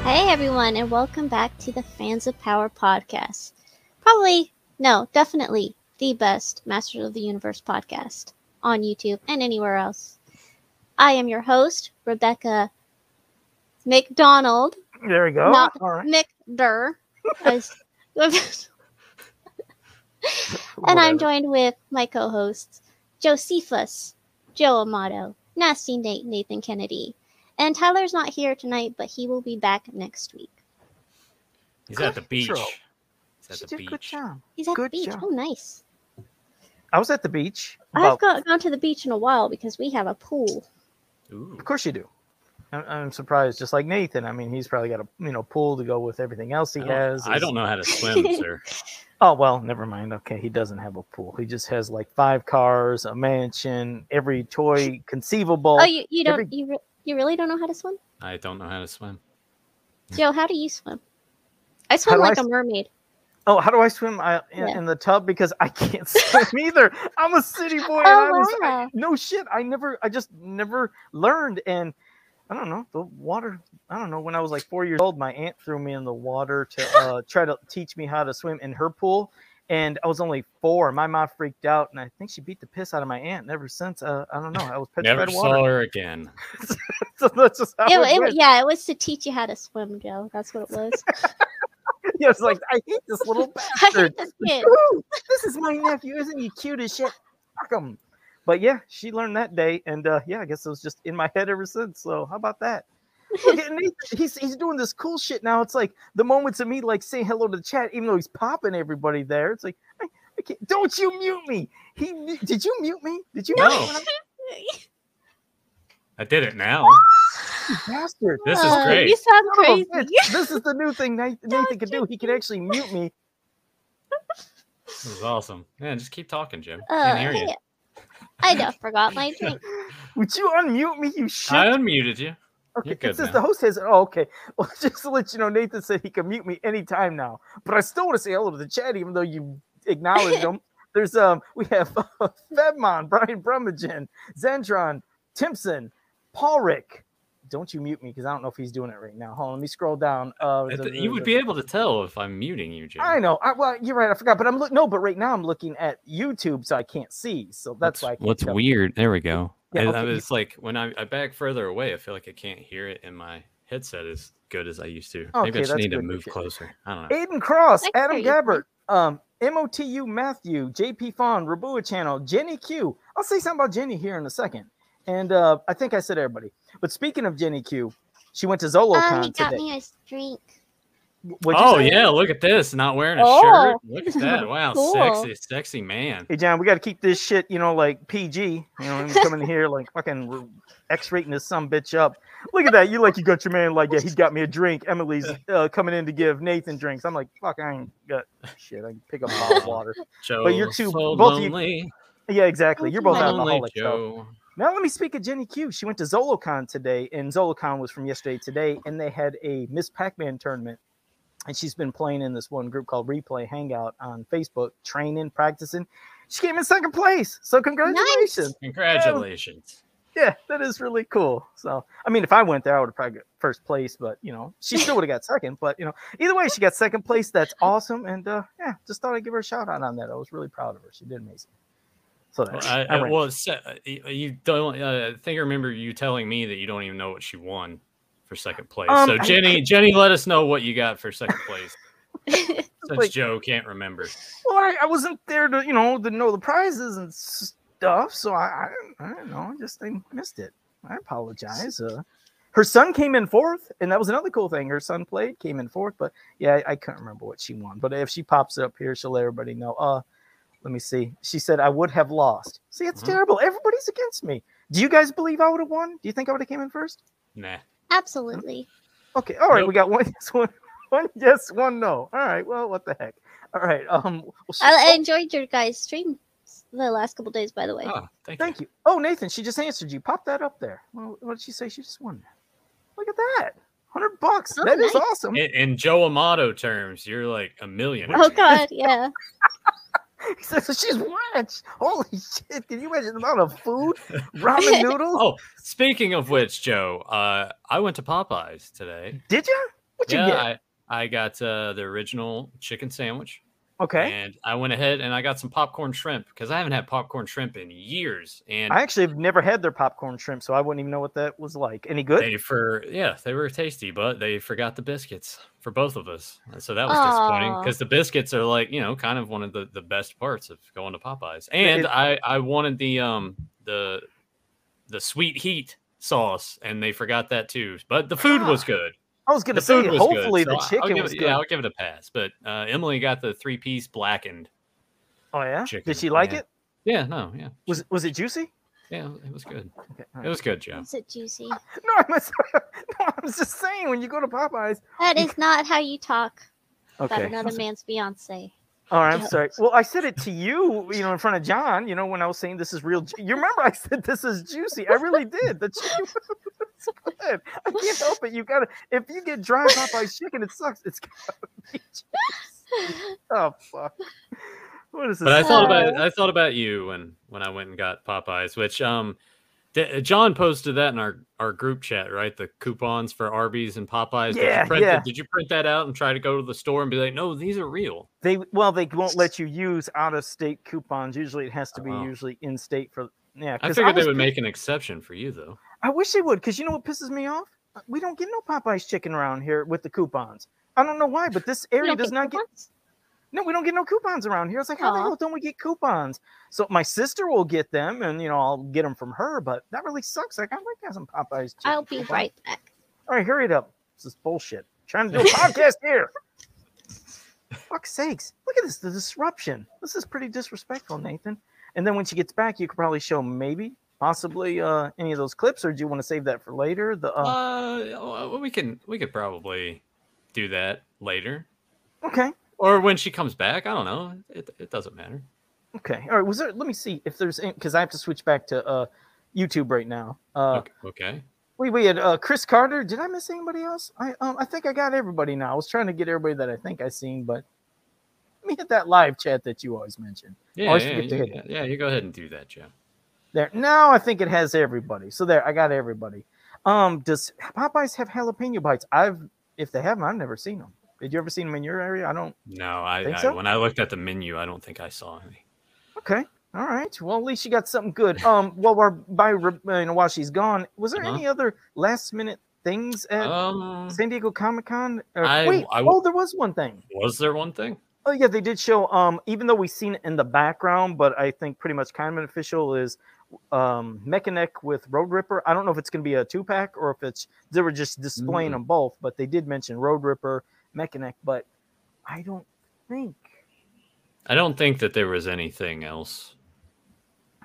Hi, everyone, and welcome back to the Fans of Power podcast. Probably, no, definitely the best Masters of the Universe podcast on YouTube and anywhere else. I am your host, Rebecca McDonald, There we go. Not- All right. McDur, as- and I'm Whatever. joined with my co hosts, Josephus, Joe Amato, Nasty Nate, Nathan Kennedy. And Tyler's not here tonight, but he will be back next week. He's at the beach. job. He's She at the did a good beach. job. He's at Good the beach. job. Oh, nice. I was at the beach. I've Well, got, gone to the beach in a while because we have a pool. Ooh. of course you do. I'm, I'm surprised. Just like Nathan, I mean, he's probably got a you know pool to go with everything else he I don't- has. I don't know how to swim, sir. Oh well, never mind. Okay, he doesn't have a pool. He just has like five cars, a mansion, every toy conceivable. Oh, you, you don't every- you re- you really don't know how to swim, I don't know how to swim. Joe? How do you swim? I swim do I like a s- mermaid. Oh, how do I swim I, in, Yeah. in the tub? Because I can't swim either. I'm a city boy. and Oh, I was, I- wow. no shit. I never, I just never learned. And I don't know, the water, I don't know. When I was like four years old, my aunt threw me in the water to uh, try to teach me how to swim in her pool. And I was only four. My mom freaked out. And I think she beat the piss out of my aunt. And ever since, uh, I don't know. I was petrified of Never saw water. her again. so that's just how It, it, it, went. yeah, it was to teach you how to swim, Joe. That's what it was. Yeah, it's like, I hate this little I bastard. hate this kid. Ooh, this is my nephew. Isn't he cute as shit? Fuck him. But yeah, she learned that day, and uh, yeah, I guess it was just in my head ever since. So how about that? Look at Nathan. He's he's doing this cool shit now. It's like the moments of me like saying hello to the chat, even though he's popping everybody there. It's like, I, I can't, don't you mute me? He mu- did you mute me? Did you? mute me No. when I'm- I did it now. bastard. This is Uh, great. You sound Son of a crazy. bitch. This is the new thing Nathan, Nathan Don't can do. He can actually mute me. This is awesome. Man, just keep talking, Jim. Uh, Can't hear you. hey, I just forgot my drink. Would you unmute me? You shit. I unmuted you. Okay, You're it good says now. the host has. Oh, okay. Well, just to let you know, Nathan said he can mute me anytime now, but I still want to say hello to the chat, even though you acknowledged him. There's um, we have uh, Fedmon, Brian Brummagin, Zentron, Timpson, Paul Rick. Don't you mute me because I don't know if he's doing it right now. Hold on, let me scroll down. Uh, I the- th- the- You would the- be able to tell if I'm muting you, Jim. I know. I, well, you're right. I forgot, but I'm look. No, but right now I'm looking at YouTube, so I can't see. So that's What's- why. I can't What's tell. weird? There we go. Yeah, And okay, I you- It's like when I, I back further away, I feel like I can't hear it in my headset as good as I used to. Okay, Maybe I just that's need to good. move closer. I don't know. Aiden Cross, I can Adam hear you. Gabbert, um, MOTU Matthew, JP Fawn, Rabua Channel, Jenny Q. I'll say something about Jenny here in a second. And uh, I think I said everybody. But speaking of Jenny Q, she went to Um, ZoloCon he got today. me a drink. What'd you Oh say? yeah, look at this. Not wearing a Oh. shirt. Look at that. Wow, Cool. sexy, sexy man. Hey John, we got to keep this shit, you know, like PG. You know, I'm coming here like fucking X-rating this some bitch up. Look at that. You like you got your man like yeah, he got me a drink. Emily's uh, coming in to give Nathan drinks. I'm like fuck, I ain't got shit. I can pick up a bottle of water. Joe, you're too- so both of you- lonely. Yeah, exactly. You're both Lonely alcoholics. So. Joe. Now let me speak of Jenny Q. She went to Zolocon today, and Zolocon was from yesterday today, and they had a Miss Pac-Man tournament. And she's been playing in this one group called Replay Hangout on Facebook, training, practicing. She came in second place. So congratulations. Congratulations. Yeah, that is really cool. So I mean, if I went there, I would have probably got first place, but you know, she still would have got second. But you know, either way, she got second place. That's awesome. And uh yeah, just thought I'd give her a shout out on that. I was really proud of her. She did amazing. So Well, that's I, I I- ran. well, it's, uh, y- you don't. Uh, I think I remember you telling me that you don't even know what she won for second place. Um, so I- Jenny, Jenny, let us know what you got for second place since Like- Joe can't remember. Well, I, I wasn't there to, you know, to know the prizes and stuff, so I, I, didn't- I don't know. I just I missed it. I apologize. Uh, her son came in fourth, and that was another cool thing. Her son played, came in fourth, but yeah, I, I couldn't remember what she won. But if she pops it up here, she'll let everybody know. Uh, let me see. She said I would have lost. See, it's Mhm. terrible. Everybody's against me. Do you guys believe I would have won? Do you think I would have came in first? Nah. Absolutely. Okay. All right. Nope. We got one yes, one, one yes, one no. All right. Well, what the heck? All right. Um. well, she- I, I enjoyed your guys' stream the last couple days, by the way. Oh, thank, Thank you. Oh, Nathan, she just answered you. Pop that up there. Well, what did she say? She just won. Look at that. 100 bucks. Oh, That is nice. awesome. you. In, in Joe Amato terms, you're like a millionaire. Oh God, yeah. He says, She's rich. Holy shit. Can you imagine the amount of food? Oh. Ramen noodles? Oh, speaking of which, Joe, uh, I went to Popeyes today. Did you? What What'd you get? I, I got uh, the original chicken sandwich. okay. And I went ahead and I got some popcorn shrimp because I haven't had popcorn shrimp in years. And I actually have never had their popcorn shrimp, so I wouldn't even know what that was like. Any good? they for yeah, they were tasty, but they forgot the biscuits for both of us. And so that was Aw. disappointing because the biscuits are like, you know, kind of one of the, the best parts of going to Popeyes. And it- I, I wanted the um the the sweet heat sauce and they forgot that too. But the food was Ah. good. I was gonna The say food was good, hopefully so I- the I'll chicken give it- was good. Yeah, I'll give it a pass. But uh, Emily got the three piece blackened. oh yeah. chicken, Did she like yeah. it? Yeah, no, yeah. Was was it juicy? Yeah, it was good. Okay. all It right. was good, Joe. Is it juicy? No, I'm no, I was just saying when you go to Popeyes. That is not how you talk about Okay. another man's Beyonce. All right. Oh, I'm Yeah. sorry. Well, I said it to you, you know, in front of John. You know, when I was saying this is real. ju- You remember I said this is juicy. I really did. The chicken was good. I can't help it. You gotta. If you get dry Popeyes chicken, it sucks. It's gotta be juicy. Oh fuck. What is this? But I thought Uh, about I thought about you when when I went and got Popeyes, which um, D- John posted that in our our group chat, right? The coupons for Arby's and Popeyes. did Yeah, you print yeah. It, did you print that out and try to go to the store and be like, no, these are real? They well, they won't let you use out of state coupons. Usually, it has to be Oh. usually in state for yeah. I 'cause figured was they would pe- make an exception for you though. I wish they would, because you know what pisses me off? Uh, We don't get no Popeyes chicken around here with the coupons. I don't know why, but this You area don't does get not get coupons? no. We don't get no coupons around here. It's like how the Aw. hell don't we get coupons? So my sister will get them, and you know I'll get them from her. But that really sucks. Like I'd like to have some Popeyes. Chicken I'll be coupons. right back. All right, hurry it up. This is bullshit. trying to do a podcast here. Fuck's sakes. Look at this, the disruption. This is pretty disrespectful, Nathan. And then when she gets back, you could probably show maybe, possibly uh, any of those clips, or do you want to save that for later? The uh, Uh, well, we can we could probably do that later okay, or when she comes back. I don't know. It it doesn't matter. okay. All right, was there? Let me see if there's because I have to switch back to uh, YouTube right now. Uh, okay. okay. We we had uh, Chris Carter. Did I miss anybody else? I um I think I got everybody now. I was trying to get everybody that I think I seen, but let me hit that live chat that you always mention. Yeah, always yeah, forget to you- hit yeah, yeah. You go ahead and do that, Joe. There now, I think it has everybody. So there, I got everybody. Um, does Popeyes have jalapeno bites? I've if they have them, I've never seen them. Did you ever see them in your area? I don't. No, I, Think I so? when I looked at the menu, I don't think I saw any. Okay, all right. Well, at least you got something good. Um, while we're by, Re- uh, you know, while she's gone, was there Uh-huh. any other last minute things at Um, San Diego Comic Con? I- Wait, I- oh, there was one thing. was there one thing? Oh yeah, they did show. Um, even though we've seen it in the background, but I think pretty much kind of official is, um, Mechanic with Road Ripper. I don't know if it's gonna be a two pack or if it's they were just displaying them Mm. both, but they did mention Road Ripper, Mechanic, but I don't think. I don't think that there was anything else.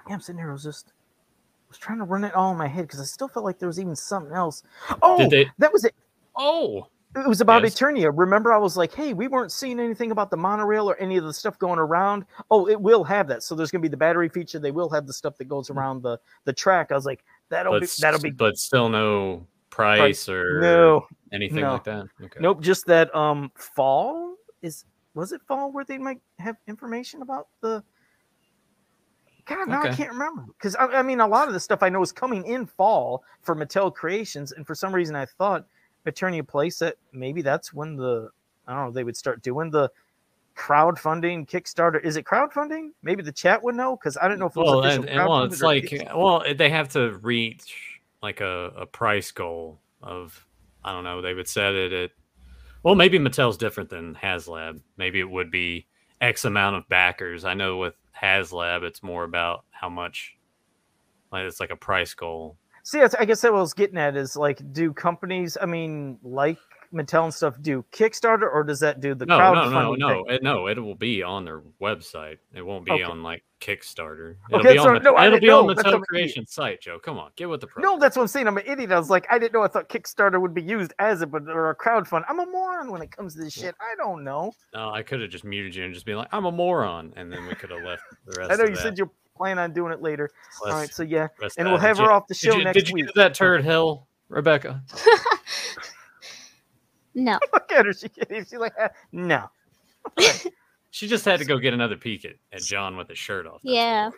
Yeah, I'm sitting here. I was just I was trying to run it all in my head because I still felt like there was even something else. Oh, Did they? that was it. Oh, It was about Yes. Eternia. Remember, I was like, hey, we weren't seeing anything about the monorail or any of the stuff going around. Oh, it will have that. So there's gonna be the battery feature. They will have the stuff that goes around the the track. I was like, that'll but be s- that'll be but still no price or no, anything no. like that. Okay. nope. Just that um fall is was it fall where they might have information about the. God, now I Okay. can't remember because I, I mean a lot of the stuff I know is coming in fall for Mattel Creations, and for some reason I thought Eternia Place that maybe that's when the I don't know they would start doing the crowdfunding Kickstarter. Is it crowdfunding? Maybe the chat would know because I don't know if it was Well, official and, and well, crowdfunded it's or like Kickstarter. well, they have to reach like a, a price goal of I don't know. They would set it at well, maybe Mattel's different than HasLab. Maybe it would be X amount of backers. I know with HasLab, it's more about how much. Like it's like a price goal. See, that's, I guess that what I was getting at is like, do companies, I mean, like Mattel and stuff, do Kickstarter or does that do the no, no, crowdfunding? no, no, thing? it, no. It will be on their website. It won't be Okay. on like Kickstarter. It'll Okay, be so- on the, no, I it'll didn't be on know. the That's what I Mattel mean. Creation site, Joe. Come on, get with the program. No, that's what I'm saying. I'm an idiot. I was like, I didn't know. I thought Kickstarter would be used as a but or a crowdfund. I'm a moron when it comes to this shit. I don't know. No, I could have just muted you and just been like, "I'm a moron," and then we could have left the rest. I know of you that. said you plan on doing it later. Let's- All right, so yeah, let's- and uh, we'll have did her you- off the show did you, next did you week. do that turd hill, Rebecca? No. Look at her. She can't even- She's like, "Ah, no. She just had to go get another peek at, at John with his shirt off. that's Yeah.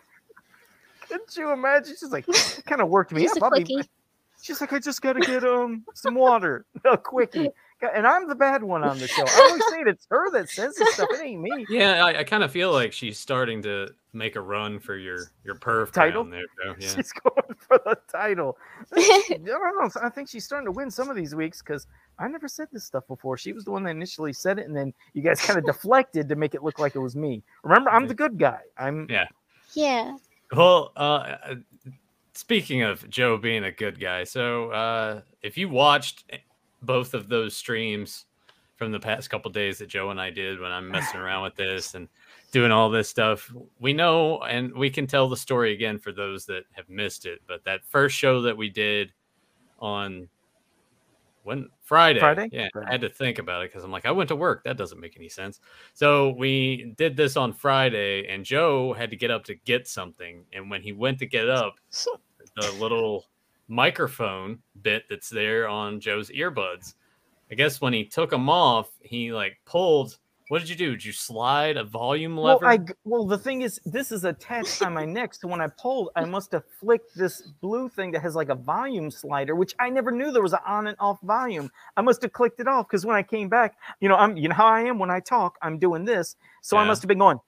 Couldn't you imagine? She's like, it kind of worked me Just a up. I'll be- quickie. She's like, I just gotta get um some water, a quickie. God, And I'm the bad one on the show. I always say it's her that says this stuff. It ain't me. Yeah, I, I kind of feel like she's starting to make a run for your your perv Title? crown there, bro. Yeah. She's going for the title. I don't know. I think she's starting to win some of these weeks because I never said this stuff before. She was the one that initially said it, and then you guys kind of deflected to make it look like it was me. Remember, I'm the good guy. I'm Yeah. Yeah. Well, uh, uh, speaking of Joe being a good guy, so uh, if you watched both of those streams from the past couple days that Joe and I did when I'm messing around with this and doing all this stuff, we know and we can tell the story again for those that have missed it. But that first show that we did on when Friday, Friday? yeah, Friday. I had to think about it because I'm like, I went to work. That doesn't make any sense. So we did this on Friday, and Joe had to get up to get something. And when he went to get up, the little microphone bit that's there on Joe's earbuds, I guess when he took them off, he like pulled. What did you do? Did you slide a volume Well, lever? I g- well, the thing is, this is attached on my neck. So when I pulled, I must have flicked this blue thing that has like a volume slider, which I never knew there was an on and off volume. I must have clicked it off because when I came back, you know, I'm you know how I am when I talk, I'm doing this. So I Yeah. must have been going.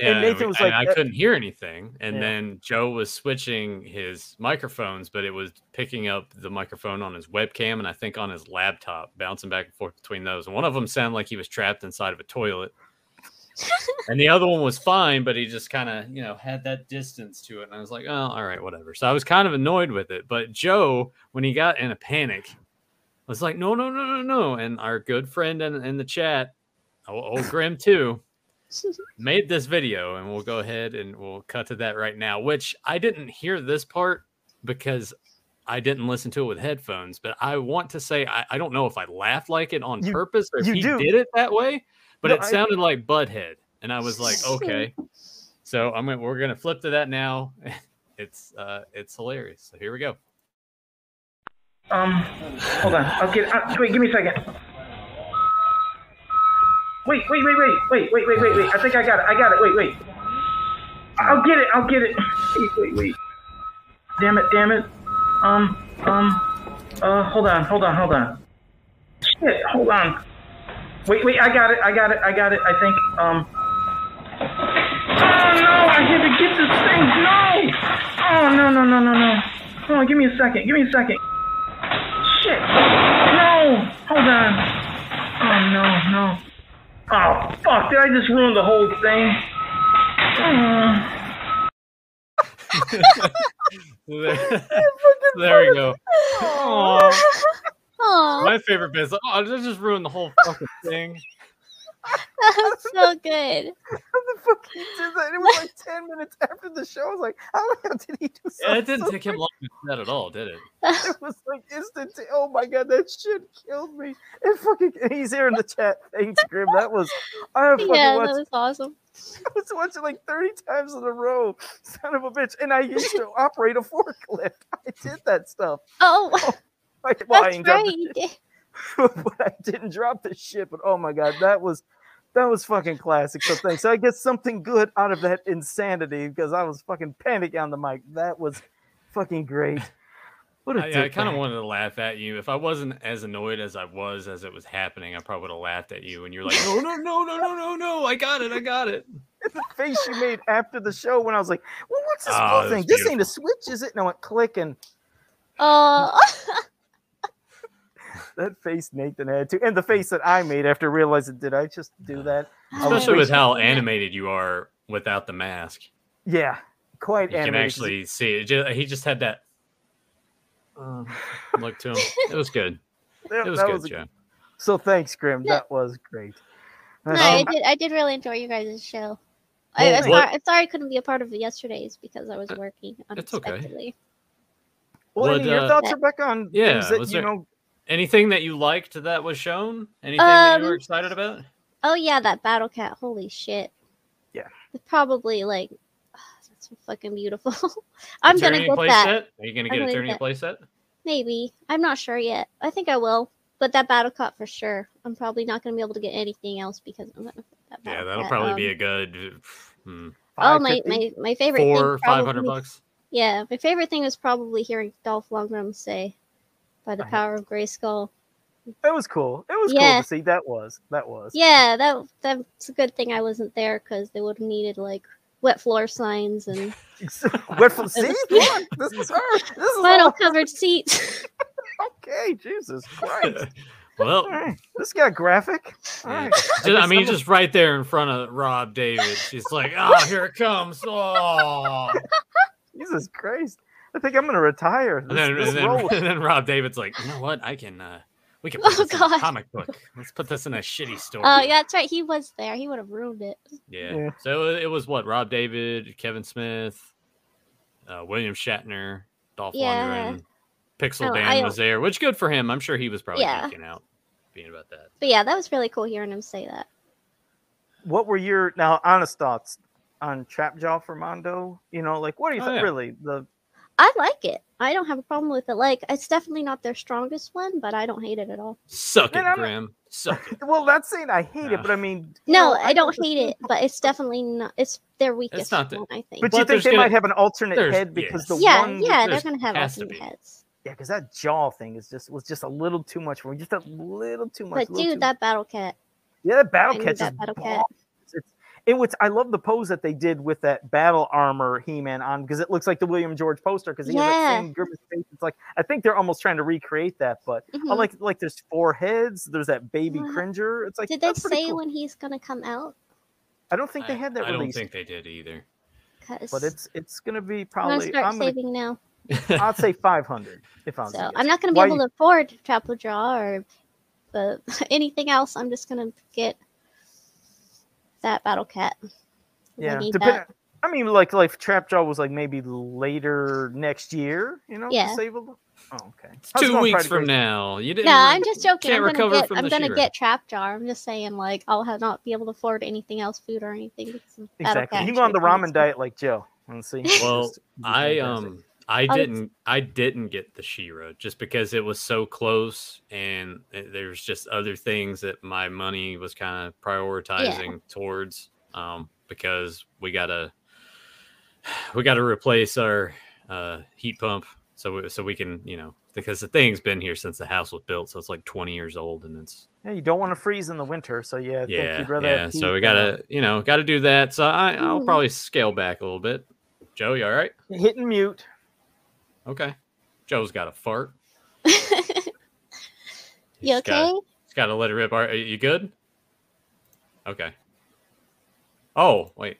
Yeah, and Nathan we- was and like, I "That- couldn't hear anything. And Yeah. then Joe was switching his microphones, but it was picking up the microphone on his webcam and I think on his laptop, bouncing back and forth between those. And one of them sounded like he was trapped inside of a toilet. and the other one was fine, but he just kind of, you know, had that distance to it. And I was like, oh, all right, whatever. So I was kind of annoyed with it. But Joe, when he got in a panic, was like, no, no, no, no, no. And our good friend in, in the chat, old old Grim too, made this video and we'll go ahead and we'll cut to that right now which i didn't hear this part because i didn't listen to it with headphones but i want to say i, I don't know if i laughed like it on You- purpose or if you he do. did it that way but No, it I- sounded like butthead and i was like okay so i'm gonna we're gonna flip to that now it's uh it's hilarious so here we go Um, hold on. I'll get. Uh, wait, give me a second. Wait, wait, wait, wait, wait, wait, wait, wait, wait. I think I got it. I got it. Wait, wait. I'll get it. I'll get it. Wait, wait, wait. Damn it! Damn it! Um, um. Uh, hold on. Hold on. Hold on. Shit. Hold on. Wait, wait. I got it. I got it. I got it. I think. Um. Oh no! I had to get this thing. No! Oh no! No! No! No! No! Hold on. Give me a second. Give me a second. Shit! No! Hold on. Oh no, no. Oh fuck! Did I just ruin the whole thing? Oh. So there, there we go Aw, Oh, my favorite bit is oh that just ruined the whole fucking thing that was so good. How the fuck he did that? It was like 10 minutes after the show. I was like, how the hell did he do something? yeah, it didn't so take him long to do that at all did it it was like instant. Oh my god, that shit killed me. It fucking. He's here in the chat. Thanks, Grim. That was. I fucking Yeah, that watched. was awesome. I was watching like thirty times in a row. Son of a bitch. And I used to operate a forklift. I did that stuff. Oh, Like, well, I that's didn't right. drop you did. the, but I didn't drop the shit. But oh my god, that was. That was fucking classic. So thanks. I get something good out of that insanity because I was fucking panicking on the mic. That was fucking great. What a I, I kind of dickbag. wanted to laugh at you. If I wasn't as annoyed as I was as it was happening, I probably would have laughed at you. And you're like, no, no, no, no, no, no, no, I got it, I got it. the face you made after the show when I was like, "Well, what's this Ah, blue that's thing? This ain't a switch, is it?" And I went click, and Oh, that face Nathan had too, and the face that I made after realizing, did I just Uh, do that? I was Especially with wishing- how animated you are without the mask, yeah, quite you can animated. actually see it. Ju- He just had that um, look to him. It was good. That- It was that good, was a- Joe. so thanks, Grim. Yeah. That was great. no, That's- I um, did. I did really enjoy you guys' show. I, I'm, Well, what- sorry, I'm sorry I couldn't be a part of yesterday's because I was working it's okay. unexpectedly. well, any would, of your uh, thoughts, Rebecca, on Yeah, things that was you there- know? Anything that you liked that was shown? Anything that you were Um, excited about? Oh yeah, that battle cat. Holy shit. Yeah. It's probably like that's so fucking beautiful. I'm Eternia gonna get that. playset? Are you gonna I'm get gonna Eternia get- playset? Maybe. I'm not sure yet. I think I will. But that battle cat for sure. I'm probably not gonna be able to get anything else because I'm gonna put that Yeah, battle that'll cat, probably um, be a good hmm, Oh my, 550? my, my favorite thing four, five hundred probably- bucks. Yeah, my favorite thing was probably hearing Dolph Lundgren say, "By the Uh-huh. Right. power of Grayskull, It was cool. It was cool Yeah. to see. That was that was. Yeah, that that's a good thing I wasn't there because they would have needed like wet floor signs and Went from see, look, this is her. This is vinyl all, covered seats. okay. Jesus Christ! well, All right, this got graphic. All yeah. right. Ju- I guess mean, I'm a- just right there in front of Rob David. She's like, "Oh, here it comes!" Oh, Jesus Christ! I think I'm gonna retire. and This, then, this and then, role was- and then Rob David's like, "You know what? I can. Uh, we can put Oh, this in a God. comic book. Let's put this in a shitty story." Oh, yeah, that's right. He was there. He would have ruined it. Yeah. Yeah. So it was what Rob David, Kevin Smith, uh, William Shatner, Dolph Yeah. Lundgren, Pixel Oh, Dan I- was there, which good for him. I'm sure he was probably Yeah. geeking out being about that. But yeah, that was really cool hearing him say that. what were your now honest thoughts on Trapjaw for Mondo? You know, like what do you Oh, think? yeah. Really, the I like it. I don't have a problem with it. Like, it's definitely not their strongest one, but I don't hate it at all. Suck Man, it, I'm- Graham. Suck it. well, not saying I hate Nah. it, but I mean, No, well, I, don't hate it, but it's definitely not. It's their weakest not the- one, I think. But, But you think there's they gonna- might have an alternate there's- head because the yeah, one yeah, they're there's- gonna have has to alternate be. heads. Yeah, because that jaw thing is just was just a little too much for me. Just a little too much. But little too- dude, that battle cat. yeah, that battle I need cat. that just battle balls. cat. It's, it was. I love the pose that they did with that battle armor He-Man on because it looks like the William George poster because he has that Yeah. same grimace face. It's like I think they're almost trying to recreate that, but I Mhm. Oh, like like there's four heads. There's that baby Uh, Cringer. It's like Did they that's pretty say cool. when he's gonna come out? I don't think they had that I don't released, think they did either. Because but it's it's gonna be I'm gonna probably. start I'm gonna. saving now. I'd say 500 if I'm. So I'm not gonna be Why able you- to afford Trapple Draw or uh, anything else. I'm just gonna get that battle cat. 'Cause I Yeah, need depend- that. I mean, like, like Trapjaw was like maybe later next year, you know? Yeah. Save a little. Oh, okay. It's How's it two going, weeks Friday from Crazy? now. You didn't. No, re- I'm just joking. can't I'm gonna recover get. from I'm the gonna She-Ra. get trap jar. I'm just saying, like, I'll have not be able to afford anything else, food or anything. because of Battle Exactly. Cat You and go on the shit. ramen diet like Joe. Let's see. Well, Just- just I fantastic. um Oh, I it's- didn't I didn't get the Shira just because it was so close and it- there's just other things that my money was kind of prioritizing towards um because we got to we got to replace our uh heat pump so we, so we can, you know, because the thing's been here since the house was built so it's like 20 years old and it's Yeah, you don't want to freeze in the winter, so yeah, I think yeah, you'd rather have yeah. heat So we than- gotta, you know, gotta do that. So I, I'll Mhm. probably scale back a little bit. Joe, you all right? uh, hit and mute. Okay. Joe's got a fart. You He's gotta- okay? he's got to let it rip. Are, are you good? Okay. Oh wait,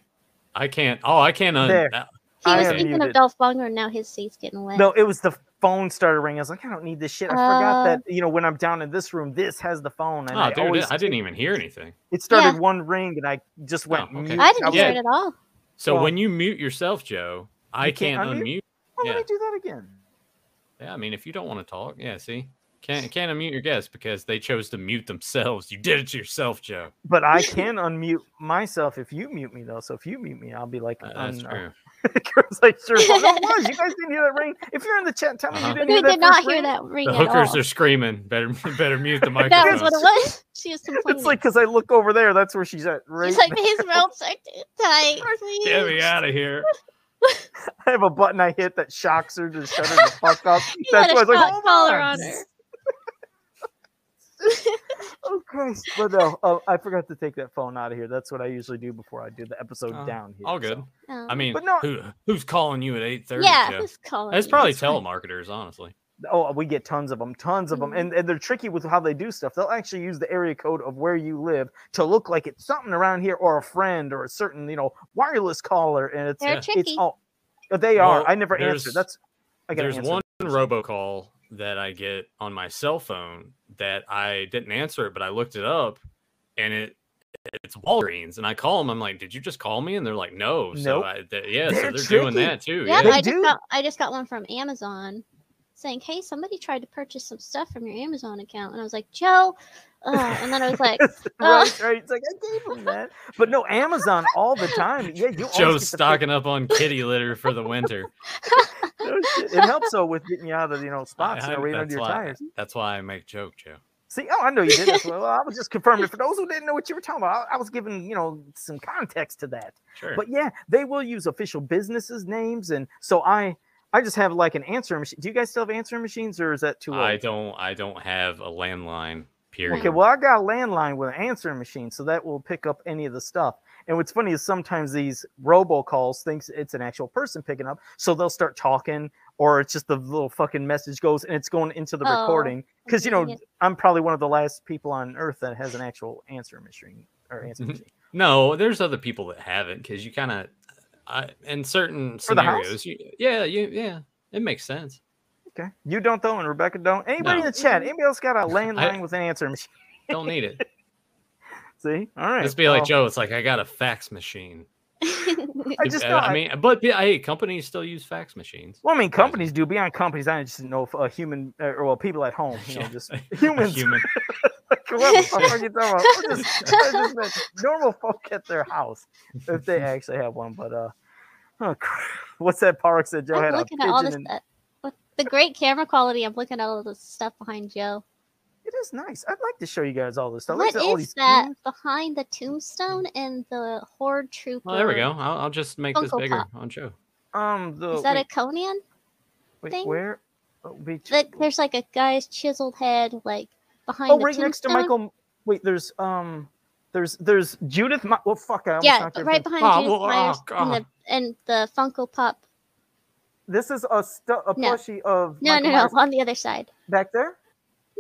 I can't. Oh, I can't. Un- There. that- He I was am thinking of muted. Dolph Lundgren, and now his seat's getting wet. No, it was the phone started ringing. I was like, I don't need this shit. I Uh. forgot that, you know, when I'm down in this room, this has the phone. And oh, I dude, always, I didn't even hear anything. it started Yeah. one ring and I just went Oh, okay. mute. I didn't was hear like, it at all. So Well- when you mute yourself, Joe, I You can't, can't unmute. unmute? Oh, let Yeah. me do that again. Yeah, I mean, if you don't want to talk, yeah, see, can't can't unmute your guests because they chose to mute themselves. You did it to yourself, Joe. But I can unmute myself if you mute me though. So if you mute me, I'll be like, Uh, that's un- true. Girls, I sure was. No, it was. You guys didn't hear that ring. If you're in the chat, tell me Uh-huh. you didn't We hear that. did not first hear ring. that ring The at hookers all. are screaming. Better better mute the microphone. That was what it was. She was complaining. It's like because I look over there, that's where she's at. Right, She's like, his ropes are too tight. please." Get me out of here. I have a button I hit that shocks her to shut her the fuck up. You that's had why I a was like, shock hold collar on. on her. Oh Christ! But no, uh, I forgot to take that phone out of here. That's what I usually do before I do the episode Oh, down here. All good. so. Um, I mean, But no- who, who's calling you at eight thirty? yeah, who's calling? It's you? probably That's fine. telemarketers, honestly. Oh, we get tons of them, tons of them, Mm-hmm. Mhm. and, and they're tricky with how they do stuff. They'll actually use the area code of where you live to look like it's something around here, or a friend, or a certain you know wireless caller, and it's They're Yeah. tricky. it's all uh, they are. Well, I never there's- answer. That's I got There's answer. one robocall that I get on my cell phone that I didn't answer it, but I looked it up, and it it's Walgreens, and I call them. I'm like, "Did you just call me?" And they're like, "No." So Nope. I, th- yeah, so They're they're doing tricky. that too. Yeah, Yeah. They I do. just got I just got one from Amazon saying, "Hey, somebody tried to purchase some stuff from your Amazon account," and I was like, "Joe," uh, and then I was like, Oh. right, right. It's like I gave them that, but no, Amazon all the time. Yeah, you always Joe's get the free- stocking up on kitty litter for the winter. No Oh, shit. It helps though with getting you out of you know spots I- and right under that's your why- tires. That's why I make joke, Joe. See, oh, I know you did. That's well, I was just confirming for those who didn't know what you were talking about. I, I was giving you know some context to that. Sure. But yeah, they will use official businesses names, and so I I just have like an answering machine. Do you guys still have answering machines, or is that too old? I don't. I don't have a landline. Period. Okay, well, I got a landline with an answering machine, so that will pick up any of the stuff. And what's funny is sometimes these robocalls thinks it's an actual person picking up, so they'll start talking, or it's just the little fucking message goes and it's going into the Oh, recording. Because you know, dang it. I'm probably one of the last people on Earth that has an actual answering machine or answering Mhm. machine. No, there's other people that have it because you kind of, I in certain For the house? scenarios, you, yeah, you, yeah, it makes sense. Okay, you don't though, and Rebecca don't. Anybody in No. the chat? Mm-hmm. Anybody else got a landline with an answering machine? Don't need it. See, all right. Let's be like well, Joe. It's like I got a fax machine. I If- just uh, know I I- mean, but yeah, hey, companies still use fax machines. Well, I mean, companies do. Beyond companies, I just didn't know if a human uh, or well, people at home, you know, Yeah. just A humans. human. Like, what the fuck are you talking about? We're just- we're just like normal folk at their house if they actually have one. But uh, oh, cr- what's that park said Joe I'm had a looking at all this pigeon in- uh, with the great camera quality. I'm looking at all the stuff behind Joe. It is nice. I'd like to show you guys all this stuff. What Look at all is these that things. behind the tombstone and the horde trooper? Well, there we go. I'll, I'll just make this Funko bigger Pop. on Joe. Um, the Is that a wait, Conan? wait, thing? where? Oh, wait, Like, there's like a guy's chiseled head, like behind oh the right next to tombstone. Michael. Wait, there's um, there's there's Judith. My, well, fuck, I almost Yeah, knocked her right pin. behind Oh, Judith well, oh, Myers and, God. the, and the Funko Pop. This is a, stu- a No. plushie of No, Michael no, Myers no, on the other side. back there.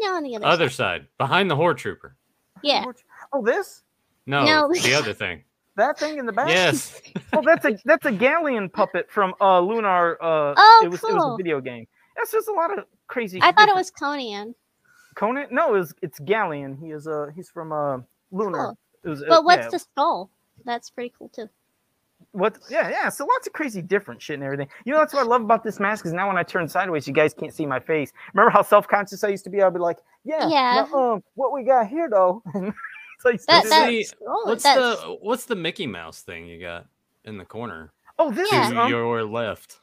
No, on the other. Other side. side, behind the horde trooper. Yeah. Oh, this No, No. the other thing. that thing in the back. Yes, Oh, that's a that's a galleon puppet from uh Lunar uh Oh, it was it was cool. a video game. That's just a lot of crazy I thought it different- was Conan. Conan. No, it was, it's Galleon. He is uh he's from uh Lunar. Cool. It was, uh, But what's yeah, the skull? That's pretty cool too. what yeah, yeah. So lots of crazy different shit and everything. You know that's what I love about this mask is now when I turn sideways, you guys can't see my face. Remember how self conscious I used to be? I'd be like, Yeah, Yeah. no, um what we got here though. so you That still- that see, skull. what's that's, the what's the Mickey Mouse thing you got in the corner oh this Yeah. is to um, your left?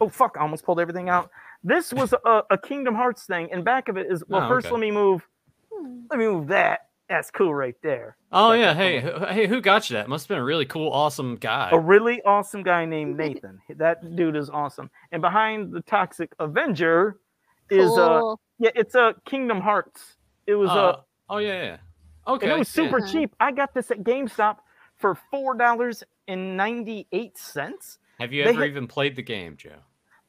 Oh fuck! I almost pulled everything out. This was a, a Kingdom Hearts thing, and back of it is well. Oh, first, okay. let me move. Hmm. Let me move that. That's cool right there. Oh Like yeah, that hey, who- hey, who got you that? Must have been a really cool, awesome guy. A really awesome guy named Nathan. that dude is awesome. And behind the Toxic Avenger is uh cool. yeah, it's a Kingdom Hearts. It was uh, Uh, oh yeah, yeah. Okay, and it was yeah. super yeah. cheap. I got this at GameStop for four dollars and ninety eight cents. Have you They ever had- even played the game, Joe?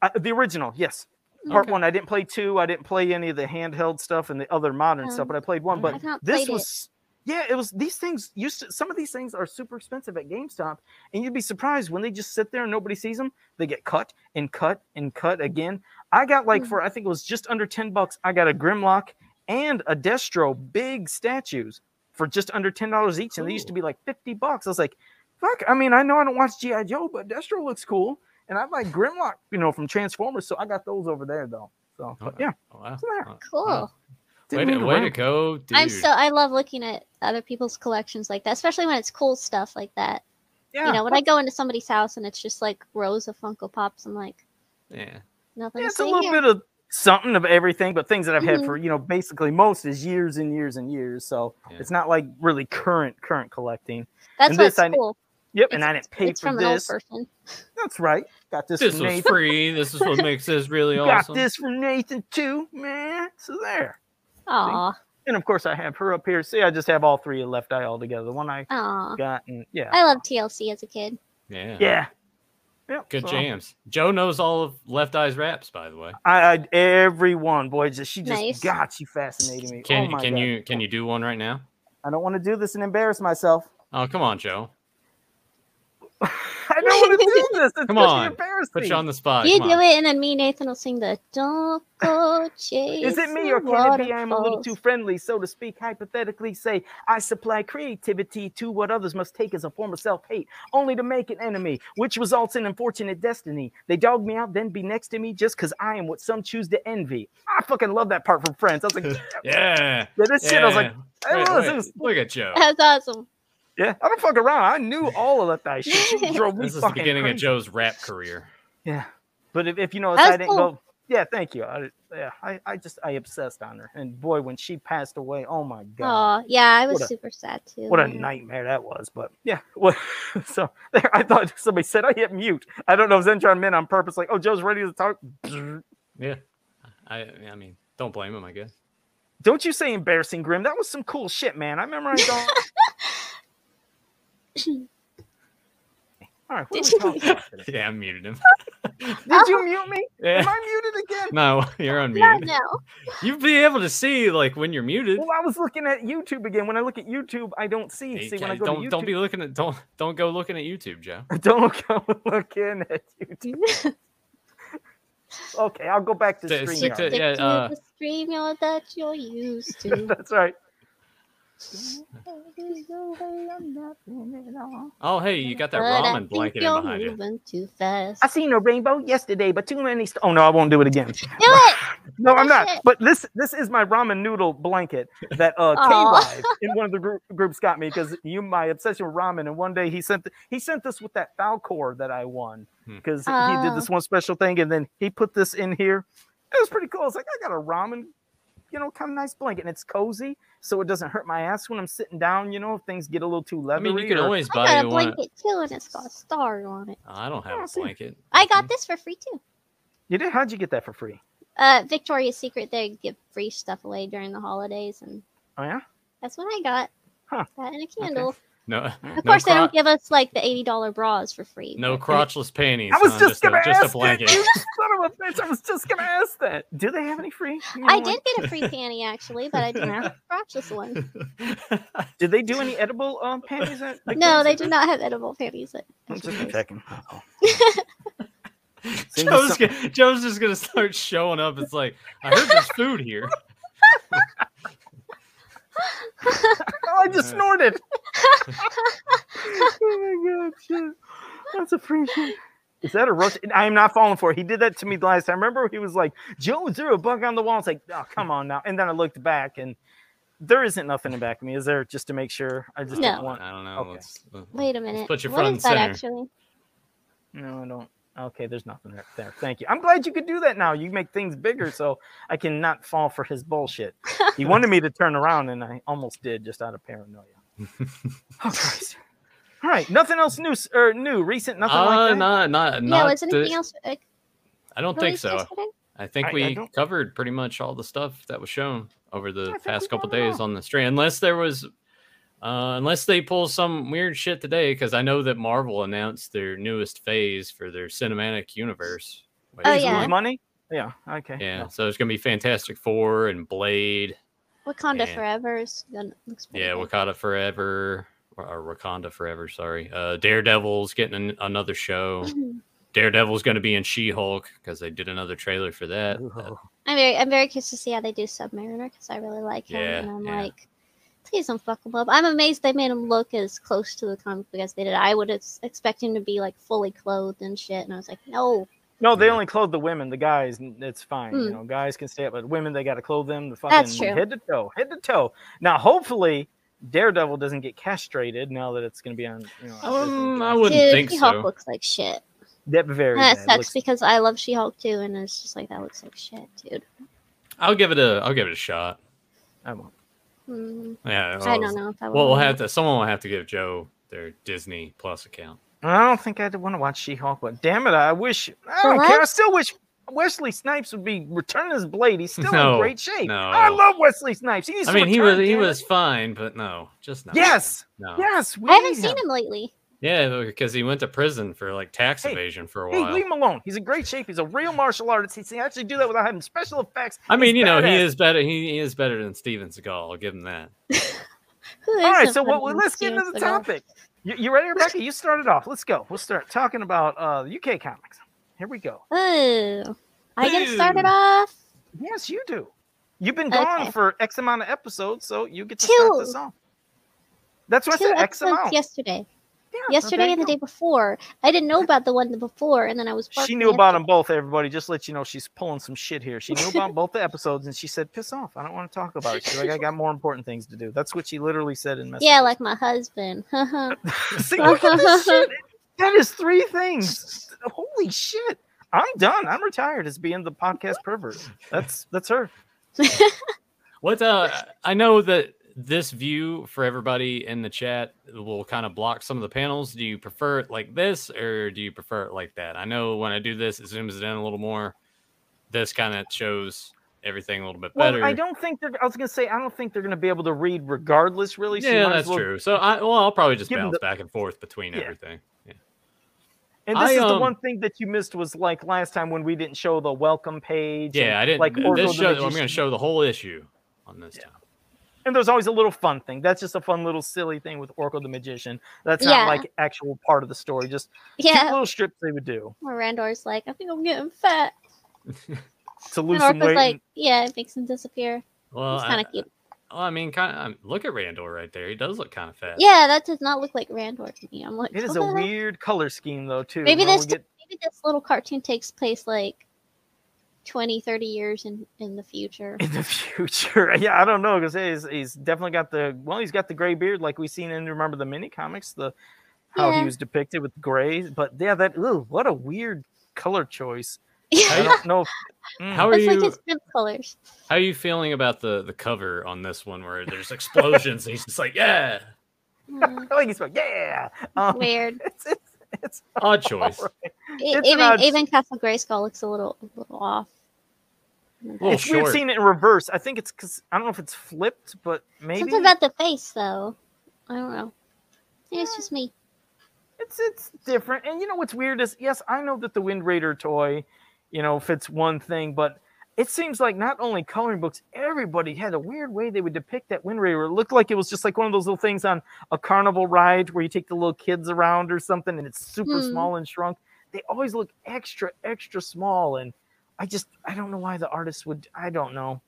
Uh, the original, yes. Part Okay. one, I didn't play two. I didn't play any of the handheld stuff and the other modern stuff, Um, but I played one. I But have not this played it. was, yeah, it was. These things used to. Some of these things are super expensive at GameStop, and you'd be surprised when they just sit there and nobody sees them. They get cut and cut and cut again. I got like Hmm. Mhm. for I think it was just under ten bucks. I got a Grimlock and a Destro big statues for just under ten dollars each, and they used to Cool. be like fifty bucks. I was like, fuck. I mean, I know I don't watch GI Joe, but Destro looks cool, and I like Grimlock, you know, from Transformers, so I got those over there though. So but Okay. yeah, Oh, wow. it's there. Wow. Cool. Oh, Way Didn't to, move way to around. go, dude. I'm so I love looking at other people's collections like that, especially when it's cool stuff like that. yeah. You know, when I go into somebody's house and it's just like rows of Funko Pops, I'm like, yeah. nothing. Yeah, to it's a see little here. bit of something of everything, but things that I've had Mhm. for you know basically most is years and years and years. So Yeah. it's not like really current current collecting. That's and what's this I- cool. Yep, and It's- I didn't pay it's for from this. an old person. That's right. Got this, This from was Nathan. free. This is what makes this really Got awesome. this from Nathan too, man. So there. Aw, And of course I have her up here. See, I just have all three of Left Eye all together. The one I aw. got and yeah. I love TLC as a kid. Yeah. yeah. Yep, Good so jams. Joe knows all of Left Eye's raps, by the way. I, I everyone, boy, just she just Nice. God, she fascinated me. Can oh my can God. you can you do one right now? I don't want to do this and embarrass myself. Oh, come on, Joe. I don't want to do this. It's Come gonna on. embarrass Put me. you on the Oh, spot. you come do on. it, and then me and Nathan will sing the "Don't Go Chase." Is it me or can it be I'm a little too friendly, so to speak? Hypothetically, say I supply creativity to what others must take as a form of self hate, only to make an enemy, which results in unfortunate destiny. They dog me out, then be next to me just because I am what some choose to envy. I fucking love that part from Friends. I was like, yeah, Yeah. this shit. I was like, yeah. I Wait, was- wait. it was- Look at Joe. That's awesome. yeah, I don't fuck around. I knew all of that shit. She drove me This is the fucking beginning crazy. of Joe's rap career. Yeah, but if, if you know, That I was didn't cool. go. yeah, thank you. I, yeah, I, I just I obsessed on her, and boy, when she passed away, oh my god, Oh, yeah, I was What a- super sad too. what a man. nightmare that was. But yeah, well, so there, I thought somebody said I hit mute. I don't know if Zentron meant on purpose, like, oh, Joe's ready to talk. Yeah. I I mean, don't blame him, I guess. Don't you say embarrassing, Grim? That was some cool shit, man. I memorized all. all right, what Did are you- Oh. we talking about today? Yeah, I muted him. Did you mute me? Am Yeah. I muted again? No, you're Yeah, unmuted. no. You'd be able to see like when you're muted. Well, I was looking at YouTube again. When I look at YouTube, I don't see. You see, when I can't- go don't to YouTube, don't be looking at don't don't go looking at YouTube, Joe. don't look, I'm looking at YouTube. Okay, I'll go back to Stick- streaming. stick to- Stick yeah, to uh, the StreamYard that you're used to. That's right. Oh, hey, you got that But uh, I ramen think blanket in you're behind you. moving too fast. I seen a rainbow yesterday, but too many. St- oh no, I won't do it again. Do it! No, I'm not. Shit. But this this is my ramen noodle blanket that uh K Aw. Live in one of the group, groups got me because you my obsession with ramen. And one day he sent he sent this with that Falcor that I won Hmm. because he did Oh. this one special thing and then he put this in here. It was pretty cool. It's like I got a ramen, you know, kind of nice blanket and it's cozy, so it doesn't hurt my ass when I'm sitting down. You know, if things get a little too I leathery. mean, you could or- always I got buy a one. blanket too, and it's got a star on it. I don't Oh, have I a see. blanket. I got Mhm. this for free too. you did. How'd you get that for free? Uh, Victoria's Secret, they give free stuff away during the holidays, and Oh yeah. that's what I got. Huh. That and a candle. No, Of no Of course, they don't crotch- give us like the eighty dollar bras for free. no but- crotchless panties. I was huh? just, gonna a, just ask a blanket. That. You son of a bitch! I was just gonna ask that. Do they have any free? You I know, did get a free panty actually, but I didn't have a crotchless one. like- Did they do any edible um, panties? At, like, No, they those? do not have edible panties. at- I'm just Actually, checking. Uh-oh. Send you Joe's, some- gonna- Joe's just gonna start showing up. It's like I heard there's food here. Oh, I just Yeah. snorted. oh my god, shit. That's a free shit. Is that a rush? I am not falling for it. He did that to me last time. Remember, he was like, Joe, is there a bug on the wall? It's like, oh, come on now. And then I looked back and there isn't nothing in back of me, is there? Just to make sure. I just No. don't want. I don't know. uh, Okay. Let's, Wait a minute. put your What front is that and actually? No, I don't. Okay, there's nothing there- there. Thank you. I'm glad you could do that now. You make things bigger so I cannot fall for his bullshit. He wanted me to turn around and I almost did just out of paranoia. Oh, Christ. All right, nothing else new s- or new, recent, nothing uh, like that. not not yeah, not. was anything the- else? Uh, I don't think released so. yesterday? I think I- I we don't- covered pretty much all the stuff that was shown over the think we past couple covered it days on the stream, unless there was, uh, unless they pull some weird shit today, because I know that Marvel announced their newest phase for their cinematic universe. which- Oh, These yeah. lose money. Yeah. Okay. yeah. So it's gonna be Fantastic Four and Blade. Wakanda Yeah. Forever is gonna looks pretty Yeah, good. Wakanda Forever or, or Wakanda Forever. Sorry, uh, Daredevil's getting an, another show. Daredevil's going to be in She Hulk because they did another trailer for that. Uh, Ooh. That- I'm very I'm very curious to see how they do Submariner because I really like him Yeah, and I'm yeah. like, please don't fuck him up. I'm amazed they made him look as close to the comic book as they did. I would ex- expect him to be like fully clothed and shit, and I was like, no, No, they Yeah. only clothe the women. The guys, n- it's fine. You Hmm. know, guys can stay up, but women, they got to clothe them. The fucking That's true. head to toe, head to toe. Now, hopefully, Daredevil doesn't get castrated now that it's going to be on. You know, on Disney Um, Plus. I wouldn't dude, think She Hulk so. looks like shit. That very And that bad. sucks Looks- because I love She Hulk too, and it's just like that looks like shit, dude. I'll give it a. I'll give it a shot. I won't. Mm, Yeah. I well, Oh. don't know if I. Well, would we'll want have to. Someone will have to give Joe their Disney Plus account. I don't think I'd want to watch She-Hulk, but damn it, I wish. I The don't care. I last- still wish Wesley Snipes would be returning his blade. He's still No, in great shape. no. I love Wesley Snipes. He's I mean, he was he was fine, but no, just no. Yes, No. yes. it. We I haven't need seen him. him lately. Yeah, because he went to prison for like tax Hey, evasion for a Hey, while. leave him alone. He's in great shape. He's a real martial artist. He can actually do that without having special effects. I mean, He's you know, he badass. is better. He, he is better than Steven Seagal. I'll give him that. Who All right, isn't so what, fucking let's get into Steven the Seagal? topic. You, you ready, Rebecca? You started off. Let's go. We'll start talking about uh, UK comics. Here we go. Ooh, I get started Ooh. off. Yes, you do. You've been gone Okay. for X amount of episodes, so you get to start this Two. off. That's what I two said. X episodes amount. yesterday. Yeah, so there yesterday you and the go. day before. I didn't know about the one before, and then I was. She barking knew at about them both, everybody. Just let you know she's pulling some shit here. She knew about both the episodes and she said, piss off. I don't want to talk about it. She's like, I got more important things to do. That's what she literally said in message. Yeah, like my husband. Haha. See, look at this shit. That is three things. Holy shit. I'm done. I'm retired as being the podcast pervert. That's that's her. What uh I know that this view for everybody in the chat will kind of block some of the panels. Do you prefer it like this or do you prefer it like that? I know when I do this it zooms it in a little more. This kind of shows everything a little bit Well, better. I don't think they're. I was gonna say I don't think they're gonna be able to read regardless. Really, so you yeah, might as that's well- true. So I well I'll probably just Give 'em bounce the- back and forth between Yeah. everything. Yeah. And this I, is the um, one thing that you missed was like last time when we didn't show the welcome page. and, Yeah, I didn't like like Orville this the show I'm Magician. gonna show the whole issue on this time. And there's always a little fun thing. That's just a fun little silly thing with Oracle the Magician. That's not Yeah. like actual part of the story. Just cute yeah, little strips they would do where Randor's like, I think I'm getting fat. to lose And some Oracle's weight. like, and- yeah, it makes him disappear. Well, it's I- kind of cute. well, I mean, kind of look at Randor right there. He does look kind of fat. Yeah, that does not look like Randor to me. I'm like, it is what a the heck? weird color scheme though too. Maybe Now we this- get- Maybe this little cartoon takes place like 20, 30 years in, in the future. in the future. Yeah, I don't know because he's, he's definitely got the well, he's got the gray beard like we seen in remember the mini comics, the how Yeah. he was depicted with gray. But yeah, that ooh, what a weird color choice. I Yeah, don't know. If, mm. How are it's like you? his pimp colors. How are you feeling about the the cover on this one where there's explosions and he's just like, yeah, Mm, I like he's like, yeah. Um, weird. it's, it's, it's odd choice, a E- an even odd- even Castle Grayskull looks a little a little off. little it's weird short. seeing it in reverse. I think it's because I don't know if it's flipped, but maybe Something about the face though. I don't know. I think it's just me. it's it's different. And you know what's weird is yes, I know that the Wind Raider toy, you know, fits one thing, but it seems like not only coloring books, everybody had a weird way they would depict that Wind Raider. It looked like it was just like one of those little things on a carnival ride where you take the little kids around or something, and it's super Hmm. small and shrunk. They always look extra, extra small, and I just I don't know why the artist would. I don't know.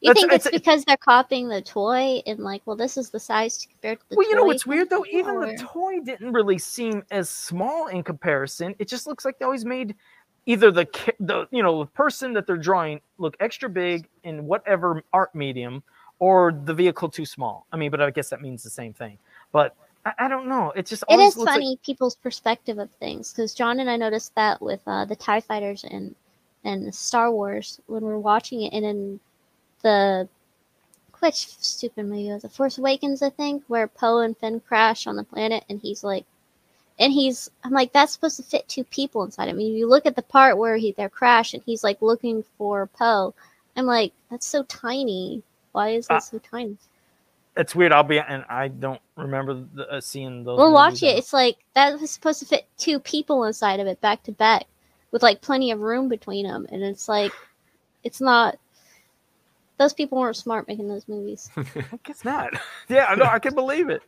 You That's- think it's, it's- it's- because they're copying the toy and like, well, this is the size to compare to the well, toy? you know what's weird though? Even Or- the toy didn't really seem as small in comparison. It just looks like they always made either the ca- the you know the person that they're drawing look extra big in whatever art medium, or the vehicle too small. I mean, but I guess that means the same thing. But I, I don't know. It just It always is looks funny people's perspective of things because John and I noticed that with uh, the Tie Fighters and and Star Wars when we're watching it, and in the which stupid movie was it? Force Awakens, I think, where Poe and Finn crash on the planet, and he's like, and he's I'm like, that's supposed to fit two people inside. I mean, you look at the part where he they're crashed, and he's like looking for Poe. I'm like, that's so tiny. Why is it Uh, so tiny? like it's weird. I'll be and I don't remember the, uh, seeing those. Well, watch movies it. and- It's like that was supposed to fit two people inside of it, back to back, with like plenty of room between them. And it's like, it's not. Those people weren't smart making those movies. I guess not. yeah, I know. I can believe it.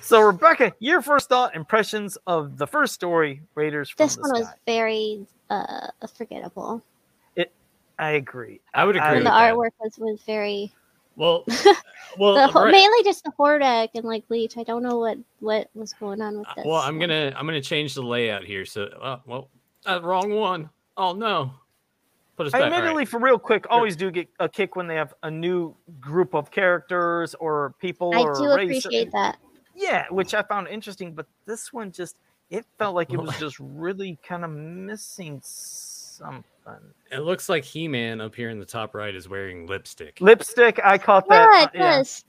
So, Rebecca, your first thought impressions of the first story, Raiders from this the one was Sky. very uh forgettable, I agree. I would I- agree. and the with that. artwork was was very Well, the well, whole, right- mainly just the Hordak and like Leech. I don't know what what was going on with uh, this. well, I'm one. gonna I'm gonna change the layout here. So, uh, well, uh, wrong one. Oh no, put us back. I all right. admittedly, for real quick, always do get a kick when they have a new group of characters or people I or do race. appreciate that. Yeah, which I found interesting, but this one just it felt like it Well- was just really kind of missing something. It looks like He-Man up here in the top right is wearing lipstick. Lipstick, I caught that. yeah, it uh, yeah. does.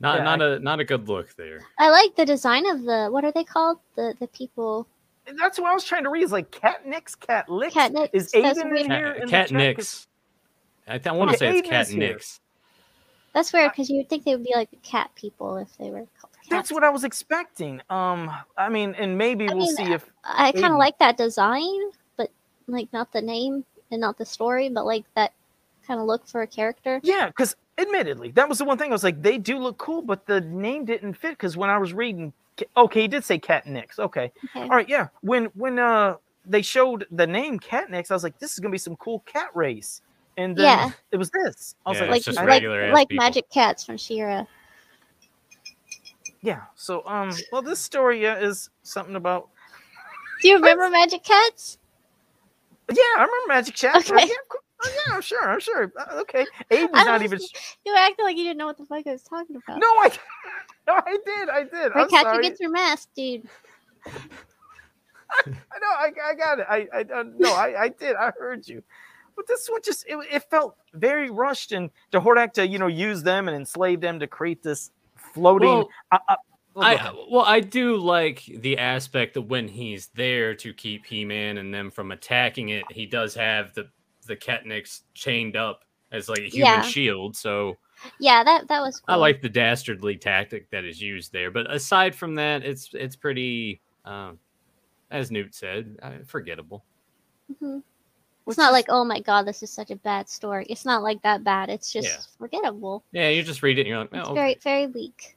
Not yeah, not a not a good look there. I like the design of the what are they called? The the people And That's what I was trying to read. Is like Cat Nicks, Cat Licks. Cat Nicks, Is that's Aiden weird. in here? in the chat? Cat, Cat 'Cause- Nix. I, th- I want to Okay, say it's Aiden Cat is here. Nix. That's weird because you would think they would be like cat people if they were called cats. Uh, That's what I was expecting. Um, I mean, and maybe I we'll mean, see if I kind Aiden. of like that design, but like not the name and not the story, but like that kind of look for a character. Yeah, because admittedly, that was the one thing I was like, they do look cool, but the name didn't fit. Because when I was reading, oh, okay, he did say Cat Nix. Okay, Okay. all right, yeah. When when uh they showed the name Cat Nix, I was like, this is gonna be some cool cat race. And then Yeah. it was this. I was Yeah, like, Like it's just I- like regular ass like people. magic cats from Shira. yeah. So um, well, this story uh, is something about. Do you remember magic cats? Yeah, I remember Magic Chat. Okay. Yeah, of course. Oh, yeah, I'm sure. I'm sure. Uh, Okay, Aiden's I not don't even. see- You were acting like you didn't know what the fuck I was talking about. No, I. No, I did. I did. I'm Ratcatcher sorry. gets her mask, dude. I know. I, I got it. I, I uh, no, I, I did. I heard you. But this one just it, it felt very rushed, and to Hordak to you know use them and enslave them to create this floating. Well, uh, uh, oh, go I ahead. well, I do like the aspect that when he's there to keep He-Man and them from attacking it, he does have the the Ketniks chained up as like a human Yeah. shield. So Yeah, that that was. Cool. I like the dastardly tactic that is used there. But aside from that, it's it's pretty, um, as Newt said, uh, forgettable. Mhm. Which It's not is- like, oh my god, this is such a bad story. It's not like that bad. It's just Yeah. forgettable. Yeah, you just read it and you're like, It's oh, okay. very very weak.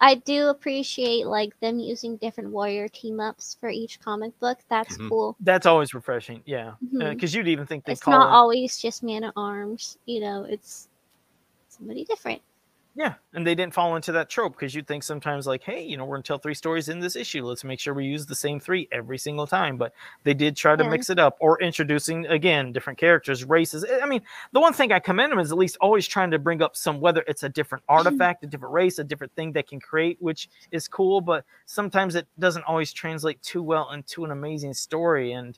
I do appreciate like them using different warrior team ups for each comic book. That's Mhm. cool. that's always refreshing. Yeah, Mhm. because you'd even think Mm-hmm. Uh, they it's call not in- always just man at arms. You know, it's somebody different. Yeah, and they didn't fall into that trope because you'd think sometimes like, hey, you know, we're until three stories in this issue. Let's make sure we use the same three every single time. But they did try to Yeah. mix it up or introducing again different characters, races. I- I mean, the one thing I commend them is at least always trying to bring up some whether it's a different artifact, a different race, a different thing they can create, which is cool. But sometimes it doesn't always translate too well into an amazing story. And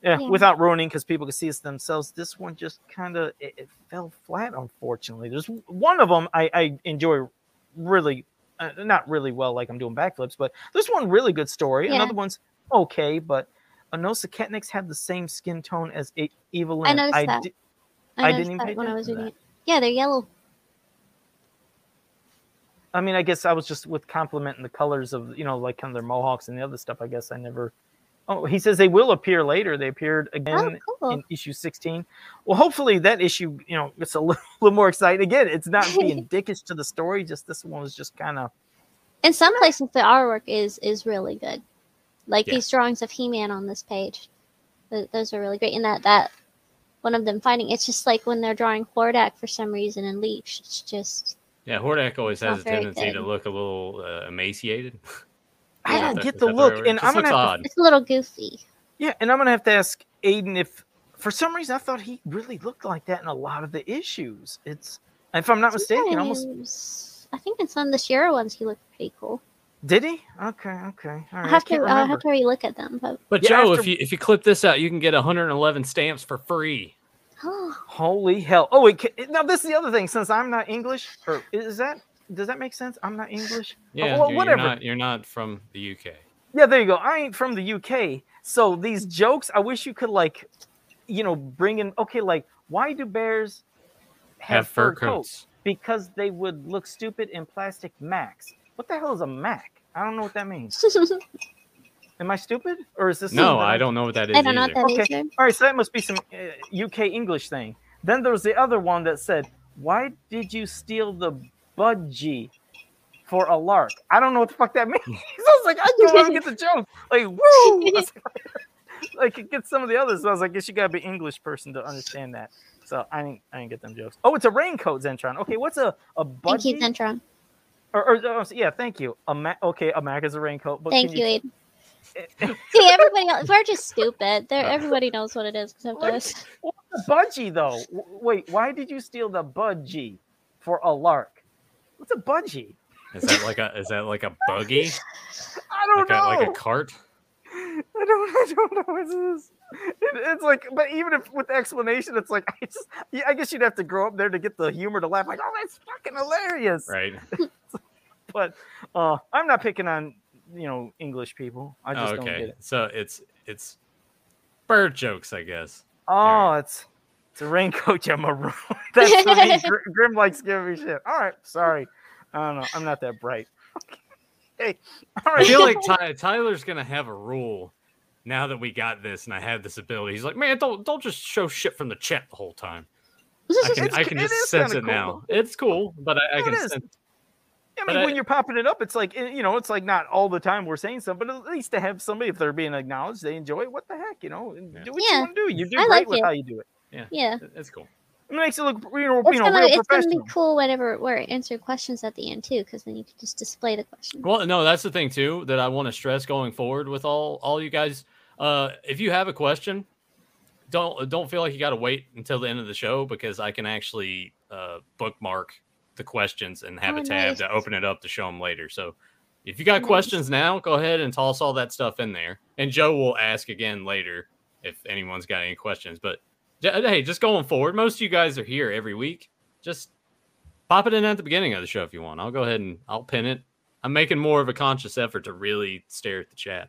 yeah, Yeah. without ruining because people can see it themselves. This one just kind of it, it fell flat, unfortunately. There's w- one of them I, I enjoy really, uh, not really well, like I'm doing backflips, but there's one really good story. Yeah. Another one's okay, but Anosa Ketniks had the same skin tone as a- Evelyn. noticed that. di- I, I noticed didn't even that pay when I attention was to reading that. it. Yeah, they're yellow. I mean, I guess I was just with complimenting the colors of you know, like kind of their mohawks and the other stuff. I guess I never. Oh, he says they will appear later. They appeared again oh, cool. in issue 16. Well, hopefully that issue, you know, it's a little, little more exciting. Again, it's not being dickish to the story. Just this one was just kind of In some places, the artwork is is really good. Like Yeah. these drawings of He-Man on this page, Th- those are really great. And that that one of them fighting, it's just like when they're drawing Hordak for some reason and Leech. It's just Yeah, Hordak always Not has a very tendency to good. look a little uh, emaciated. I Is don't that- get is the that look, right word? and Just I'm looks gonna have odd. it's a little goofy. yeah. And I'm gonna have to ask Aiden if, for some reason, I thought he really looked like that in a lot of the issues. It's if I'm not mistaken, almost Sometimes- I think in some of the Shiro ones, he looked pretty cool. did he? Okay, okay, all right. I I have to can't I remember. have to relook at them, but But Yeah, Joe, if after- you if you clip this out, you can get 111 stamps for free. oh, Holy hell! Oh, it, ca- now this is the other thing. Since I'm not English, or is that does that make sense? I'm not English. Yeah, well, you're, whatever. You're not, you're not from the UK. Yeah, there you go. I ain't from the UK, so these jokes. I wish you could like, you know, bring in. Okay, like why do bears have, fur coats? Because they would look stupid in plastic Macs. What the hell is a Mac? I don't know what that means. Am I stupid or is this? No, something I I'm- don't know what that is. I don't know what either. that is. Okay. All right, so that must be some uh, UK English thing. Then there was the other one that said, "Why did you steal the budgie for a lark?" I don't know what the fuck that means. I was like, I don't even get the joke. Like, woo! I was like- I could get some of the others. So I was like, I guess you gotta be English person to understand that. So I didn't, I didn't get them jokes. Oh, it's a raincoat, Zentron. Okay, what's a a Thank you, budgie? Zentron. or, or, oh, yeah, thank you. A ma- okay, a mac is a raincoat. But Thank can you, Aiden. See, everybody else, we're just stupid. They're, Uh. everybody knows what it is except What? us. budgie though. W- wait, why did you steal the budgie for a lark? What's a budgie? Is that like a is that like a buggy? I don't like a like know. a cart? I don't. I don't know what this is. It, it's like, but even if with the explanation, it's like I just. Yeah, I guess you'd have to grow up there to get the humor to laugh. Like, oh, that's fucking hilarious. Right. But uh, I'm not picking on you know English people. I just Oh, don't get okay. it. So it's it's bird jokes, I guess. Oh, it's it's a raincoat, you maroon. that's for me. Gr- Grim likes giving me shit. All right, sorry. I don't know. I'm not that bright. hey, all right. I feel like Ty, Tyler's gonna have a rule now that we got this and I have this ability. He's like, man, don't don't just show shit from the chat the whole time. I can It's- I can it just is sense kinda it cool, now. It's cool, but I, I No, can it is. sense I But mean, when I- you're popping it up, it's like eh, you know, it's like not all the time we're saying something, but at least to have somebody, if they're being acknowledged, they enjoy it. What the heck, you know? and Yeah. Do what Yeah. you want to do. You do I great like with it. how you do it. Yeah. it's cool. It makes it look you know, It's you know gonna, real it's gonna be professional. cool whenever we're answering questions at the end too, because then you can just display the question. Well, no, that's the thing too that I want to stress going forward with all all you guys. Uh, if you have a question, don't don't feel like you got to wait until the end of the show because I can actually uh, bookmark the questions and have Oh, a tab nice. to open it up to show them later. So If you got questions now, go ahead and toss all that stuff in there. And Joe will ask again later if anyone's got any questions. But j- uh, hey, just going forward, most of you guys are here every week. Just pop it in at the beginning of the show if you want. I'll go ahead and I'll pin it. I'm making more of a conscious effort to really stare at the chat.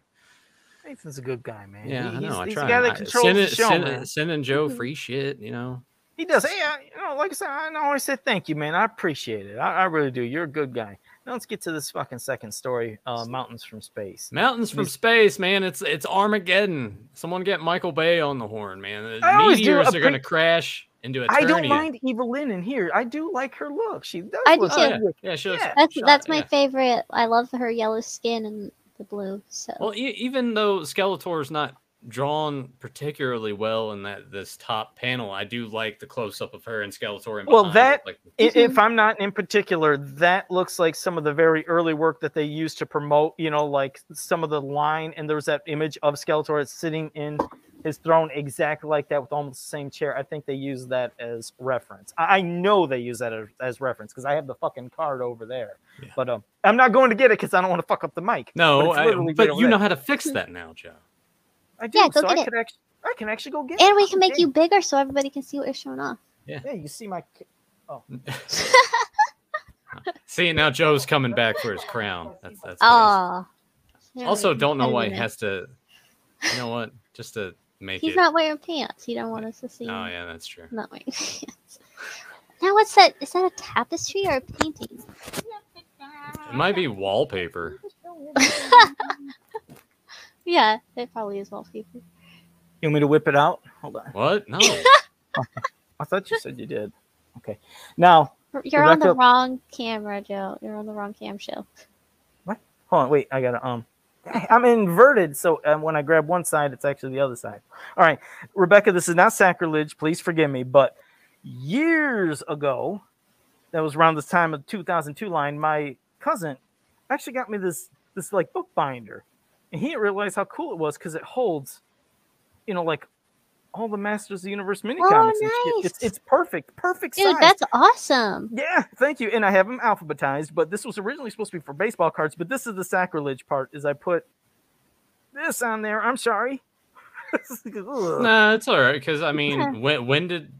Nathan's a good guy, man. Yeah, He- I he's, know. I he's try. the guy and- that I- Mm-hmm. controls send the it- show, send man. it- Sending Joe free shit, you know. He does. Hey, I, you know, like I said, I always say thank you, man. I appreciate it. I, I really do. You're a good guy. Now let's get to this fucking second story. Uh, mountains from space. Mountains from space, man. It's it's Armageddon. Someone get Michael Bay on the horn, man. The I always do meteors are appre- going to crash into I eternity. don't mind Evelyn in here. I do like her look. She does. I do look too. good. Oh, yeah. Yeah, she looks Yeah. That's shot, that's my yeah. favorite. I love her yellow skin and the blue. So Well, e- even though Skeletor's not drawn particularly well in that this top panel, I do like the close up of her and Skeletor. And Well, behind that- it, like, I- Mhm. If I'm not in particular, that looks like some of the very early work that they used to promote, you know, like some of the line. And there was that image of Skeletor sitting in his throne exactly like that with almost the same chair. I think they use that as reference. I I know they use that as, as reference because I have the fucking card over there. Yeah. But um, I'm not going to get it because I don't want to fuck up the mic. no, it's I- literally but right you over know there. how to fix that now, Joe. I do. Yeah, go so get I it. could actually, I can actually go get it. and we can Oh, make damn. you bigger so everybody can see what you're showing off. Yeah, you see my. c- See, now Joe's coming back for his crown. That's that's. what it is. Oh. Also, don't know why he has. has to. You know what? Just to make He's it. not wearing pants. You don't want us to see. oh him yeah, that's true. Not wearing pants. Now what's that? Is that a tapestry or a painting? It might be wallpaper. Yeah, it probably is wallpaper. You want me to whip it out? Hold on. What? No. I thought you said you did. Okay. Now, You're on the Rebecca- wrong camera, Joe. You're on the wrong cam show. Hold on, wait. I gotta um. I'm inverted, so um, when I grab one side, it's actually the other side. All right, Rebecca, this is not sacrilege. Please forgive me, but years ago, that was around this time of 2002 line. My cousin actually got me this this like book binder, and he didn't realize how cool it was because it holds, you know, like all the Masters of the Universe mini comics. and shit. Oh, nice. It's it's perfect, perfect Dude, size. that's awesome. Yeah, thank you. And I have them alphabetized, but this was originally supposed to be for baseball cards, but this is the sacrilege part is I put this on there. I'm sorry. Ugh. nah, it's all right. Because I Okay. mean, when when did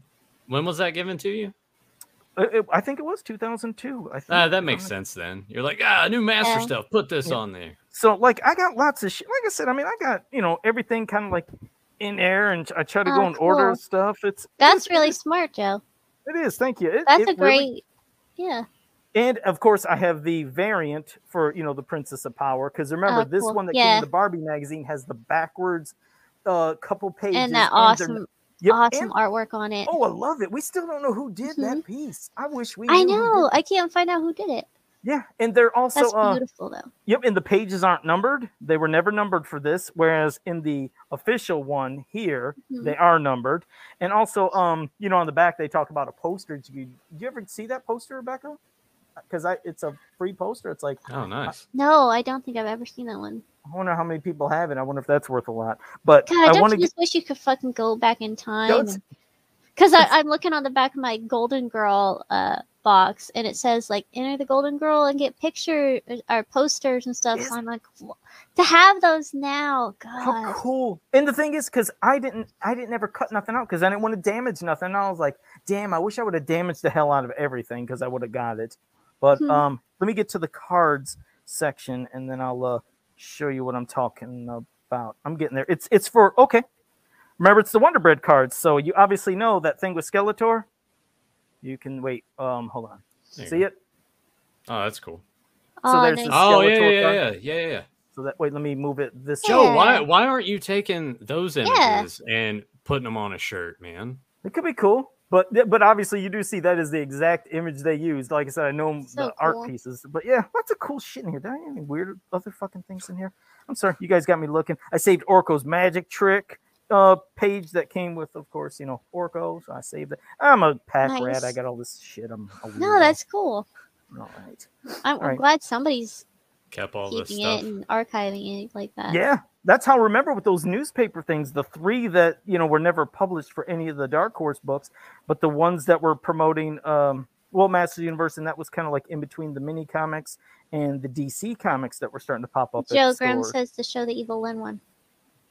when was that given to you? It- it- I think it was 2002. I think. Ah, that makes sense then. You're like, ah, new Yeah. master stuff. Put this Yeah. on there. So like I got lots of shit. Like I said, I mean I got, you know, everything kind of like in air and I try to go Oh, and order cool. stuff. It's That's really smart, Joe. it is. Thank you. It- That's it a great. really- Yeah. And of course, I have the variant for you know the Princess of Power because remember Oh, this cool. one that came Yeah. in the Barbie magazine has the backwards uh couple pages And that they're- awesome, yep, awesome and- artwork on it. oh, I love it. We still don't know who did that piece. I wish we. I knew who did- know. I can't find out who did it. Yeah, and they're also That's uh, beautiful, though. Yep, and the pages aren't numbered. They were never numbered for this, whereas in the official one here, Mhm. they are numbered. And also, um, you know, on the back they talk about a poster. Did you, did you ever see that poster, Rebecca? Because I, it's a free poster. It's like Oh, nice. No, I don't think I've ever seen that one. I wonder how many people have it. I wonder if that's worth a lot. But God, I don't want to you just wish you could fucking go back in time? Don't- Because I'm looking on the back of my Golden Girl uh, box, and it says like enter the Golden Girl and get pictures or posters and stuff. Yes. So I'm like, "Wha- to have those now, how God. cool. And the thing is, because I didn't, I didn't ever cut nothing out because I didn't want to damage nothing. And I was like, damn, I wish I would have damaged the hell out of everything because I would have got it. But Hmm. um, let me get to the cards section and then I'll uh, show you what I'm talking about. I'm getting there. It's it's for okay. Remember, it's the Wonder Bread cards. So you obviously know that thing with Skeletor. You can wait. Um, hold on. There you See go. it? Oh, that's cool. so Aw, there's nice. the Oh yeah, Skeletor yeah, yeah, card. yeah, yeah, yeah. So that wait, let me move it this. Yeah. Joe, why why aren't you taking those Yeah. images and putting them on a shirt, man? It could be cool, but but obviously you do see that is the exact image they used. Like I said, I know So the art cool. pieces, but yeah, lots of cool shit in here. Did I have any weird other fucking things in here? I'm sorry, you guys got me looking. I saved Orko's magic trick uh page that came with, of course, you know Orko. So I saved it. I'm a pack rat. I Nice. got all this shit. I'm a No, weirdo. that's cool. all right. I'm, I'm Alright. glad somebody's Kept all this keeping stuff. it and archiving it like that. Yeah, that's how. Remember with those newspaper things, the three that you know were never published for any of the Dark Horse books, but the ones that were promoting, um, well, Master of the Universe, and that was kind of like in between the mini comics and the DC comics that were starting to pop up. at Joe the Grimm store. says to show the evil Lynn one.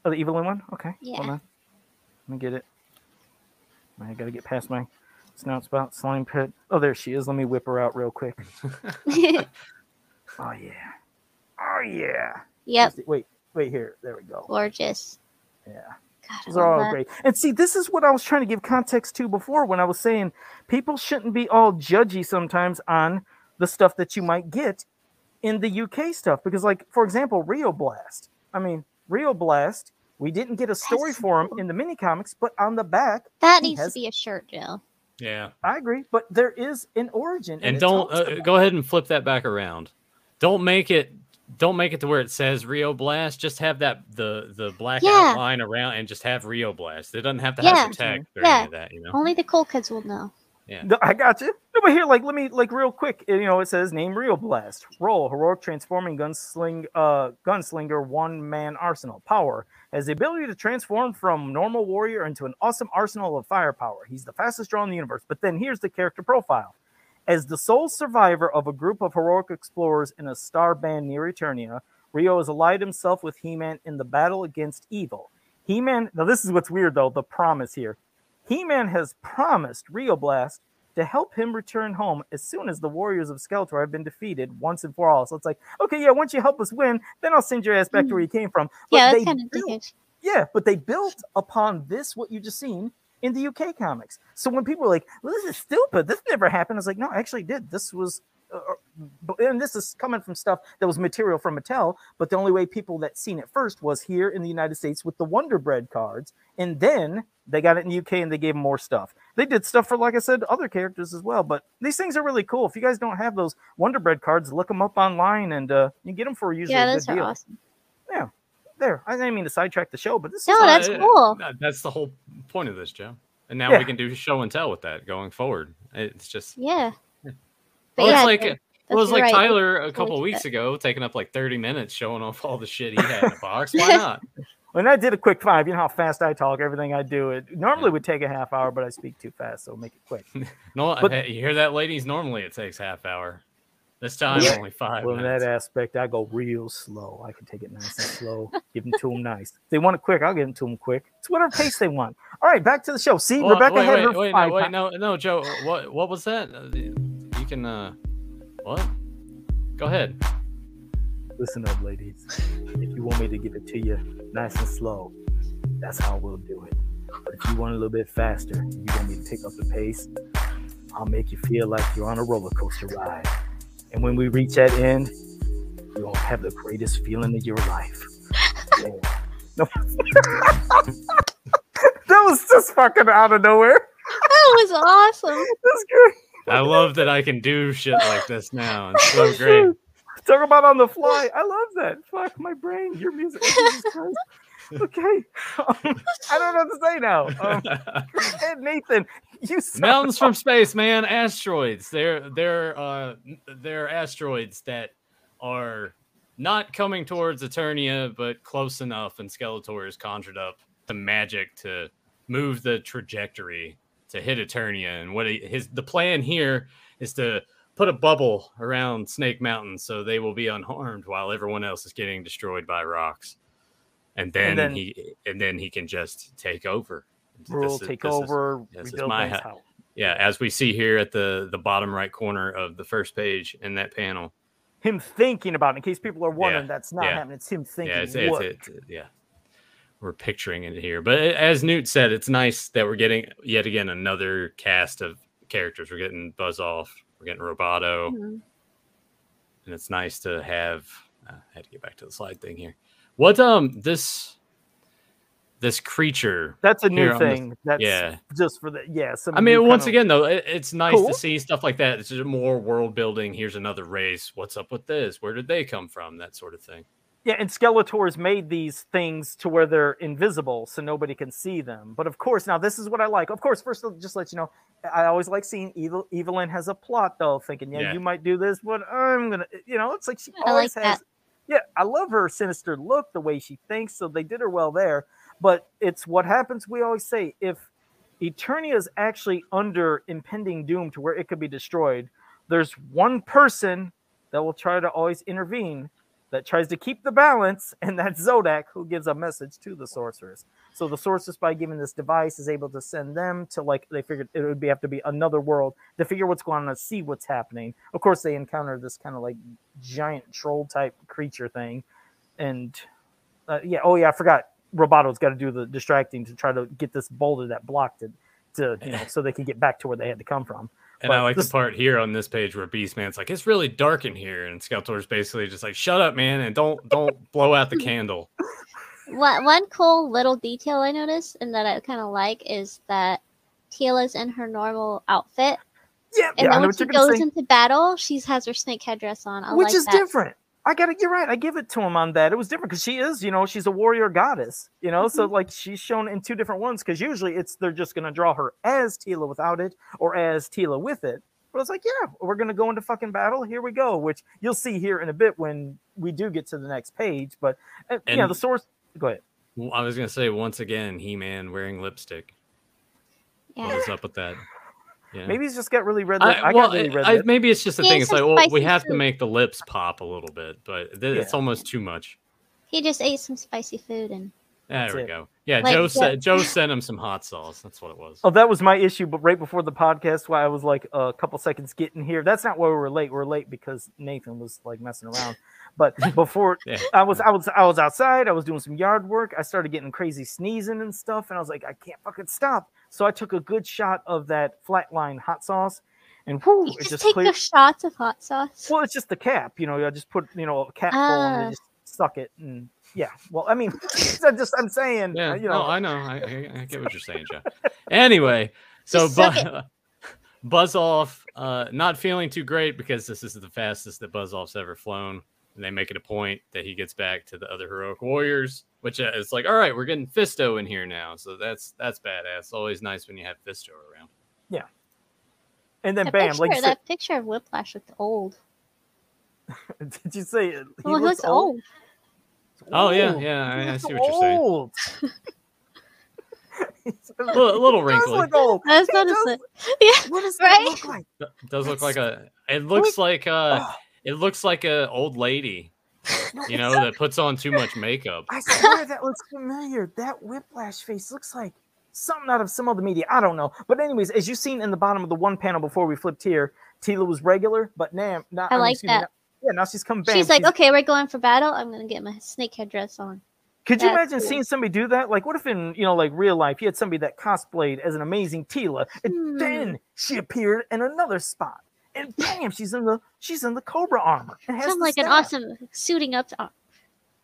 Oh, the Evil in one? Okay. Hold Yeah. on. Let me get it. I gotta get past my snout spout, slime pit. Oh, there she is. Let me whip her out real quick. Oh yeah. Oh yeah. yep, Wait, wait here. There we go. gorgeous. Yeah. God, I Those are love all that. great. And see, this is what I was trying to give context to before when I was saying people shouldn't be all judgy sometimes on the stuff that you might get in the UK stuff. Because, like, for example, Rio Blast. I mean, Rio Blast, we didn't get a story That's for him cool. in the mini comics, but on the back, That He needs has- to be a shirt, Joe. Yeah. I agree, but there is an origin. And it don't talks uh, about- go ahead and flip that back around. Don't make it don't make it to where it says Rio Blast. Just have that the the black Yeah. outline around and just have Rio Blast. It doesn't have to Yeah. Mm-hmm. have the tag or Yeah. any of that, you know. Only the cool kids will know. No, I got you. No, but here, like, let me, like, real quick. You know, it says name Rio Blast, role heroic transforming gunsling, uh, gunslinger, one man arsenal. Power has the ability to transform from normal warrior into an awesome arsenal of firepower. He's the fastest draw in the universe. But then here's the character profile: as the sole survivor of a group of heroic explorers in a star band near Eternia, Rio has allied himself with He-Man in the battle against evil. He-Man. Now, this is what's weird, though. The promise here. He-Man has promised Rio Blast to help him return home as soon as the warriors of Skeletor have been defeated once and for all. So it's like, okay, yeah, once you help us win, then I'll send your ass back to where you came from. But yeah, they that's kind of built- dickish. yeah, but they built upon this what you just seen in the UK comics. So when people are like, "Well, this is stupid. This never happened," I was like, "No, actually, it did. This was." Uh, uh, and this is coming from stuff that was material from Mattel, but the only way people that seen it first was here in the United States with the Wonder Bread cards, and then they got it in the UK and they gave 'em more stuff. They did stuff for, like I said, other characters as well. But these things are really cool. If you guys don't have those Wonder Bread cards, look them up online and uh, you get them for usually Yeah, a those good are deal. awesome. There, I didn't mean to sidetrack the show, but this is No, that's Uh, cool. no, That's the whole point of this, Joe. And now Yeah. we can do show and tell with that going forward. It's just Yeah. But well, yeah, it's like Joe, well, it's that's like right. Tyler a Totally couple do weeks that. ago taking up like 30 minutes showing off all the shit he had in a box. Why not? When I did a quick five, you know how fast I talk. Everything I do, it normally would take a half hour, but I speak too fast, so make it quick. No, But- hey, you hear that, ladies? Normally it takes half hour. This time Yeah. only five Well, in that minutes. aspect, I go real slow. I can take it nice and slow, give them to them nice. If they want it quick, I'll give them to them quick. It's whatever pace they want. All right, back to the show. See, Well, Rebecca wait, had wait, her wait, five no, wait, times. no, no, Joe. What what was that? Uh, You can uh, what? Go ahead. Listen up, ladies. If you want me to give it to you nice and slow, that's how we'll do it. But if you want a little bit faster, you want me to pick up the pace, I'll make you feel like you're on a roller coaster ride. And when we reach that end, you're gonna have the greatest feeling of your life. Yeah. No. that was just fucking out of nowhere. That was awesome. That's great. I love that I can do shit like this now. It's so great. Talk about on the fly. I love that. Fuck my brain. Your music. Oh, Jesus Christ. Okay. Um, I don't know what to say now. Um, and Nathan, you sound Mountains from space, man. Asteroids. They're they're uh they're asteroids that are not coming towards Eternia, but close enough. And Skeletor has conjured up the magic to move the trajectory to hit Eternia. And what he, his the plan here is to put a bubble around Snake Mountain so they will be unharmed while everyone else is getting destroyed by rocks. And then, then- he and then he can just take over. rural This is- take this is- over. this is rebuild my things ha- out. yeah, as we see here at the the bottom right corner of the first page in that panel. Him thinking about it, in case people are wondering, Yeah, that's not yeah. happening. It's him thinking. yeah, it's, it's, what? it's, yeah. We're picturing it here, but a- as Newt said, it's nice that we're getting yet again another cast of characters. We're getting Buzz Off, we're getting Roboto, Mhm. and it's nice to have. Uh, I had to get back to the slide thing here. What um this this creature? That's a new here on the- thing. that's yeah, just for the yeah. Some I new mean, once kinda- again, though, it, it's nice Cool. to see stuff like that. It's just more world building. Here's another race. What's up with this? Where did they come from? That sort of thing. Yeah, and Skeletor's made these things to where they're invisible, so nobody can see them. But of course, now this is what I like. Of course, first I'll just let you know, I always like seeing Evil Evelyn has a plot though, thinking, yeah, Yeah. you might do this, but I'm gonna, you know, it's like she I always like has. Yeah, I love her sinister look, the way she thinks. So they did her well there. But it's what happens. We always say if Eternia is actually under impending doom to where it could be destroyed, there's one person that will try to always intervene, that tries to keep the balance, and that's Zodak, who gives a message to the sorceress. So the sorceress, by giving this device, is able to send them to like they figured it would be have to be another world to figure what's going on and see what's happening. Of course, they encounter this kind of like giant troll type creature thing, and uh, yeah, oh yeah, I forgot. Robato's got to do the distracting to try to get this boulder that blocked it to you know so they can get back to where they had to come from. And But I like this- the part here on this page where Beastman's like, "It's really dark in here," and Skeletor's basically just like, "Shut up, man, and don't don't blow out the candle." One, one cool little detail I noticed and that I kind of like is that Tila's in her normal outfit, Yeah, and yeah, I then know when what she you're gonna goes say. into battle, she has her snake headdress on. I which like is that. different. I gotta, you're right. I give it to him on that. It was different because she is, you know, she's a warrior goddess, you know. Mm-hmm. So like she's shown in two different ones because usually it's they're just gonna draw her as Tila without it or as Tila with it. But it's like, yeah, we're gonna go into fucking battle. Here we go. Which you'll see here in a bit when we do get to the next page. But uh, yeah, And- the source. Go ahead. Well, I was gonna say once again, He-Man wearing lipstick. What Yeah. was up with that? Yeah. Maybe he's just got really red. Lip. I, I, got well, really red. I, lip. maybe it's just the Yeah, thing. it's It's like like, well, we spicy have to food. make the lips pop a little bit, but th- it's Yeah. almost too much. He just ate some spicy food and There That's we it. go. Yeah, Like Joe the- said Joe sent him some hot sauce. That's what it was. Oh, that was my issue, but right before the podcast, why I was like a couple seconds getting here. That's not why we were late. We are late because Nathan was like messing around. But before Yeah. I was, I was, I was outside. I was doing some yard work. I started getting crazy sneezing and stuff, and I was like, I can't fucking stop. So I took a good shot of that flatline hot sauce, and whoo, you it just, just take cleared. the shots of hot sauce. Well, it's just the cap, you know. I just put, you know, a cap full and Ah. I just suck it, and yeah. Well, I mean, I just I'm saying, Yeah, uh, you no, know, I know. I, I, I get what you're saying, Joe. Anyway, so Just suck bu- Buzz Off, uh, not feeling too great because this is the fastest that Buzz Off's ever flown. And they make it a point that he gets back to the other heroic warriors, which uh, is like, all right, we're getting Fisto in here now. So that's that's badass. It's always nice when you have Fisto around. and then That bam, picture, like you said- that picture of Whiplash looked old. did you say? it- He well, he looks looks old. Oh, yeah, Ooh, yeah. he I, I looks see what you're saying. old. He's been- A little, a little he does wrinkly. look old. I was He noticing. does- Yeah. What does Right? that look like? Does look like a. It looks like uh, Oh, it looks like a old lady, no, you know, that puts on too much makeup. I swear that looks familiar. That whiplash face looks like something out of some other media. I don't know. But anyways, as you've seen in the bottom of the one panel before we flipped here, Tila was regular, but now, now I like excuse me, that. now- yeah, now she's come back. She's like, okay, we're going for battle. I'm gonna get my snake headdress on. Could you That's imagine cool. seeing somebody do that? Like, what if in you know, like real life, you had somebody that cosplayed as an amazing Tila, and Hmm. then she appeared in another spot, and bam, she's in the she's in the Cobra armor. and has Sounds the like an staff. awesome suiting up uh,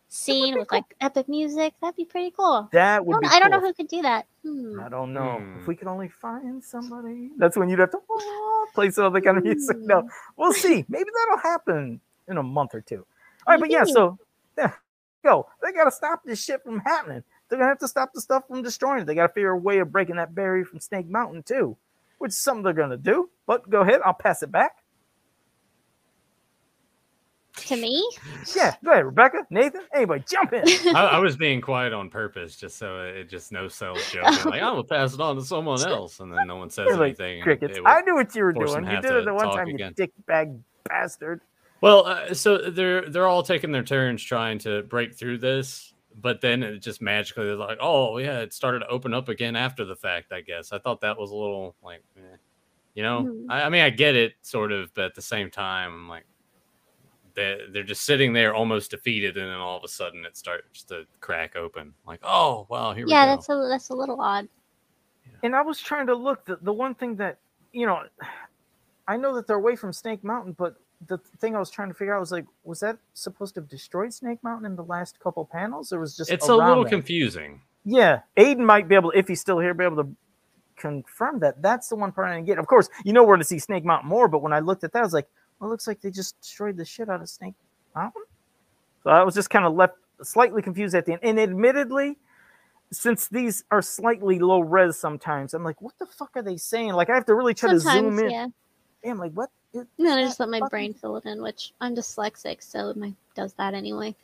scene pretty with like epic music. That'd be pretty cool. That I would don't, be. I don't know cool. who could do that. Hmm. I don't know. If Hmm. we could only find somebody, that's when you'd have to "Oh," play some other kind of music. No, Hmm. we'll see. Maybe that'll happen in a month or two. All right, but yeah, Maybe. so yeah, go. They gotta stop this shit from happening. They're gonna have to stop the stuff from destroying it. They gotta figure a way of breaking that barrier from Snake Mountain too, which is something they're gonna do. But go ahead, I'll pass it back. To me, Yeah, go ahead, Rebecca, Nathan, anybody, jump in. I, I was being quiet on purpose, just so it just no sells joke. I'm like I will pass it on to someone else, and then no one says You're like anything. and Crickets. it I would- knew what you were force doing. them You have did it to the one talk time, you again. dick bag bastard. well, uh, so they're they're all taking their turns trying to break through this, but then it just magically they're like, oh yeah, it started to open up again after the fact. I guess I thought that was a little like, eh. you know, Mhm. I, I mean I get it sort of, but at the same time I'm like. They're, they're just sitting there almost defeated, and then all of a sudden it starts to crack open. Like, oh, wow, here yeah, we go. that's a that's a little odd. And I was trying to look. The, the one thing that, you know, I know that they're away from Snake Mountain, but the thing I was trying to figure out was like, was that supposed to have destroyed Snake Mountain in the last couple panels? Or was it just it's a little confused. confusing. Yeah, Aiden might be able, if he's still here, be able to confirm that. That's the one part I didn't get. Of course, you know we're going to see Snake Mountain more, but when I looked at that, I was like, well, it looks like they just destroyed the shit out of Snake Mountain. So I was just kind of left slightly confused at the end. And admittedly, since these are slightly low res sometimes, I'm like, what the fuck are they saying? Like, I have to really try to zoom Sometimes, in. yeah. Damn, like, what? It- And then I just let my fucking- brain fill it in, which I'm dyslexic, so my does that anyway.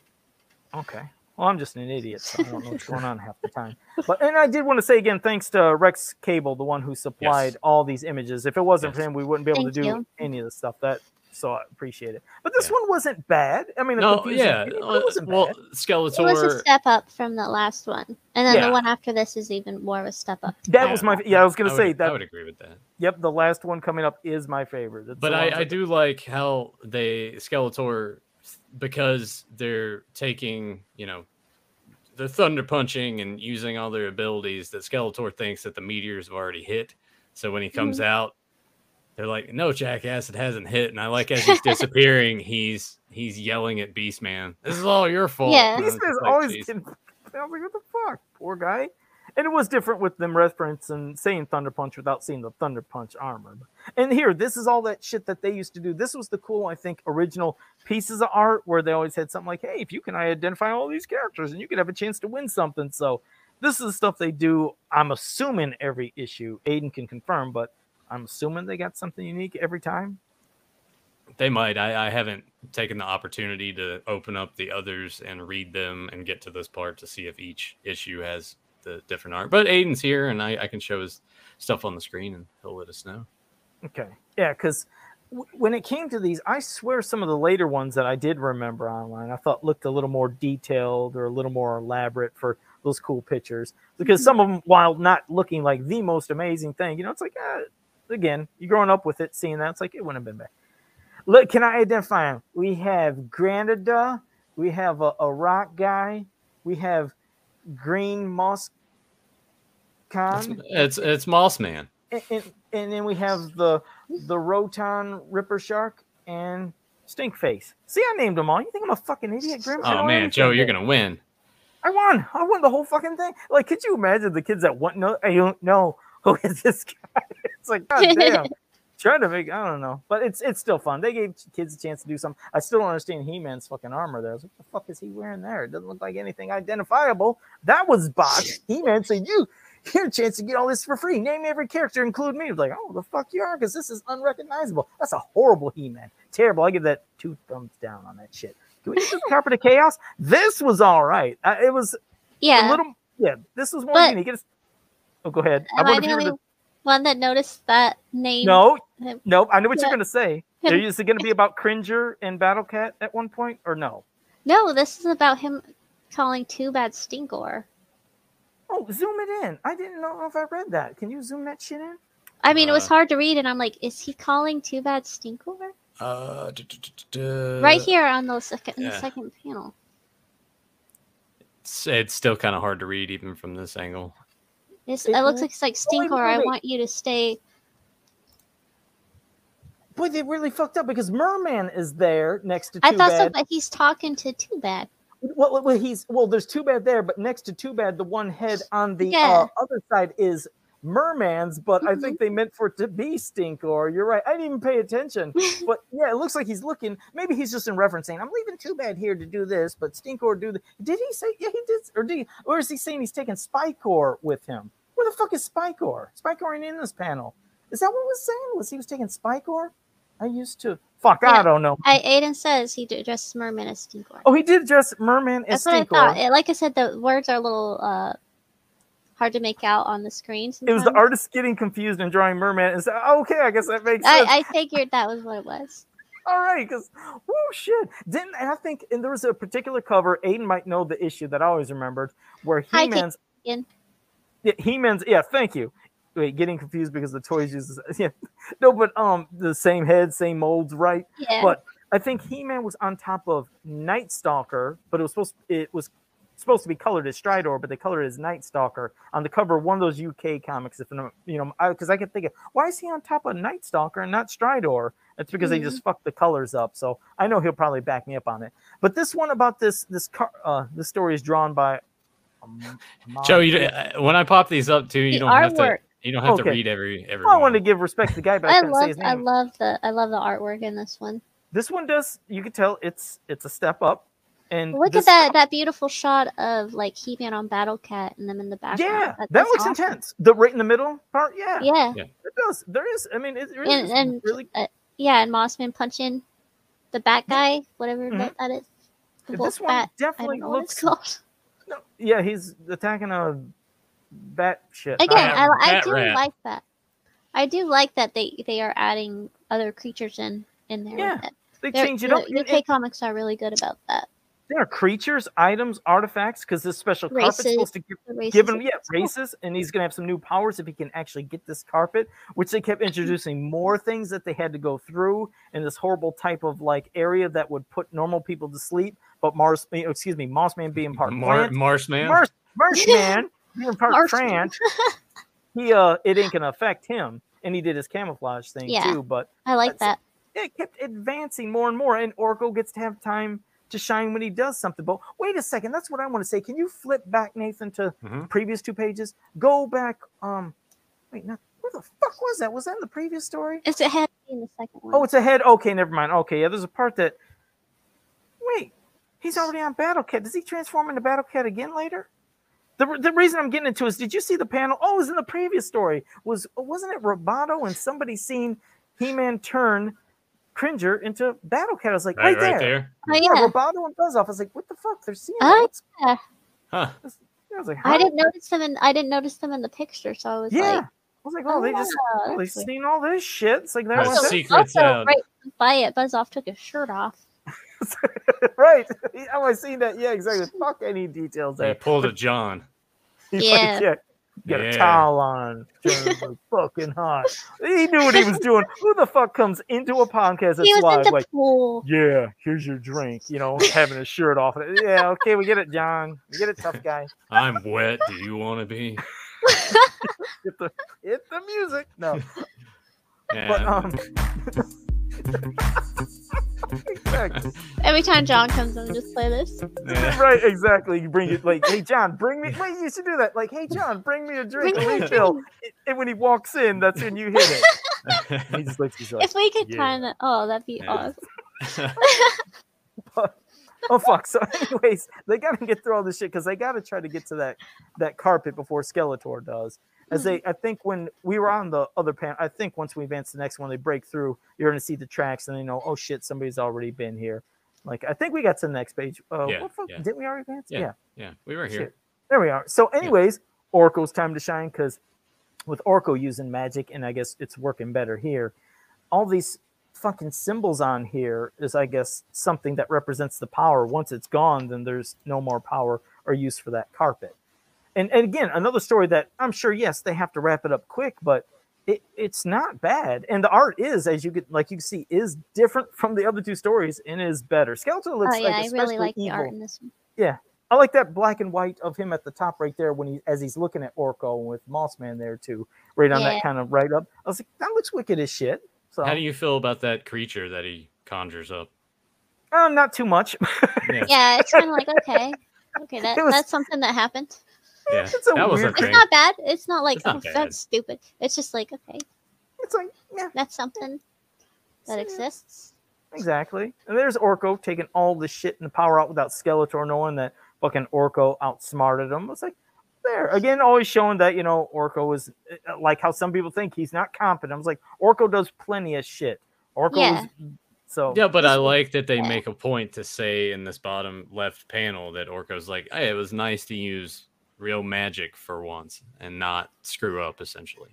Okay. Well, I'm just an idiot, so I don't know what's going on half the time. But and I did want to say again, thanks to Rex Cable, the one who supplied all these images. If it wasn't for Yes. him, we wouldn't be able Thank to do you. any of the stuff. That so I appreciate it. But this one wasn't bad. I mean, a No, confusing yeah. game, but uh, it wasn't Well, bad. It was a Skeletor. step up from the last one, and then Yeah. the one after this is even more of a step up. That yeah. was my yeah. I was gonna would- say that. I would agree with that. Yep, the last one coming up is my favorite. It's the But one I, I that- do like how they Skeletor because they're taking, you know, the thunder punching and using all their abilities that Skeletor thinks that the meteors have already hit. So when he Mm-hmm. comes out, they're like, No, jackass, it hasn't hit. And I like as he's disappearing, he's he's yelling at Beastman, This is all your fault. Yeah. And I was Beast is just like, always. "Jeez." getting- I was like, what the fuck, poor guy. And it was different with them referencing saying Thunder Punch without seeing the Thunder Punch armor. And here, this is all that shit that they used to do. This was the cool, I think, original pieces of art where they always had something like, "Hey, if you can identify all these characters, and you could have a chance to win something." So this is the stuff they do. I'm assuming every issue. Aiden can confirm, but I'm assuming they got something unique every time. They might. I, I haven't taken the opportunity to open up the others and read them and get to this part to see if each issue has the different art. But Aiden's here and I, I can show his stuff on the screen and he'll let us know. Okay. Yeah, because w- when it came to these, I swear some of the later ones that I did remember online, I thought looked a little more detailed or a little more elaborate for those cool pictures. Because some of them, while not looking like the most amazing thing, you know, it's like, uh, again, you're growing up with it, seeing that, it's like, it wouldn't have been bad. Look, can I identify them? We have Granada. We have a, a rock guy. We have Green Moss. It's, Con it's, it's Moss Man. and, and, and then we have the the Roton Ripper Shark and Stinkface. See, I named them all. You think I'm a fucking idiot, Grandma? I Oh know man, everything. Joe, you're gonna win. I won. I won the whole fucking thing. Like, could you imagine the kids that want no? I don't know who is this guy. It's like God damn. Trying to make, I don't know, but it's it's still fun. They gave kids a chance to do something. I still don't understand He Man's fucking armor. There, I was like, what the fuck is he wearing there? It doesn't look like anything identifiable. That was botched. He Man said, "You, your chance to get all this for free. Name every character, include me." I was like, "Oh, the fuck you are," because this is unrecognizable. That's a horrible He Man. Terrible. I give that two thumbs down on that shit. Can we get this carpet of chaos? This was all right. I, it was Yeah. a little yeah this was more But- unique it's, oh go ahead Am I wonder the if you were only one that noticed that name? no Him. no i know what you're Yeah. gonna say Him. is it gonna be about cringer and battle cat at one point or no No, this is about him calling Too Bad Stingor. oh zoom it in i didn't know if i read that can you zoom that shit in I mean, it was Uh. hard to read, and I'm like, is he calling Too Bad Stingor? Uh, Uh, duh, duh, duh, duh, right duh. here on the second, in the yeah. second panel. It's, it's still kind of hard to read even from this angle. It's, It it looks was- like it's like Oh, wait, wait, Stinkor. I wait. want you to stay. boy they really fucked up because merman is there next to too I thought so, bad but he's talking to Too Bad. well, well, well, he's well there's too bad there but next to too bad the one head on the Yeah. Mm-hmm. uh, other side is merman's but i think they meant for it to be stink or you're right i didn't even pay attention but yeah it looks like he's looking maybe he's just in reference saying i'm leaving too bad here to do this but stink or do the did he say yeah he did or did he, or is he saying he's taking spike or with him where the fuck is spike or spike or ain't in this panel is that what was saying was he was taking spike or i used to fuck i Yeah. don't know I Aiden says he d- dresses Merman as Stinkor. oh he did dress merman as That's what I stink thought. It- like I said, the words are a little uh, hard to make out on the screen. It was the sometimes. artist getting confused and drawing merman and said, "Oh, okay, I guess that makes sense. I, I figured that was what it was. All right, because whoo shit. Didn't and I think and there was a particular cover, Aiden might know the issue that I always remembered, where Hi, He Man's Keegan. yeah, He Man's yeah, thank you. Wait, getting confused because the toys uses yeah. No, but um the same head, same molds, right? Yeah. But I think He Man was on top of Night Stalker, but it was supposed it was supposed to be colored as Stridor, but they colored it as Night Stalker on the cover of one of those UK comics. If I'm- you know, because I, could think of why is he on top of Night Stalker and not Stridor? It's because Mm-hmm. they just fucked the colors up. So I know he'll probably back me up on it. But this one about this this car uh, this story is drawn by. um, Joe, Mon- you uh, when I pop these up too, you The don't have to. artwork. You don't have Okay. to read every every. I wanted one. to give respect to the guy, but I, I couldn't say love his I name. love the I love the artwork in this one. this one does. You could tell it's it's a step up. And Look this- at that that beautiful shot of like he man on Battle Cat and them in the background. Yeah, that, that's looks awesome. intense. The right in the middle part. Yeah, Yeah, it does. There is. I mean, it really And- is and- really. yeah, and Mossman punching the bat guy, whatever that- that is. The wolf Mm-hmm. This one bat. I definitely don't know what it's looks. called. No, yeah, he's attacking a bat shit. Again, I, am I Bat do Rat. like that. I do like that they they are adding other creatures in in there Yeah, with it. They They're- change it the up. And- UK comics are really good about that. there are creatures, items, artifacts, because this special carpet's Races. supposed to give, The races give him are- yeah, races, and he's gonna have some new powers if he can actually get this carpet, which they kept introducing more things that they had to go through in this horrible type of like area that would put normal people to sleep, but Mars eh, excuse me, Mossman being part Mar- plant, Marshman. Marsh Marshman being part Marshman. plant, he uh it ain't gonna affect him. And he did his camouflage thing Yeah. too, but I like that. That's- it kept advancing more and more, and Oracle gets to have time to shine when he does something. But wait a second, that's what I want to say. Can you flip back, Nathan, to Mhm. previous two pages? Go back. Um, wait, not where the fuck was that? Was that in the previous story? It's it had to be in the second one. Oh, it's a head. Okay, never mind. Okay, yeah, there's a part that. Wait, he's already on Battle Cat. Does he transform into Battle Cat again later? The, re- the reason I'm getting into is, did you see the panel? Oh, it was in the previous story. Was wasn't it Roboto and somebody seen He-Man turn Cringer into Battle Cat? I was like, Right, right, there. right there. Oh, Yeah, yeah. Roboto and Buzz off. I was like, what the fuck? They're seeing. Oh, it. Huh. I was like, I huh? didn't notice them in I didn't notice them in the picture, so I was Yeah. like, I was like, oh, they just "Oh, oh, they that's weird." seen all this shit. It's like they're Right, on Also, this- secrets also out. right by it, Buzz off took his shirt off. right. Oh, I seen that. Yeah, exactly. Fuck any details He there. pulled a John. He's Yeah. like, yeah. Get Yeah. a towel on. John's like, fucking hot. He knew what he was doing. Who the fuck comes into a podcast he that's was live? in the Like, pool. yeah, here's your drink. You know, having a shirt off. Yeah, okay, we get it, John. We get it, tough guy. I'm wet. Do you want to be? Hit the, hit the music. No, Yeah. but um, exactly. Every time John comes on, just play this. yeah. Right, exactly. You bring it like, hey John, bring me. Wait, you should do that. Like, hey John, bring me a drink. Bring Bring me a And when he walks in, that's when you hit it. And he just looks. He's like, If we could Yeah. time that, oh, that'd be Yeah. awesome. oh fuck. So, anyways, they gotta get through all this shit because they gotta try to get to that that carpet before Skeletor does. Hmm. As they, I think when we were on the other panel, I think once we advance to the next one, they break through. You're gonna see the tracks, and they know, oh shit, somebody's already been here. Like, I think we got to the next page. Uh, Yeah, what fuck? yeah. Didn't we already advance? Yeah. yeah. yeah, we were here. Shit. There we are. So, anyways, Oracle's time to shine because with Oracle using magic, and I guess it's working better here. All these fucking symbols on here is, I guess, something that represents the power. Once it's gone, then there's no more power or use for that carpet. And, and again, another story that I'm sure, yes, they have to wrap it up quick, but it, it's not bad. And the art is, as you get, like you can see, is different from the other two stories and is better. Skeletor Oh looks yeah, like I really especially like the evil. art in this one. I like that black and white of him at the top right there when he as he's looking at Orko with Mossman there too, right on Yeah. that kind of right up. I was like, that looks wicked as shit. So How do you feel about that creature that he conjures up? uh, not too much. Yeah, Yeah, it's kind of like okay, okay, that, It was- that's something that happened. yeah. It's a that was a weird- It's thing. not bad. It's not like It's not oh, bad. that's stupid. It's just like okay, it's like yeah, that's something that Yeah. exists. exactly. And there's Orko taking all the shit and the power out without Skeletor knowing that fucking Orko outsmarted him. It's like there again, always showing that you know Orko is uh, like how some people think he's not competent. I was like, Orko does plenty of shit. Orko Yeah. is so Yeah, but I like that they Yeah. make a point to say in this bottom left panel that Orko's like, hey, it was nice to use real magic for once and not screw up, essentially.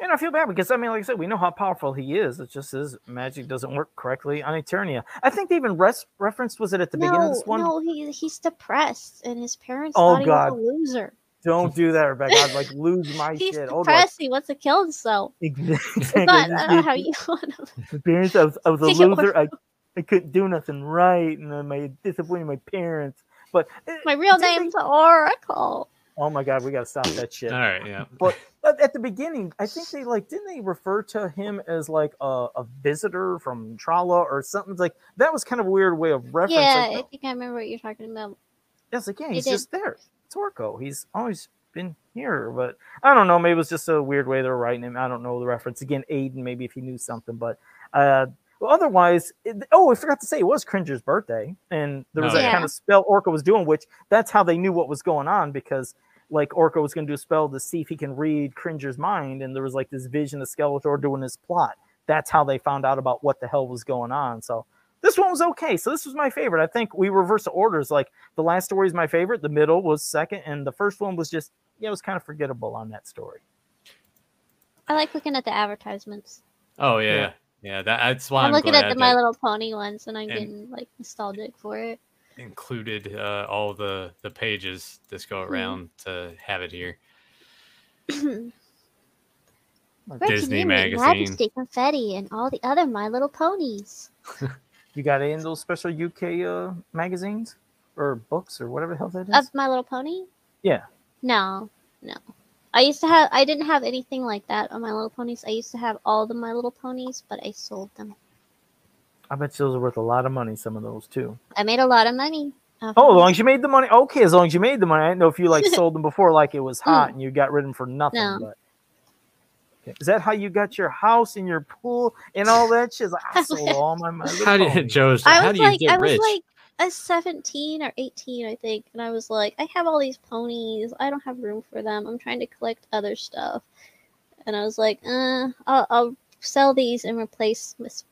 And I feel bad because I mean, like I said, we know how powerful he is. It's just his magic doesn't work correctly on Eternia. I think they even res- referenced was it at the beginning of no, this one? no, he, he's depressed, and his parents Oh, thought God. he was a loser. Don't do that, Rebecca. I'd like lose my He's shit. Hold on. depressed. He wants to kill himself. Exactly. It's not, I don't know This how you want to. is the Parents, I was, I was a Take it loser. I, I couldn't do nothing right, and then my disappointed my parents. But eh, My real did they- name's Oracle. oh my god, we gotta stop that shit. All right, yeah. But at, at the beginning, I think they like didn't they refer to him as like a, a visitor from Trala or something? It's like that was kind of a weird way of reference. Yeah, like, I think I remember what you're talking about. Yes, again, They he's did. just there. It's Orko. He's always been here, but I don't know. Maybe it was just a weird way they're writing him. I don't know the reference. Again, Aiden, maybe if he knew something, but uh, well, otherwise, it, oh, I forgot to say it was Cringer's birthday, and there was Oh, that yeah. kind of spell Orko was doing, which that's how they knew what was going on because. Like Orko was going to do a spell to see if he can read Cringer's mind, and there was like this vision of Skeletor doing his plot. That's how they found out about what the hell was going on. So this one was okay. So this was my favorite. I think we reversed the orders. Like the last story is my favorite. The middle was second, and the first one was just yeah, it was kind of forgettable on that story. I like looking at the advertisements. Oh, yeah. Yeah. Yeah, that, that's why I'm, I'm, looking glad at the that My Little Pony ones and I'm And- getting like nostalgic for it. included uh, all the the pages this go Hmm. around to have it here. Disney Reconvene with magazine. Majesty Confetti and all the other My Little Ponies. You got any of those special UK uh, magazines or books or whatever the hell that is? Of My Little Pony? Yeah. No, no. I used to have. I didn't have anything like that on My Little Ponies. I used to have all the My Little Ponies, but I sold them. I bet you those are worth a lot of money. Some of those too. I made a lot of money. off Oh, of as them. long as you made the money. Okay, as long as you made the money. I didn't know if you like sold them before, like it was hot and you got rid of them for nothing. Hmm. No. But Okay. is that how you got your house and your pool and all that shit? It's Like, I sold all my money. Oh, How did Joe's? I how was do you like, get I rich? was like a seventeen or eighteen, I think, and I was like, I have all these ponies. I don't have room for them. I'm trying to collect other stuff, and I was like, uh, I'll, I'll sell these and replace mis-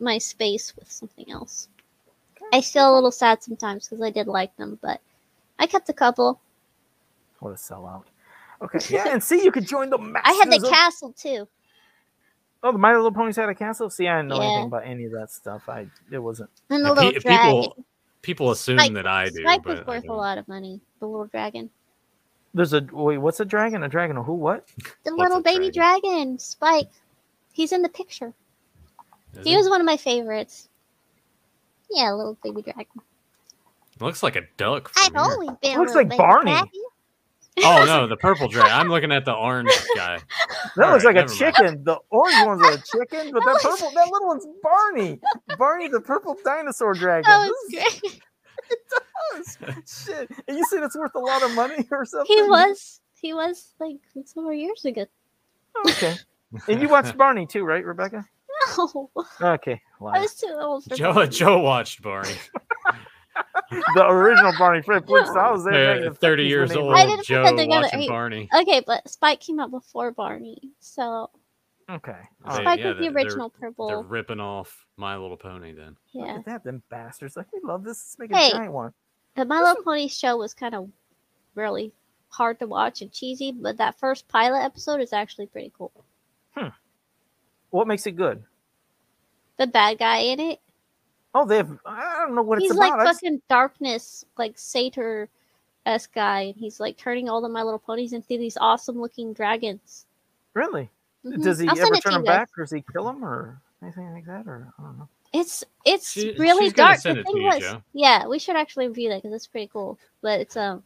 my space with something else. I feel a little sad sometimes because I did like them, but I kept a couple. What a sellout. Okay, yeah, and see, you could join the. I had Masters the of- castle too. Oh, the My Little Ponies had a castle. See, I didn't know Yeah. anything about any of that stuff. I it wasn't. And the Now, pe- little dragon. people people assume Spike- that I do, Spike was but I worth a don't. lot of money. The little dragon. There's a wait. What's a dragon? A dragon? A who? What? The What's little a baby dragon, Spike. He's in the picture. Is He it? was one of my favorites. Yeah, little baby dragon. looks like a duck. I've from here. always been. a Looks little like baby Barney. dragon. Oh no, the purple dragon. I'm looking at the orange guy. That All looks right, like a never mind. chicken. The orange one's a chicken, but that was- purple, that little one's Barney. Barney, the purple dinosaur dragon. That was This great. is- Shit, and you said it's worth a lot of money or something. He was. He was like several years ago. Oh, okay. And you watched Barney too, right, Rebecca? No, Okay, I liar. was too old for Joe Barney. Joe watched Barney. the original Barney Fred Flintstone. I was there back in Yeah, the Thirty 50s years when they old. were- I didn't put Joe that together. watching Hey, Barney. Okay, but Spike came out before Barney, so Okay, Hey, all right. Spike yeah, was the they're- they're- original They're purple. ripping off My Little Pony. Then Look Yeah, at that, them bastards. Like we love this. Let's make a Hey. giant one. the My Little Pony show was kind of really hard to watch and cheesy, but that first pilot episode is actually pretty cool. What makes it good? The bad guy in it, Oh, they have. I don't know what he's it's like about. I just- fucking darkness, like satyr s guy, and he's like turning all the My Little Ponies into these awesome looking dragons. really? Mhm. Does he I'll send ever it to turn you him guys. back, or does he kill him, or anything like that, or I don't know. It's it's She- really she's gonna dark. send The it to thing you, was, Joe. yeah, we should actually review that because it's pretty cool. But it's um,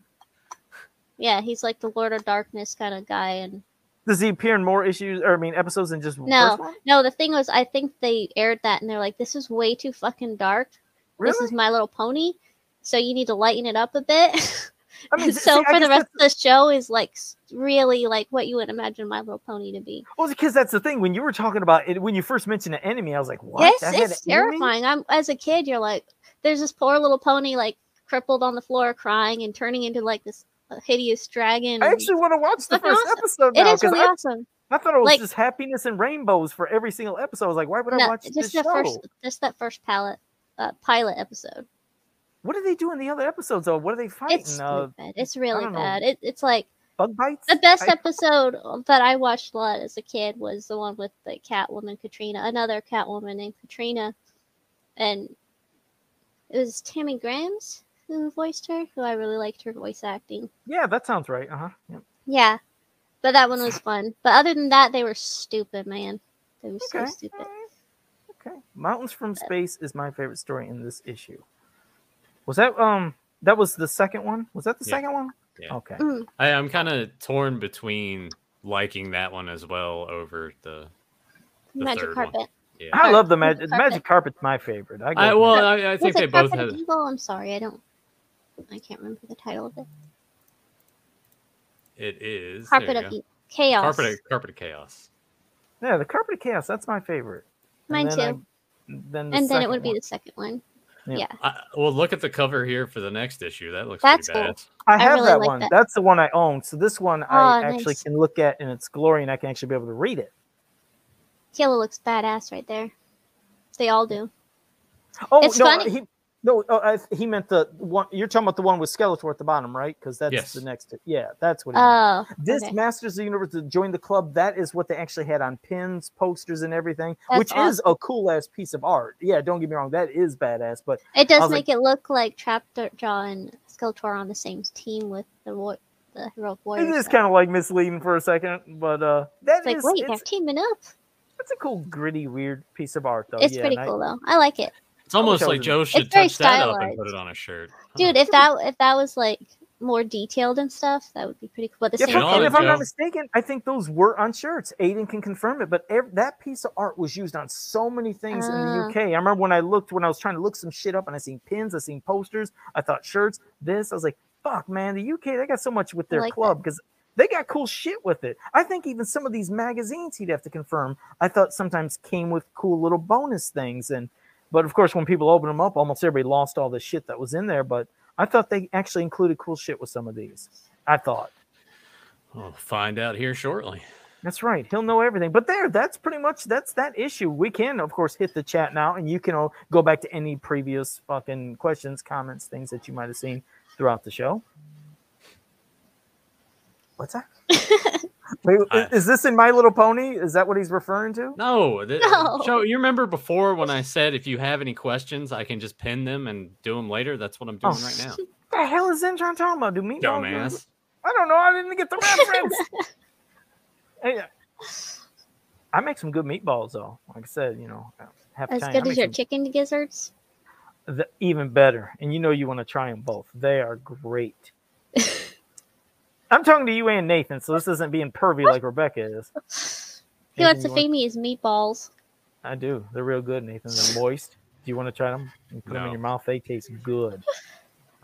yeah, he's like the Lord of Darkness kind of guy, and Does he appear in more issues, or I mean episodes than just the No. first one? no, the thing was, I think they aired that, and they're like, this is way too fucking dark. This Really? is My Little Pony, so you need to lighten it up a bit. I mean, so see, I for the guess rest that's- of the show is like s- really like what you would imagine My Little Pony to be. well, because that's the thing. When you were talking about it, when you first mentioned the enemy, I was like, "What? Yes, That had it's an enemy? terrifying. I'm as a kid, you're like, there's this poor little pony like crippled on the floor crying and turning into like this uh, hideous dragon. I and- actually want to watch the Fucking first awesome. episode it now is because really I, awesome. I thought it was Like- just happiness and rainbows for every single episode. I was like, "Why would I No, watch this just show? that first, just that first palette, uh, pilot episode. What do they do in the other episodes? Though, what are they fighting? It's uh, stupid. It's really don't know. bad. It, it's like bug bites? the best I- episode that I watched a lot as a kid was the one with the Catwoman Katrina, another Catwoman named Katrina, and it was Tammy Grimes who voiced her, who I really liked her voice acting. yeah, that sounds right. Uh huh. Yeah, but that one was fun. But other than that, they were stupid, man. They were so Okay. stupid. alright. Okay. Mountains from Space is my favorite story in this issue. Was that um that was the second one? Was that the Yeah. second one? Yeah. Okay. Mm. I, I'm kind of torn between liking that one as well over the. The Magic third one. carpet. Yeah. I love the Magic magic Carpet. magic carpet's my favorite. I, I, go- well, I, I was think they it both Carpet have. of Evil? I'm sorry, I don't. I can't remember the title of it. It is there Carpet you of go. Evil. Chaos. Carpet of, E-, carpet of chaos. yeah, the carpet of chaos, that's my favorite. Mine then I- too. then the and then it second would be one. the second one. I, well, look at the cover here for the next issue. That looks That's pretty cool. bad. I I have really that like one. that. That's the one I own. So this one I Oh, actually nice. can look at in its glory and I can actually be able to read it. Kayla looks badass right there. They all do. Oh It's no, funny. he No, oh, I, he meant the one. You're talking about the one with Skeletor at the bottom, right? Because that's Yes. the next. Yeah, that's what. He meant. Oh, This okay. Masters of the Universe to join the club. That is what they actually had on pins, posters, and everything, That's which is a cool ass piece of art. Yeah, don't get me wrong, that is badass. But it I does was make it look like Trapjaw and Skeletor are on the same team with the war- the heroic warriors. it is though. kind of like misleading for a second. But uh, that It's like, is- wait, it's, they're teaming up. it's a cool, gritty, weird piece of art, though. It's Oh, yeah, pretty and I- Uh-huh. cool though. I like it, It's almost I was like in- Joe should very touch that up and stylized. put it on a shirt. Huh. dude. If that if that was like more detailed and stuff, that would be pretty cool. But the If, same I'm- all thing. and that if I'm Joe- not mistaken, I think those were on shirts. Aiden can confirm it, but ev- that piece of art was used on so many things in Ah. the UK. I remember when I looked, when I was trying to look some shit up, and I seen pins, I seen posters, I thought shirts, this. I was like, fuck, man, the UK, they got so much with I their like club because they got cool shit with it. I think even some of these magazines he'd have to confirm, I thought sometimes came with cool little bonus things. And, but of course, when people open them up, almost everybody lost all the shit that was in there. But I thought they actually included cool shit with some of these. I thought. We'll find out here shortly. That's right. He'll know everything. But there, that's pretty much that's that issue. We can, of course, hit the chat now, and you can all go back to any previous fucking questions, comments, things that you might have seen throughout the show. What's that? Wait, I- is, is this in My Little Pony? Is that what he's referring to? No, th- No. Joe, you remember before when I said if you have any questions, I can just pin them and do them later. That's what I'm doing Oh. right now. What the hell is Intron talking about? Do me know- Dumbass. I don't know. I didn't get the reference. hey, I make some good meatballs, though. Like I said, you know, half As Italian. I good as make your some- chicken gizzards. the, even better. And you know you want to try them both. They are great. I'm talking to you and Nathan, so this isn't being pervy like Rebecca is. He wants to Nathan, you feed me his meatballs. I do. They're real good, Nathan. They're moist. Do you want to try them? You put them No. in your mouth. They taste good.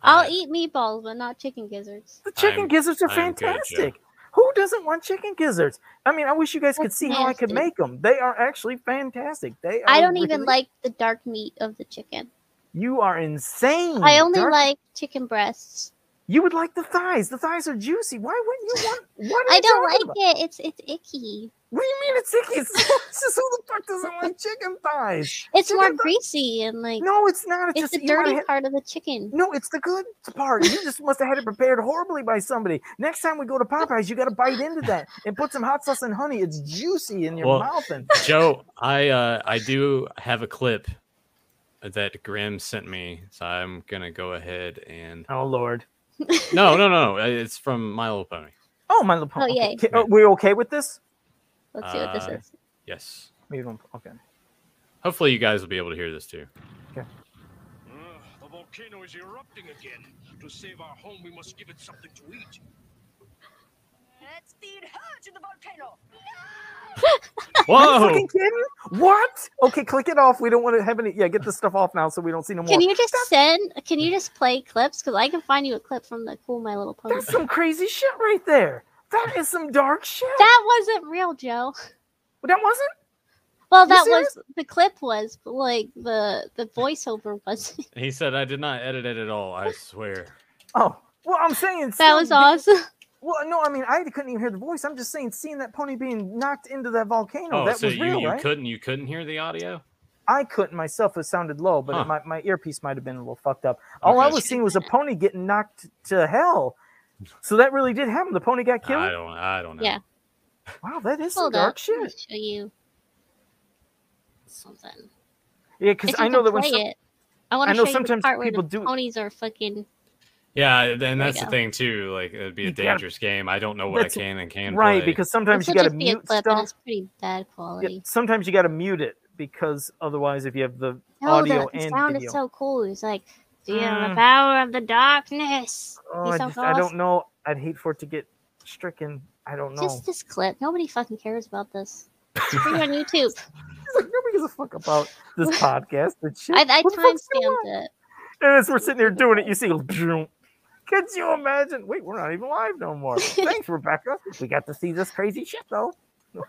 I'll e- I- eat meatballs, but not chicken gizzards. The chicken I'm- gizzards are I'm good, Joe. fantastic. Who doesn't want chicken gizzards? I mean, I wish you guys could That's see how I could nasty. make them. They are actually fantastic. They. Are I don't even really- like the dark meat of the chicken. You are insane. I only Dark- like chicken breasts. You would like the thighs. The thighs are juicy. Why wouldn't you want? What are I you don't talking like about? it. It's it's icky. What do you mean it's icky? It's delicious. Who the fuck doesn't want chicken thighs? It's Chicken more thigh- greasy and like No, it's not. It's, it's just the you might dirty have- part of the chicken. No, it's the good part. You just must have had it prepared horribly by somebody. Next time we go to Popeyes, you got to bite into that and put some hot sauce and honey. It's juicy in your Well- mouth. And Joe, I uh, I do have a clip that Grim sent me, so I'm gonna go ahead and oh Lord. no, no, no, no, it's from My Little Pony. Oh my little. Oh, okay. yay. Ki- oh, we okay with this? Let's see what this Uh, is. Yes, We don't. Okay. hopefully you guys will be able to hear this too. Ugh, the volcano is erupting again. To save our home, we must give it something to eat. Let's feed her to the volcano. Are you Whoa! fucking kidding? What? Okay, click it off. We don't want to have any. Yeah, get this stuff off now so we don't see no more. Can you just send? Can you just play clips? Because I can find you a clip from the Cool My Little Pony. That's some crazy shit right there. That is some dark shit. That wasn't real, Joe. that wasn't. Well, You that was the clip was, but like the the voiceover wasn't. He said I did not edit it at all. I swear. Oh, well, I'm saying That still was be- awesome. Well, no, I mean, I couldn't even hear the voice. I'm just saying, seeing that pony being knocked into that volcano, oh, that so was you, real, you right? couldn't you couldn't hear the audio? I couldn't myself. It sounded low, but Huh. my, my earpiece might have been a little fucked up. All I Okay. was seeing was a pony getting knocked to hell. So that really did happen. The pony got I killed. don't. I don't know. Yeah. Wow, that is some Hold dark up. Let me shit. show you something. Yeah, If because you I know can that when play some, it. I want I to know show you the sometimes part where people the do- ponies are fucking. Yeah, and we that's the go. thing too. Like it'd be a You gotta- dangerous game. I don't know what I That's can and can't right, play. because This sometimes you would got to just be a mute clip, and stuff. it's pretty bad Yeah, quality. sometimes you got to mute it because otherwise, if you have the No, audio the, the and sound video, is so cool. It's like, feel the Mm. power of the darkness. oh, You I, sound just, I lost. don't know. I'd hate for it to get stricken. I don't know. Just this clip. Nobody fucking cares about this. It's free on YouTube. He's like, nobody gives a fuck about this podcast and shit. I, I Who the fuck's gonna watch? timestamped it. And as we're sitting there doing it, you see, "Droom." could you imagine? Wait, we're not even live no more. Thanks, Rebecca. We got to see this crazy shit though.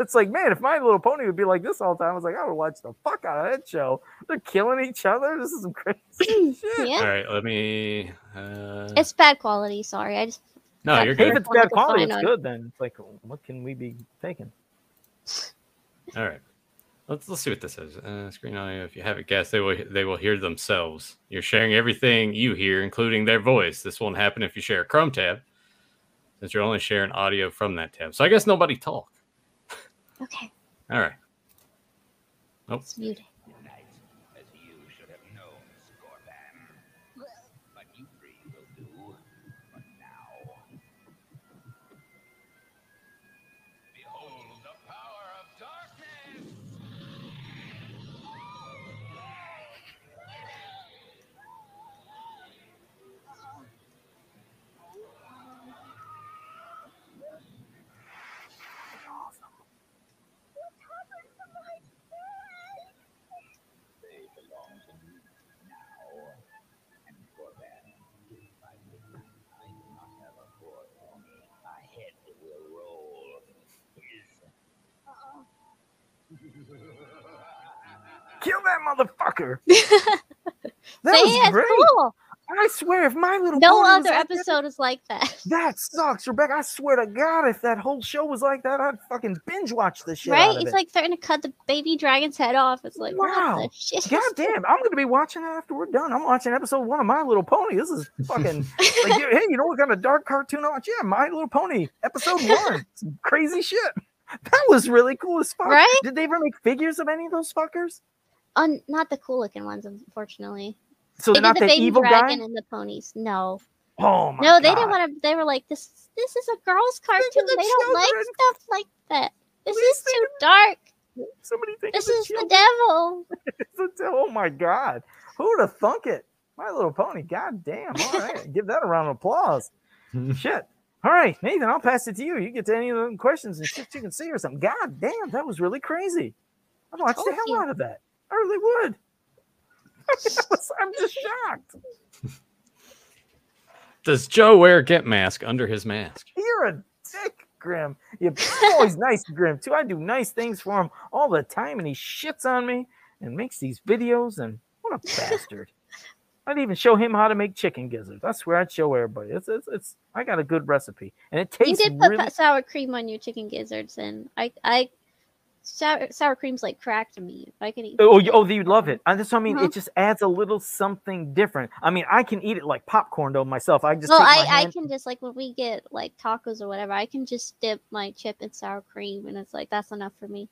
it's like, man, if My Little Pony would be like this all the time, I was like, I would watch the fuck out of that show. They're killing each other. This is some crazy shit. Yeah, All right, let me. Uh, it's bad quality. Sorry, I just no, that you're Hey, good. if it's Wanted to bad quality, find it's out. good then. It's like, what can we be taking? All right. Let's let's see what this says. Uh, screen audio. If you haven't guessed, they will they will hear themselves. You're sharing everything you hear, including their voice. This won't happen if you share a Chrome tab, since you're only sharing audio from that tab. So I guess nobody talk. Okay, All right. it's muted. Kill that motherfucker. That Say was it's great. cool. I swear, if my little No Pony was other like that- episode is like that. That sucks, Rebecca. I swear to God, if that whole show was like that, I'd fucking binge watch this shit. right? out of It's it. like threatening to cut the baby dragon's head off. It's like, wow. Wow. what the shit? is God damn, I'm gonna be watching that after we're done. I'm watching episode one of My Little Pony. This is fucking like, you- hey, you know what kind of dark cartoon I watch? Yeah, My Little Pony, episode one. Some crazy shit. That was really cool as fuck. Right? Did they ever make figures of any of those fuckers? Un- not the cool looking ones, unfortunately. So they they're did not the that baby evil guy. dragon and the ponies. No, Oh my no, god. they didn't want to. They were like, this, this is a girls' cartoon. the They don't like children. stuff like that. This Please is too dark. Somebody think This of the is the devil. children. oh my god. Who would have thunk it? My Little Pony. God damn. All right. Give that a round of applause. Shit. All right, Nathan, I'll pass it to you. You get to any of them questions and shit you can see or something. God damn, that was really crazy. I'd watch the Told hell you. out of that. I really would. I was, I'm just shocked. Does Joe wear a get mask under his mask? You're a dick, Grim. You're always nice, to Grim, too. I do nice things for him all the time, and he shits on me and makes these videos, and what a bastard. I'd even show him how to make chicken gizzards. I swear I'd show everybody. It's, it's, it's I got a good recipe, and it You tastes did put really pa- sour cream on your chicken gizzards, and I, I, sour, sour cream's like crack to me. If I could eat. Oh, you- oh, you love it. I just, I mean, Uh-huh. it just adds a little something different. I mean, I can eat it like popcorn though myself. I just well, take my I, I hand- can just like when we get like tacos or whatever, I can just dip my chip in sour cream, and it's like that's enough for me.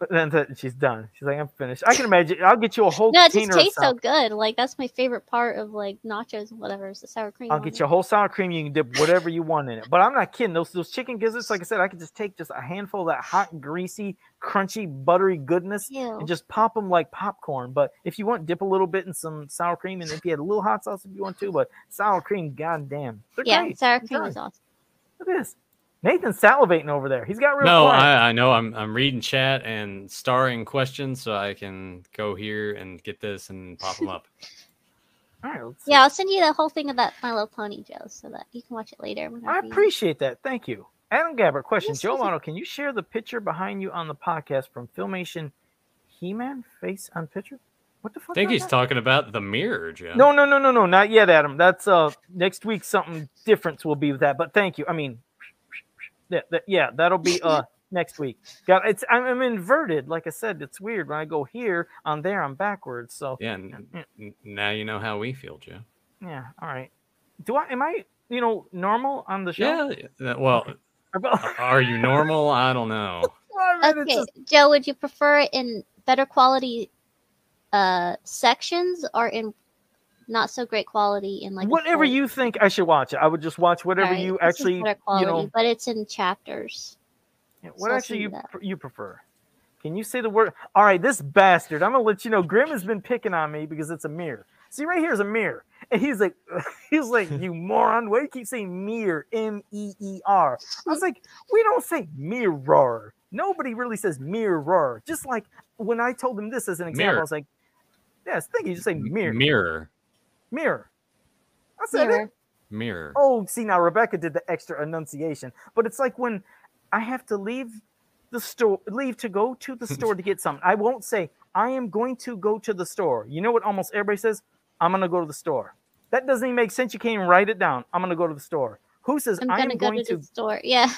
but then th- she's done. She's like, I'm finished. I can imagine. I'll get you a whole No, it just container. of tastes so Oh, sour- good. Like that's my favorite part of like nachos and whatever is the sour cream. I'll on get it. you a whole sour cream. You can dip whatever you want in it. But I'm not kidding. Those those chicken gizzards, like I said, I could just take just a handful of that hot, greasy, crunchy, buttery goodness Ew. and just pop them like popcorn. But if you want, dip a little bit in some sour cream, and if you had a little hot sauce, if you want to. But sour cream, goddamn, they're yeah, great. sour I'm cream telling is awesome. Look at this. Nathan's salivating over there. He's got real No, quiet. I, I know. I'm I'm reading chat and starring questions, so I can go here and get this and pop them up. All right, let's see. Yeah, I'll send you the whole thing of that My Little Pony Joe so that you can watch it later. whenever I you- appreciate that. Thank you. Adam Gabbert, question. Yes, Joe yes, yes. Lano, can you share the picture behind you on the podcast from Filmation He Man Face on Picture? What the I fuck? think was he's that? talking about the mirror, Joe. No, no, no, no, no, not yet, Adam. That's uh next week something different will be with that. But thank you. I mean yeah, that, yeah, that'll be uh next week. Got it's I'm, I'm inverted. Like I said, it's weird. When I go here on there, I'm backwards. So Yeah. N- n- now you know how we feel, Joe. yeah, all right. Do I am I, you know, normal on the show? Yeah. yeah, Well, About- are you normal? I don't know. I mean, it's Okay, just- Joe, would you prefer it in better quality uh sections or in not so great quality in like a whatever full- you think I should watch it. I would just watch whatever Alright, you this is actually, you better quality, know, but it's in chapters. what I'll actually send you you that. pr- you prefer. Can you say the word? All right, this bastard. I'm gonna let you know. Grim has been picking on me because it's a mirror. See, right here is a mirror, and he's like, he's like, you moron. Why do you keep saying mirror? M E E R. I was like, we don't say mirror. Nobody really says mirror. Just like when I told him this as an example, I Mirror. was like, yes, thank you. Just say mirror, Mirror. mirror. I said it. Mirror. Mirror. Oh, see now Rebecca did the extra enunciation, but it's like when I have to leave the store, leave to go to the store to get something. I won't say I am going to go to the store. You know what? Almost everybody says I'm going to go to the store. That doesn't even make sense. You can't even write it down. I'm going to go to the store. Who says I'm I gonna am go going to to? the store. Yeah.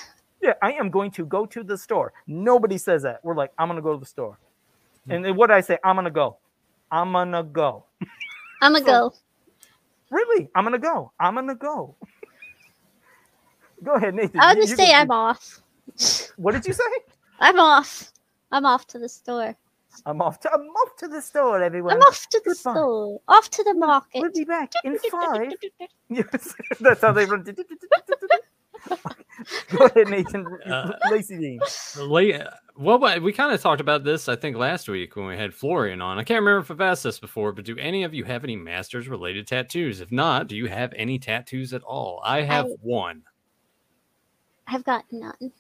Yeah, I am going to go to the store. Nobody says that. We're like I'm going to go to the store. And then what did I say? I'm gonna go. I'm gonna go. I'm gonna go. Really? I'm gonna go. I'm gonna go. go ahead, Nathan. I would You- just you say can- I'm off. What did you say? I'm off. I'm off to the store. I'm off to I'm off to the store, everyone. I'm off to the goodbye. store. Off to the market. We'll be back in five. Yes, that's how they run. Go ahead, Nathan. Uh, Lacey Dean. The late, well, but we kind of talked about this, I think, last week when we had Florian on. I can't remember if I've asked this before, but do any of you have any masters related tattoos? If not, do you have any tattoos at all? I have I- one, I've got none.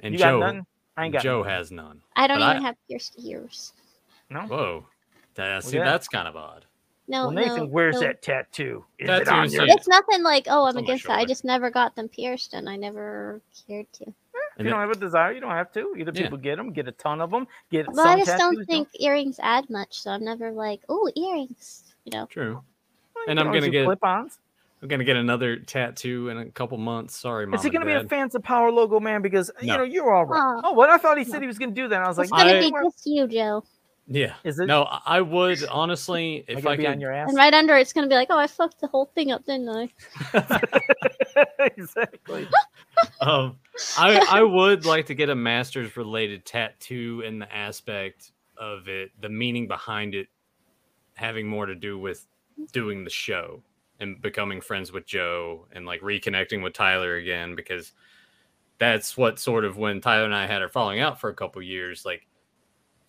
and you Joe, got none? I ain't got Joe none. has none. I don't But even I- have pierced ears. No. Whoa, that, see, yeah. that's kind of odd. No, Well, Nathan, no, where's no. that tattoo? Is it Tattoo on is your? here. It's nothing like, oh, I'm on my against that. I shoulder. just never got them pierced and I never cared to. If And you don't then- have a desire, you don't have to. Either Yeah. people get them, get a ton of them, get But some I just tattoos, don't think earrings add much, so I'm never like, oh, earrings. You know, True. Well, you can and I'm always gonna do get- clip-ons. I'm gonna get another tattoo in a couple months. Sorry, mom. Is he and gonna be a Dad. fans of Power logo man? Because you No. know you're all right. Aw. Oh, well, I thought he said he was gonna do that. and I was like, it's gonna I- be just you, Joe. Yeah. is it? No, I I would honestly, Am I if gonna I be on could, your ass. And right under it's gonna be like, oh, I fucked the whole thing up, didn't I? exactly. um, I I would like to get a master's related tattoo in the aspect of it, the meaning behind it, having more to do with doing the show and becoming friends with Joe and like reconnecting with Tyler again because that's what sort of when Tyler and I had our falling out for a couple years, like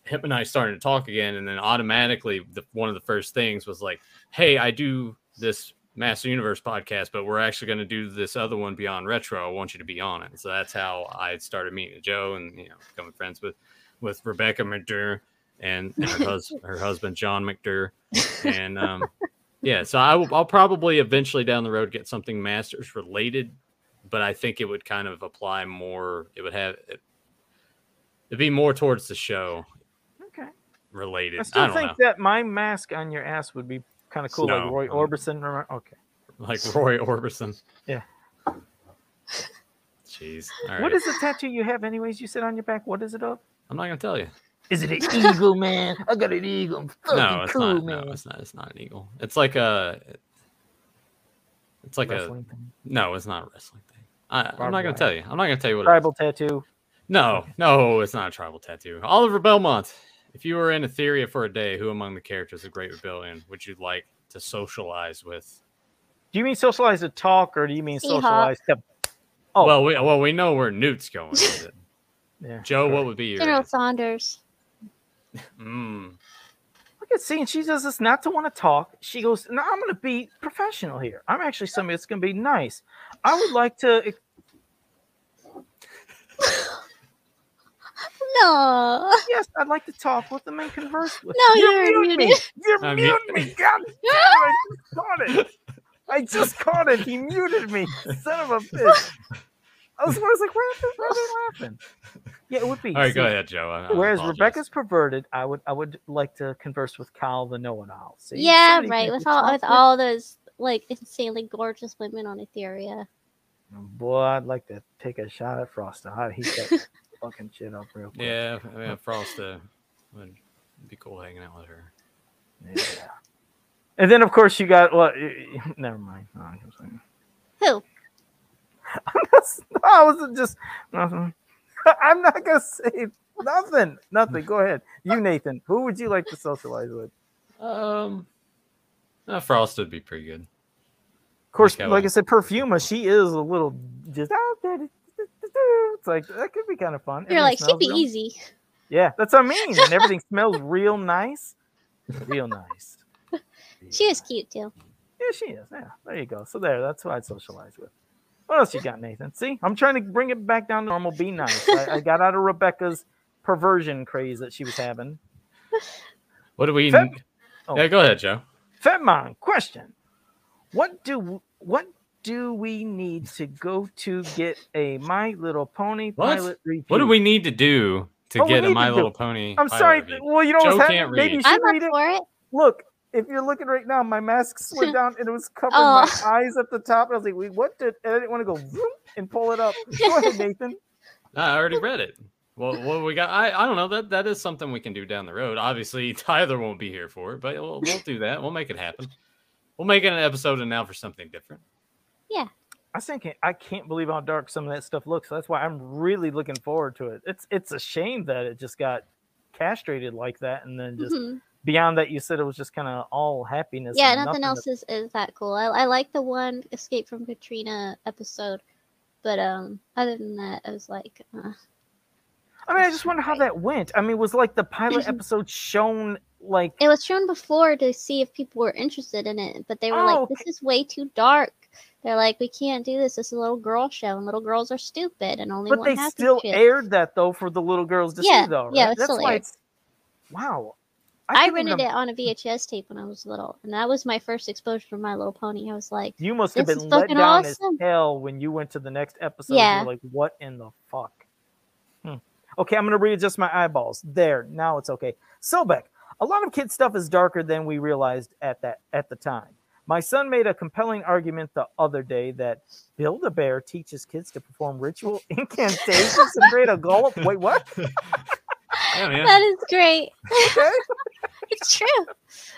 him and I started to talk again, and then automatically the, one of the first things was like, "Hey, I do this Master Universe podcast, but we're actually going to do this other one beyond retro. I want you to be on it." So that's how I started meeting Joe and you know becoming friends with with Rebecca McDur and, and her, hus- her husband John McDur, and um, yeah. So I will, I'll probably eventually down the road get something Masters related, but I think it would kind of apply more. It would have. It, It'd be more towards the show Okay. related. I I, still don't think know, that my mask on your ass would be kind of cool, like No. Roy Orbison. remember- Okay. like Roy Orbison. Yeah. Jeez. All right. What is the tattoo you have, anyways? You said on your back. What is it of? I'm not gonna tell you. Is it an eagle, man? I got an eagle. I'm fucking No, it's cool, not. man. No, it's not. It's not an eagle. It's like a. It's like Wrestling thing. a. No, it's not a wrestling thing. I, I'm Barbed not gonna wire. tell you. I'm not gonna tell you what. It is. tribal tattoo. No, no, it's not a tribal tattoo. Oliver Belmont. If you were in Etheria for a day, who among the characters of Great Rebellion would you like to socialize with? Do you mean socialize to talk, or do you mean Hee-haw. socialize to? Oh. Well, we well we know where Newt's going. with it. Yeah. Joe, what would be your General Saunders. Mm. Look at seeing she does this not to want to talk. She goes, "No, I'm going to be professional here. I'm actually somebody that's going to be nice. I would like to." No. Yes, I'd like to talk with them and converse with. No, them. you're mute muted. me. You I'm mute me. God damn it! I just caught it. I just caught it. He muted me. Son of a bitch. I was, I was like, where are they- where are they laughing? Yeah, it would be. All right, see, go ahead, Joe. I- I Whereas apologize. Rebecca's perverted, I would I would like to converse with Kyle the know it all. yeah, right. With all with all those like insanely gorgeous women on Etheria. Boy, I'd like to take a shot at Frosta. I'd heat that fucking shit up real quick. Yeah, I mean, Frost uh, would be cool hanging out with her. Yeah. And then of course you got well, y- y- never mind. No, I'm just saying. Who? I was just nothing. I'm not gonna say nothing. Nothing. Go ahead. You Nathan. Who would you like to socialize with? Um, uh, Frost would be pretty good. Of course, Okay, like I well. said, Perfuma, she is a little just out there. It's like that could be kind of fun. You're Everything like, she'd smells be real- easy. Yeah, that's what I mean. And everything smells real nice. Real nice. She is cute too. Yeah, she is. Yeah, there you go. So there, that's who I socialize with. What else you got, Nathan? See, I'm trying to bring it back down to normal. Be nice. I, I got out of Rebecca's perversion craze that she was having. What do we? Fem- Oh. Yeah, go ahead, Joe. Femon, question: What do what do we need to go to get a My Little Pony What? pilot review? What do we need to do to What we get a need My to Little do? Pony? I'm pilot sorry. review? Well, you know Joe what's happening. can't Maybe you read. should I'm up read it. for it. Look, if you're looking right now, my mask slid down and it was covering Oh. my eyes at the top. And I was like, "Wait, what did?" And I didn't want to go zoom and pull it up. Go ahead, Nathan. No, I already read it. Well, what we got? I, I don't know. That that is something we can do down the road. Obviously, Tyler won't be here for it, but we'll, we'll do that. We'll make it happen. We'll make it an episode and now for something different. I think it- I can't believe how dark some of that stuff looks. That's why I'm really looking forward to it. It's it's a shame that it just got castrated like that, and then just Mhm. beyond that, you said it was just kind of all happiness. Yeah, and nothing else is, is that cool. I, I like the one Escape from Katrina episode, but um, other than that, I was like, uh, I mean, I just wonder how that went. I mean, was like the pilot Mm-hmm. episode shown like it was shown before to see if people were interested in it, but they were Oh, like, okay. this is way too dark. They're like, we can't do this. This is a little girl show, and little girls are stupid, and only But one they has still to choose. aired that though for the little girls to Yeah, see though. Right? yeah, it's still aired. it's wow. I, think I'm rented gonna- it on a VHS tape when I was little, and that was my first exposure to My Little Pony. I was like, You must have This been is let fucking down awesome. as hell when you went to the next episode. You were Yeah. like, what in the fuck? Hmm. Okay, I'm gonna readjust my eyeballs. There, now it's okay. Sobek, a lot of kids' stuff is darker than we realized at that at the time. My son made a compelling argument the other day that Build a Bear teaches kids to perform ritual incantations and create a golem. Wait, what? Yeah, man. that is great. Okay. it's true.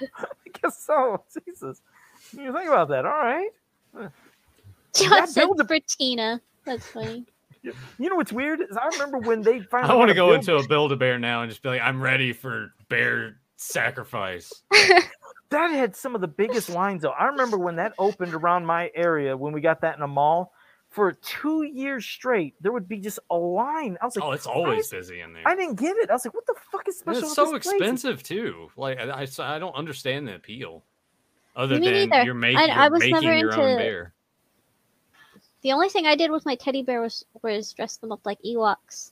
I guess so. Jesus. You think about that. All right. Yeah, John said build a- for Tina. That's funny. You know what's weird is I remember when they finally I want got to a go Build- into a build a bear now and just be like, I'm ready for bear sacrifice. that had some of the biggest lines though. I remember when that opened around my area when we got that in a mall for two years straight, there would be just a line. I was like, Oh, it's always I, busy in there. I didn't get it. I was like, what the fuck is And special? it's about so this place? expensive too. Like I, I s- I don't understand the appeal. Other Me than neither. you're making I- you're I was making never your own into- bear. The only thing I did with my teddy bear was was dress them up like Ewoks.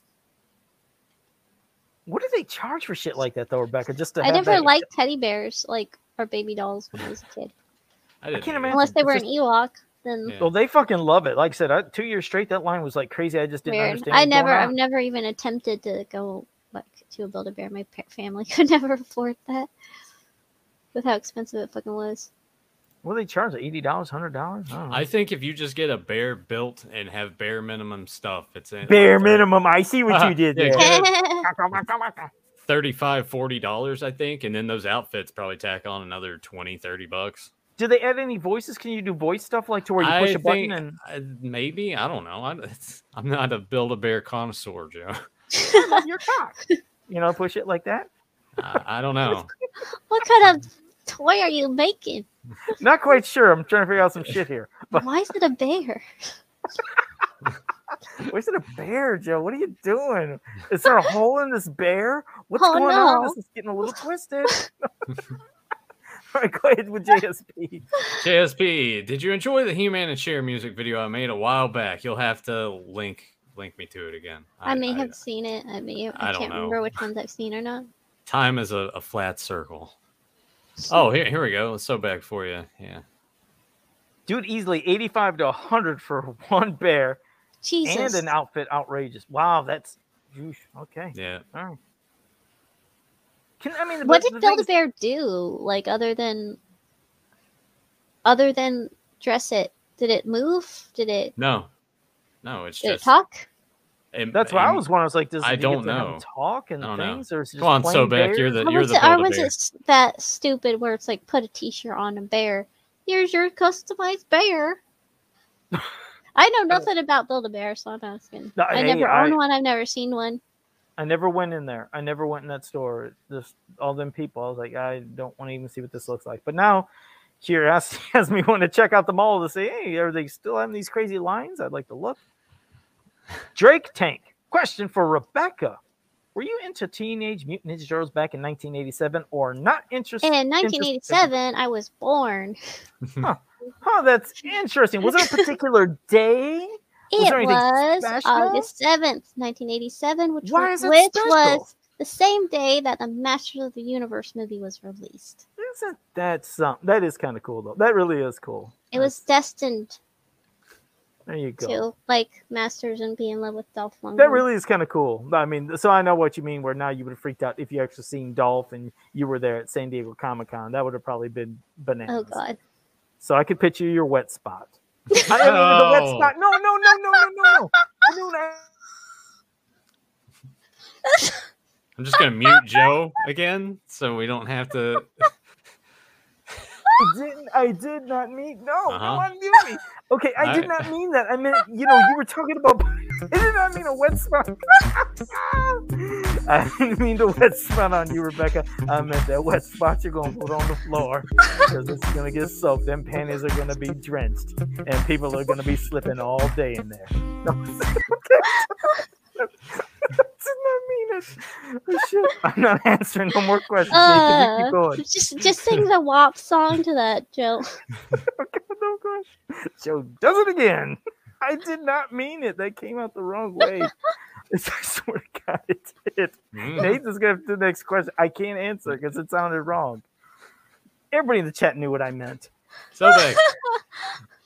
What do they charge for shit like that though, Rebecca? Just to I have never that- liked teddy bears like or baby dolls when I was a kid. I didn't can't either. imagine. Unless they It's were an just- Ewok, then Yeah. Well, they fucking love it. Like I said, I, two years straight, that line was like crazy. I just didn't weird. understand. I what was going never, I've on. never even attempted to go like to a Build a Bear. My pa- family could never afford that with how expensive it fucking was. What do they charge? Eighty dollars, hundred dollars? I think if you just get a bear built and have bare minimum stuff, it's in, like, Bare thirty- minimum. I see what you did Yeah, there. yeah. I $35, 40 dollars, I think, and then those outfits probably tack on another 20, 30 bucks. Do they add any voices? Can you do voice stuff like to where you I push a button think- and I, maybe I don't know. I, it's, I'm not a build a bear connoisseur, Joe. your cock? You know, push it like that. I, I don't know. what kind of toy are you making? Not quite sure. I'm trying to figure out some shit here. But Why is it a bear? where's it a bear, Joe? What are you doing? Is there a hole in this bear? What's Oh, going on? no. This is getting a little twisted. All right, go ahead with JSP. JSP, did you enjoy the He-Man and Share music video I made a while back? You'll have to link link me to it again. I, may have seen it. I may. I, I don't can't know. remember which ones I've seen or not. time is a, a flat circle. Oh, here here we go. It's so back for you. Yeah. Dude, easily 85 to 100 for one bear Jesus. and an outfit outrageous. Wow, that's Yeesh, okay. Yeah. All right. Can I what mean but did the thing Build a is- Bear do? Like other than other than dress it? Did it move? Did it No. No, it's did it just talk? it- That's what I it- was wondering. I was like, does I do you don't get to have know. talk and I don't know. things, or is it just Come on, plain so back. You're bears? the Or you're was the it, or was Build-A-Bear. it s- that stupid where it's like put a T-shirt on a bear? Here's your customized bear. I know nothing about Build a Bear, so I'm asking. No, I hey, never I- own one. I've never seen one. I never went in there. I never went in that store. Just all them people. I was like, I don't want to even see what this looks like. But now, curiosity has me wanting to check out the mall to say, hey, are they still having these crazy lines? I'd like to look. Drake Tank. Question for Rebecca: Were you into Teenage Mutant Ninja Turtles back in 1987, or not interested? And in 1987, I was born. Oh, that's interesting. Was it a particular day? Was there It anything was special? August 7th, 1987, which, Why was, is it which special? was the same day that the Masters of the Universe movie was released. Isn't that something? That is kind of cool, though. That really is cool. It was destined There you go. to, like, Masters and be in love with Dolph Lundgren. That really is kind of cool. I mean, so I know what you mean. Where now you would have freaked out if you actually seen Dolph and you were there at San Diego Comic Con. That would have probably been Oh, bananas. God. So I could picture your wet spot. I don't even the wet Oh. spot. No, no, no, no, no, no, no. I knew that. I'm just gonna mute Joe again so we don't have to. I didn't. I did not mean. No, Uh-huh. no, undo me. Okay, I did Alright. not mean that. I meant, you know, you were talking about. I did not mean a wet spot. I didn't mean the wet spot on you, Rebecca. I meant that wet spot you're gonna put on the floor because it's gonna get soaked. Them panties are gonna be drenched, and people are gonna be slipping all day in there. No, I did not mean it. I should- I'm not answering no more questions. Nathan. You Uh, keep going. just just sing the WAP song to that, Joe. Okay, no Oh, gosh. Joe does it again. I did not mean it. That came out the wrong way. It's- I swear to God, it did. Mm. Nathan's going to have the next question. I can't answer because it sounded wrong. Everybody in the chat knew what I meant. So big.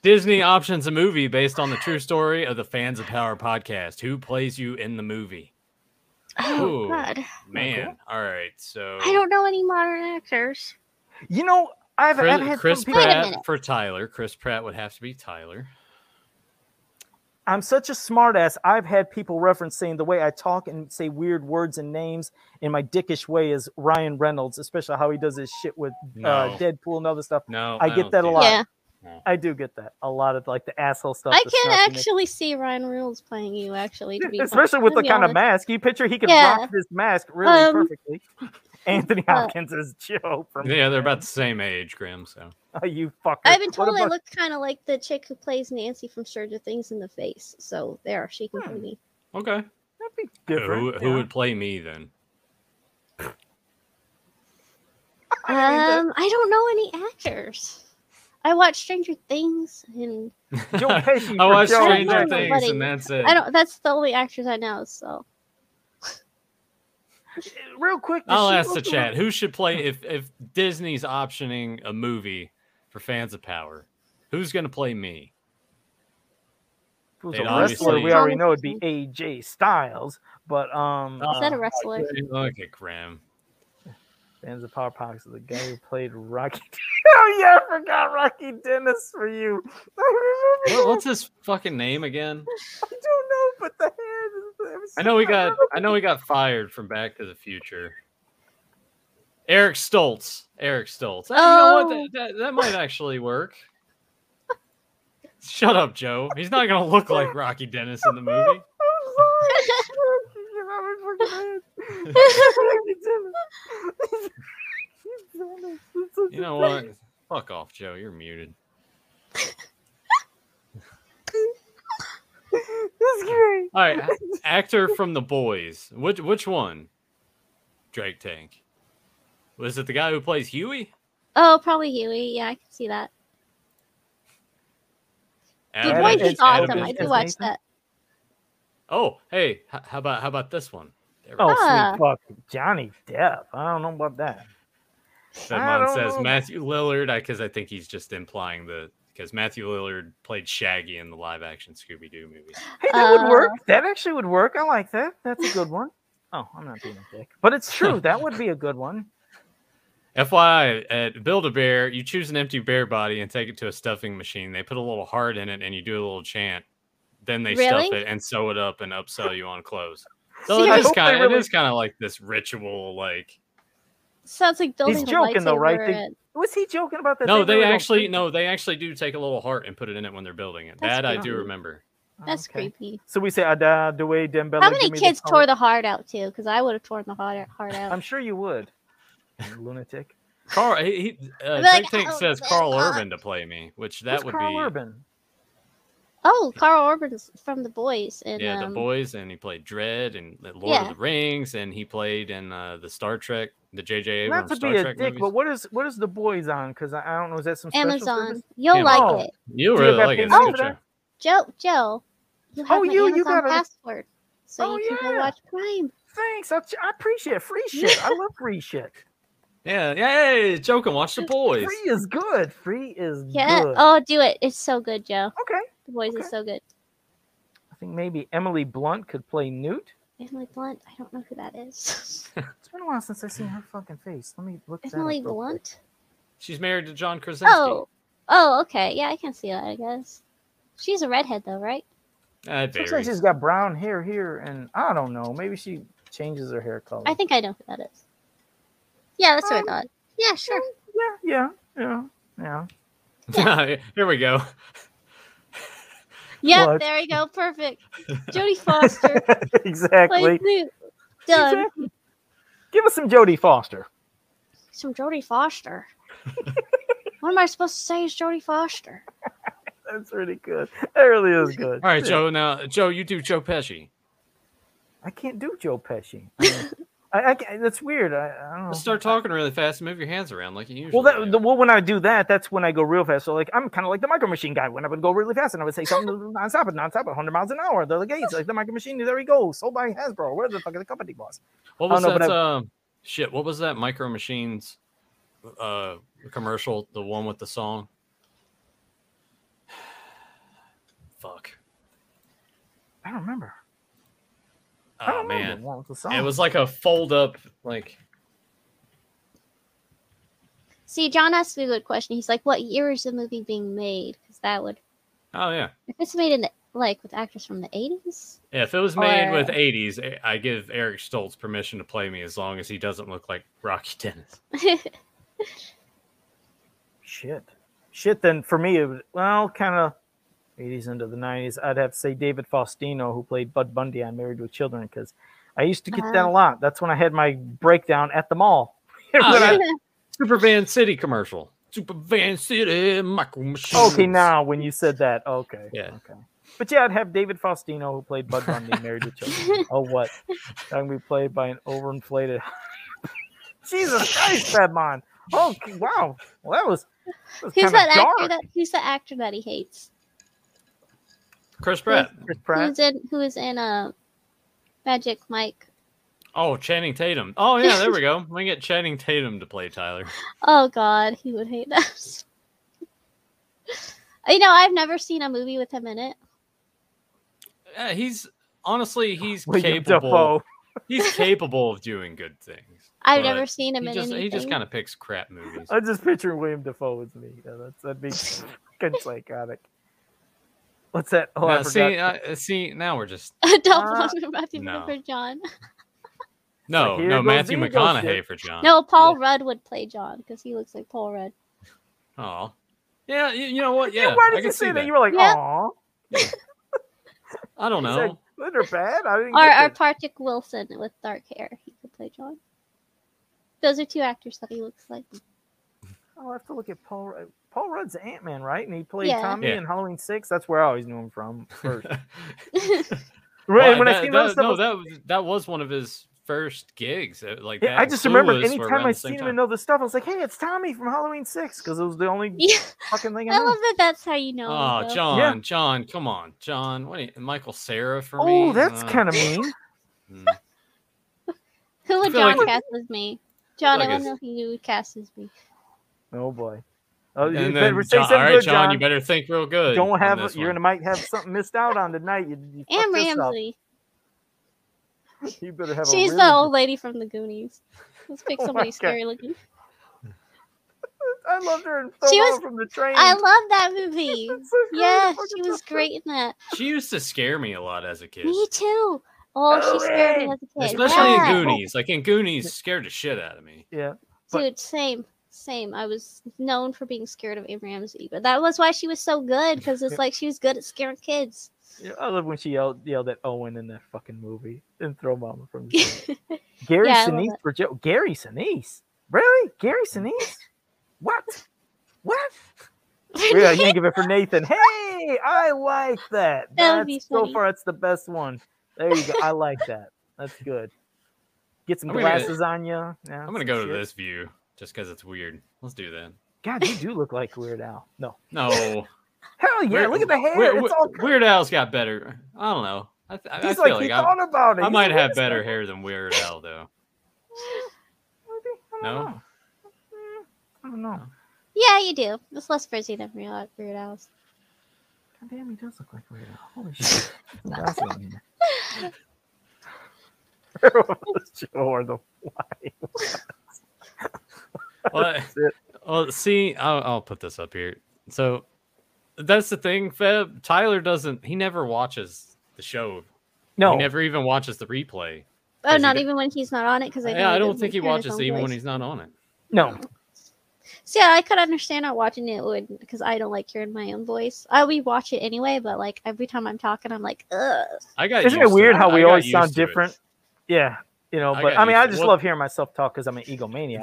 Disney options a movie based on the true story of the Fans of Power podcast. Who plays you in the movie? Oh Ooh. God, Oh, Man, all right. So I don't know any modern actors. You know, I've, Chris, I've had Chris some people. Wait a Pratt minute. for Tyler. Chris Pratt would have to be Tyler. I'm such a smartass. I've had people reference saying the way I talk and say weird words and names in my dickish way is Ryan Reynolds, especially how he does his shit with No. uh, Deadpool and other stuff. No, I get don't that a do lot. Yeah, I do get that a lot of like the asshole stuff. I the can snarkiness. actually see Ryan Reynolds playing you. Actually, to be Yeah, especially with the I'll be kind of honest. mask you picture he could Yeah. rock this mask really Um, perfectly anthony uh, hopkins is joe from Yeah, they're about the same age, Grim. So oh, you fucker I've been What told I about- look kind of like the chick who plays Nancy from Stranger Things in the face. So there, she can Hmm. play me. okay. that'd be Who, different who yeah. would play me then? Um, I don't know any actors. I watch Stranger Things, and Joe Pesci I for watched Joe Stranger Pesci. Things, Buddy, and that's it. I don't. That's the only actors I know. So Uh, real quick does I'll she ask the look a chat little- who should play if if Disney's optioning a movie for fans of power. Who's gonna play me? who's They'd a wrestler obviously- we already know it'd be aj styles but um is that a uh, wrestler? Okay, Graham. Fans of Power Pox is the guy who played Rocky. oh yeah, I forgot Rocky Dennis for you. I remember. What, what's his fucking name again? I don't know, but the hand. is- I know we got I know we got fired from Back to the Future. Eric Stoltz. Eric Stoltz. Oh. You know Oh. what? That, that, that might actually work. Shut up, Joe. He's not gonna look like Rocky Dennis in the movie. I'm sorry. Get out of my fucking head. Rocky Dennis. Dennis, it's such You a know thing. what? Fuck off, Joe. You're muted. That's great. All right, a- actor from The Boys. Which which one? Drake Tank. Was it the guy who plays Huey? Oh, probably Huey. Yeah, I can see that. The Adam boy, is- he's awesome. Adam I is do watch Nathan? that. Oh, hey, h- how about how about this one? There we Oh, go. Ah. sweet fuck. Johnny Depp. I don't know about that. I Someone don't says know. Matthew Lillard because I think he's just implying the because Matthew Lillard played Shaggy in the live action Scooby Doo movie. Hey, that Uh, would work. That actually would work. I like that. That's a good one. Oh, I'm not being a dick. But it's true. That would be a good one. FYI, at Build a Bear, you choose an empty bear body and take it to a stuffing machine. They put a little heart in it and you do a little chant. Then they stuff Really? it and sew it up and upsell you on clothes. So See, it I is hope they kind of really- it is kind of like this ritual. Like Sounds like building a joking though, right? lightsaber They- and- Was he joking about that? no, they really don't actually think- no, they actually do take a little heart and put it in it when they're building it. That's that I do creepy. remember. Oh, That's okay. creepy. So we say "Ah, Ada, Dewey, Dembele. How give many me kids color. tore the heart out too? Because I would have torn the heart heart out. I'm sure you would. you lunatic. Carl, he, he uh, I'd be like, Drake Tank "Oh, says that's Carl hot." Urban to play me, which that Who's would Carl be Urban? Oh, Carl Orban's from The Boys, and yeah, um, the boys, and he played Dread and the Lord yeah. of the Rings, and he played in uh, the Star Trek, the J.J. Not Abrams to Star be a Trek dick, movies. but what is what is the boys on? Because I, I don't know. Is that some special Amazon. service? Oh, You'll Amazon. like it, you Do you really have like it, Amazon don't for you? that? Joe. Joe, you have Oh, my you- you Amazon got it. password, so Oh, you can go yeah. watch Prime. Thanks. I, I appreciate free shit. I love free shit. Yeah, yeah, yeah, Joe can watch the boys. Free is good. Free is Yeah. good. Oh, do it. It's so good, Joe. Okay. The Boys Okay. is so good. I think maybe Emily Blunt could play Newt. Emily Blunt. I don't know who that is. It's been a while since I've seen her fucking face. Let me look. that up Emily real quick. Blunt. She's married to John Krasinski. Oh. Oh, okay. Yeah, I can see that. I guess she's a redhead though, right? that Looks like Uh, varies. she's got brown hair here, and I don't know. Maybe she changes her hair color. I think I know who that is. Yeah, that's what I thought. Yeah, sure. yeah, yeah, yeah. Here we go. Yeah, What? there you go. Perfect. Jodie Foster. exactly. Like, dude, done. Exactly. Give us some Jodie Foster. Some Jodie Foster. what am I supposed to say is Jodie Foster? That's really good. That really is good. All right, Yeah. Joe. Now, Joe, you do Joe Pesci. I can't do Joe Pesci. I, mean, I, I can't- that's weird. I, I don't know. Let's start talking really fast and move your hands around like you usually. Oh. Well, that, do. the, well, when I do that, that's when I go real fast. So, like, I'm kind of like the micro machine guy when I would go really fast and I would say something nonstop, and nonstop, 100 miles an hour. They're like, hey, it's like the micro machine. There we go. Sold by Hasbro. Where the fuck is the company boss? what I was don't know, but that? um, shit. What was that Micro Machines uh, commercial? The one with the song. Fuck. I don't remember. I Oh don't remember man, what was the song. it was like a fold up. Like See, John asked a good question. He's like, what year is the movie being made? Because that would, oh yeah, if it's made in the, like with actors from the 80s? Yeah, if it Oh, was made Or- with '80s, eh, I give Eric Stoltz permission to play me as long as he doesn't look like Rocky Dennis. Shit. Shit, then for me, it was, well, kind of 80s into the 90s. I'd have to say David Faustino, who played Bud Bundy on Married with Children, because I used to get that a lot. That's when I had my breakdown at the mall. When Oh, I- Super Van City commercial. Super Van City micro machines. Okay, now when you said that, okay. Yeah. Okay. But yeah, I'd have David Faustino, who played Bud Bundy, in married to children. Oh, what? I'm gonna be played by an overinflated. Jesus Christ, Batman! Oh, wow. Well, that was. That was Who's kind of that dark. actor that who's the actor that he hates? Chris Pratt. Chris Pratt. Who's in who is in uh Magic Mike? Oh, Channing Tatum. Oh yeah, there we go. We can get Channing Tatum to play Tyler. Oh god, he would hate that. you know, I've never seen a movie with him in it. Yeah, he's honestly he's William capable. Dafoe. He's capable of doing good things. I've but never seen him He in just, anything. he just kind of picks crap movies. I just picture William Dafoe with me. Yeah, that's that'd be fucking psychotic. What's that? Oh, I Now, see, forgot. uh, see, now we're just of Don't Ah, want to Matthew no. McConaughey for John. no, here no goes Matthew the ego McConaughey shit. for John. No, Paul Rudd would play John because he looks like Paul Rudd. Oh. Yeah, you, you know what? Yeah, Why did I can you see say that? that. You were like, Yeah. "Aw, I don't He's know. like- good or bad?" I didn't. Or get or that. Patrick Wilson with dark hair. He could play John. Those are two actors that he looks like. I'll have to look at Paul. Rudd. Paul Rudd's Ant Man, right? And he played Yeah. Tommy Yeah. in Halloween Six. That's where I always knew him from first. Well, right when I that- seen those that- no, that was that was one of his first gigs. uh, Like that I just and remembered Clueless were anytime around I the same seen him time. in other stuff, I was like, "Hey, it's Tommy from Halloween 6 because it was the only Yeah, fucking thing I I knew. love that. That's how you know. him, Oh, though. John, John, come on, John. What? Are you, Michael Sarah for me? uh, hmm. Oh, that's kind of mean. of. Who I would feel John like it- cast as me? John, I like don't it's- know who you would cast as me. oh boy. Oh, you And better then, say John, something all right, good, John, John. you better think real good. Don't on have this you're one. gonna might have something missed out on tonight. You, you And fucked this up. Ramsey. You better have. She's a really the old lady from the Goonies. Let's pick Oh my somebody God. scary looking. good- I loved her in Solo She was- from the train. I love that movie. It's so great. yeah, Fucking she was love her. great in that. She used to scare me a lot as a kid, Me too. Oh, she scared me Ellen! as a kid. especially yeah. in Goonies. Like in Goonies, scared the shit out of me. Yeah. but- Dude, same, same. I was known for being scared of Abe Ramsey, but that was why she was so good because it's like she was good at scaring kids. Yeah, I love when she yelled, yelled at Owen in that fucking movie and throw Mama from the train. Gary Yeah, I love Sinise it. for Joe. Gary Sinise, really? Gary Sinise? What? What? Yeah, you can give it for Nathan. Hey, I like that. That That's would be so funny. far. That's the best one. There you go. I like that. That's good. Get some I'm gonna get- glasses on you. Yeah, I'm gonna some go to shit. this view just because it's weird. Let's do that. God, you do look like Weird Al. No, No. hell yeah! Weird- look at the hair. Weird, it's all. Weird Al's got better. I don't know. I, th- I He's feel like, like, he I, thought about it. I He's might like, have "What's that?" better hair than Weird Al though. I don't No? know. Mm, I don't know. Yeah, you do. It's less frizzy than real Weird Al's. God damn, he does look like Weird Al. Holy shit. Some glasses on him. Sure, the Well, it. well see, I'll, I'll put this up here. So that's the thing, Feb. Tyler doesn't. He never watches the show. No, He never even watches the replay. Oh, Is he not good? even when he's not on it because I yeah, I don't think he hear his watches own it even when voice. he's not on it. No, So yeah, I could understand not watching it would because I don't like hearing my own voice. I we watch it anyway, but like every time I'm talking, I'm like, ugh. I got. Isn't it used to weird how I we got always used sound to it. different? yeah, you know. I But got I mean, used I to- just what- love hearing myself talk because I'm an egomaniac.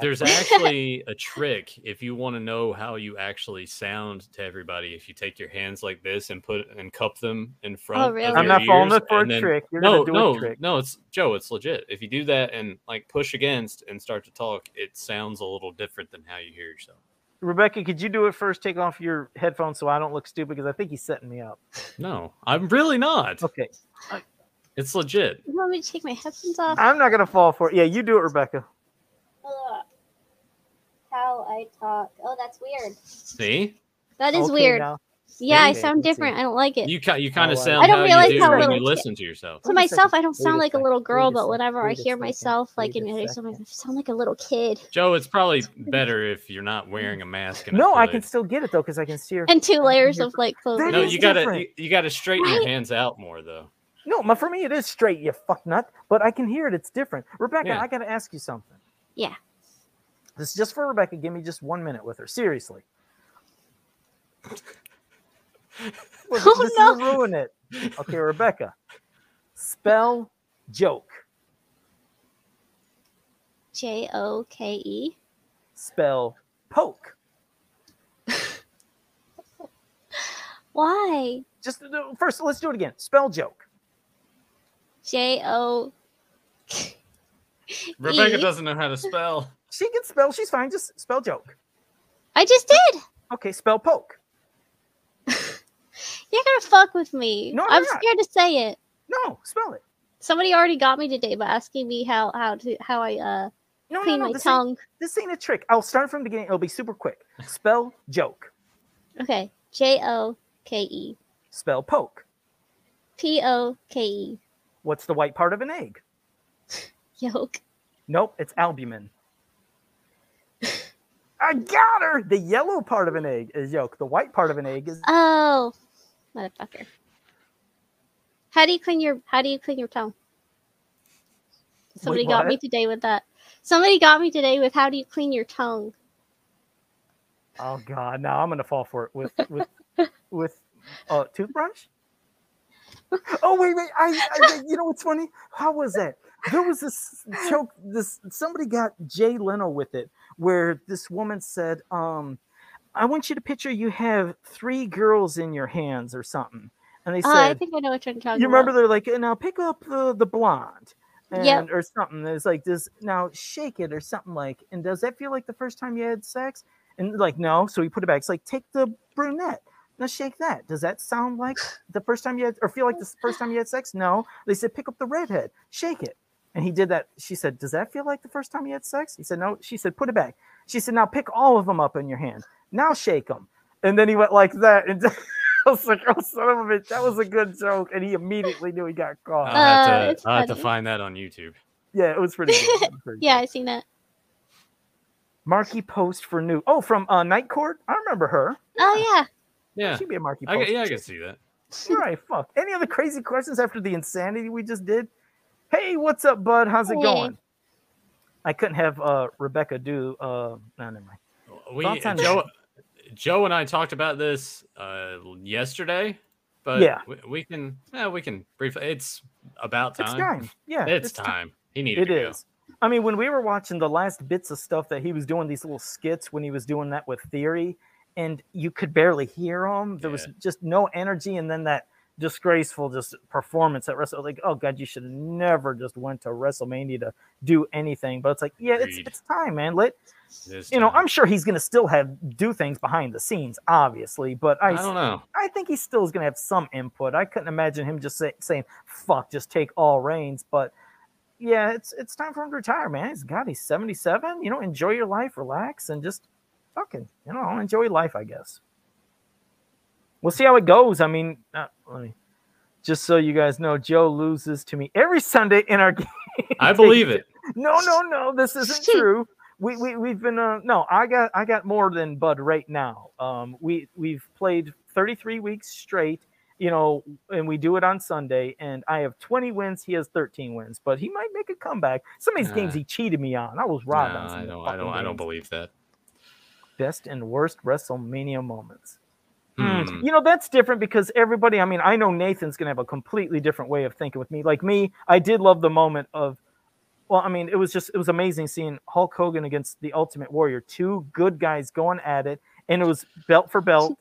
There's actually a trick if you want to know how you actually sound to everybody. If you take your hands like this and put and cup them in front. of Oh, really? your I'm I'm not falling ears look for a and then- trick. You're No, gonna do no, a trick. no. It's Joe. It's legit. If you do that and like push against and start to talk, it sounds a little different than how you hear yourself. Rebecca, could you do it first? Take off your headphones so I don't look stupid because I think he's setting me up. No, I'm really not. Okay, It's legit. You want me to take my headphones off? I'm not gonna fall for it. Yeah, you do it, Rebecca. Ugh. How I talk. Oh, that's weird. See, That is Okay, weird. now. Yeah, I Okay, sound let's see. different. I don't like it. you ki- you kind Oh, of wow. sound I don't how realize you do how when little you it- listen to yourself. to Wait a myself, I don't Wait sound a like a second. little girl, Wait a but second. whenever I Wait a hear second. myself, like Wait in a your second. I'm like, I sound like a little kid. Joe, it's probably better if you're not wearing a mask. And a No, I hood. can still get it though because I can see her. And two layers of like clothing. That No, is you gotta you, different. you gotta straighten your Right? hands out more though. No, my, for me it is straight. You fuck nut. But I can hear it. It's different. Rebecca, Yeah. I gotta ask you something. Yeah. This is just for Rebecca. Give me just one minute with her. Seriously. Look, Oh, this no. will ruin it. Okay, Rebecca. Spell joke. J O K E. Spell poke. Why? Just no, first, let's do it again. Spell joke. J O. Rebecca E? doesn't know how to spell. She can spell. She's fine. Just spell joke. I just did. Okay, spell poke. You're gonna fuck with me. No, I'm you're not. scared to say it. No, spell it. Somebody already got me today by asking me how how to how I uh No, clean no, no. my This ain't, tongue. this ain't a trick. I'll start from the beginning. It'll be super quick. Spell joke. Okay. J O K E. Spell poke. P O K E. What's the white part of an egg? Yolk. Nope, it's albumin. I got her. The yellow part of an egg is yolk. The white part of an egg is Oh, motherfucker. How do you clean your How do you clean your tongue? Somebody got me what? today with that. Somebody got me today with how do you clean your tongue? Oh god, now I'm gonna fall for it with with with uh, toothbrush. Oh wait, wait, I, I you know what's funny? How was that? There was this joke. This somebody got Jay Leno with it, where this woman said, um, "I want you to picture you have three girls in your hands or something," and they Oh, I said, think I know what you're talking "You remember?" about. They're like, "Now pick up the the blonde." And, Yep. or something. It's like this now shake it or something like. And does that feel like the first time you had sex? And like, no. So he put it back. It's like, take the brunette. Now shake that. Does that sound like the first time you had, or feel like the s- first time you had sex? No. They said, pick up the redhead, shake it. And he did that. She said, does that feel like the first time you had sex? He said, no. She said, put it back. She said, now pick all of them up in your hand. Now shake them. And then he went like that. And I was like, oh, son of a bitch, that was a good joke. And he immediately knew he got I'll, caught. Uh, have, it's to, I'll have to funny. find that on YouTube. Yeah, it was pretty good. It was pretty Yeah, good. I seen that. Marky Post for new. Oh, from uh, Night Court? I remember her. Oh yeah. Yeah, She'd be a Marky I, Post. ca- yeah, I can see that. All right, fuck. Any other crazy questions after the insanity we just did? Hey, what's up, bud? How's it Hey. going? I couldn't have uh, Rebecca do. Uh, no, never mind. We Thoughts on Joe, Joe and I talked about this uh, yesterday, but Yeah. we, we can yeah, we can briefly. It's about time. It's time. Yeah, It's, time. He needed It to go. is. I mean, when we were watching the last bits of stuff that he was doing, these little skits when he was doing that with Theory, and you could barely hear him. There was Yeah. just no energy, and then that disgraceful just performance at Wrestle. Like, oh god, you should have never just went to WrestleMania to do anything. But it's like, yeah, it's Agreed. it's time, man. Let It is you know, time. I'm sure he's gonna still have do things behind the scenes, obviously. But I, I don't know. I think he still is going to have some input. I couldn't imagine him just say, saying "fuck," just take all reins. But yeah, it's it's time for him to retire, man. He's got he's seventy seven. You know, enjoy your life, relax, and just fucking you know enjoy life. I guess we'll see how it goes. I mean, uh, let me just so you guys know, Joe loses to me every Sunday in our game. I believe it. No, no, no. This isn't true. We, we we've been uh, no. I got I got more than Bud right now. Um, we we've played 33 weeks straight, you know, and we do it on Sunday, and I have 20 wins. He has 13 wins, but he might make a comeback. Some of these Nah. games he cheated me on. I was No, robbed on some I of the don't. I don't. fucking I games. don't believe that. Best and worst WrestleMania moments. Hmm. You know, that's different because everybody, I mean, I know Nathan's going to have a completely different way of thinking with me. Like me, I did love the moment of, well, I mean, it was just, it was amazing seeing Hulk Hogan against the Ultimate Warrior. Two good guys going at it, and it was belt for belt.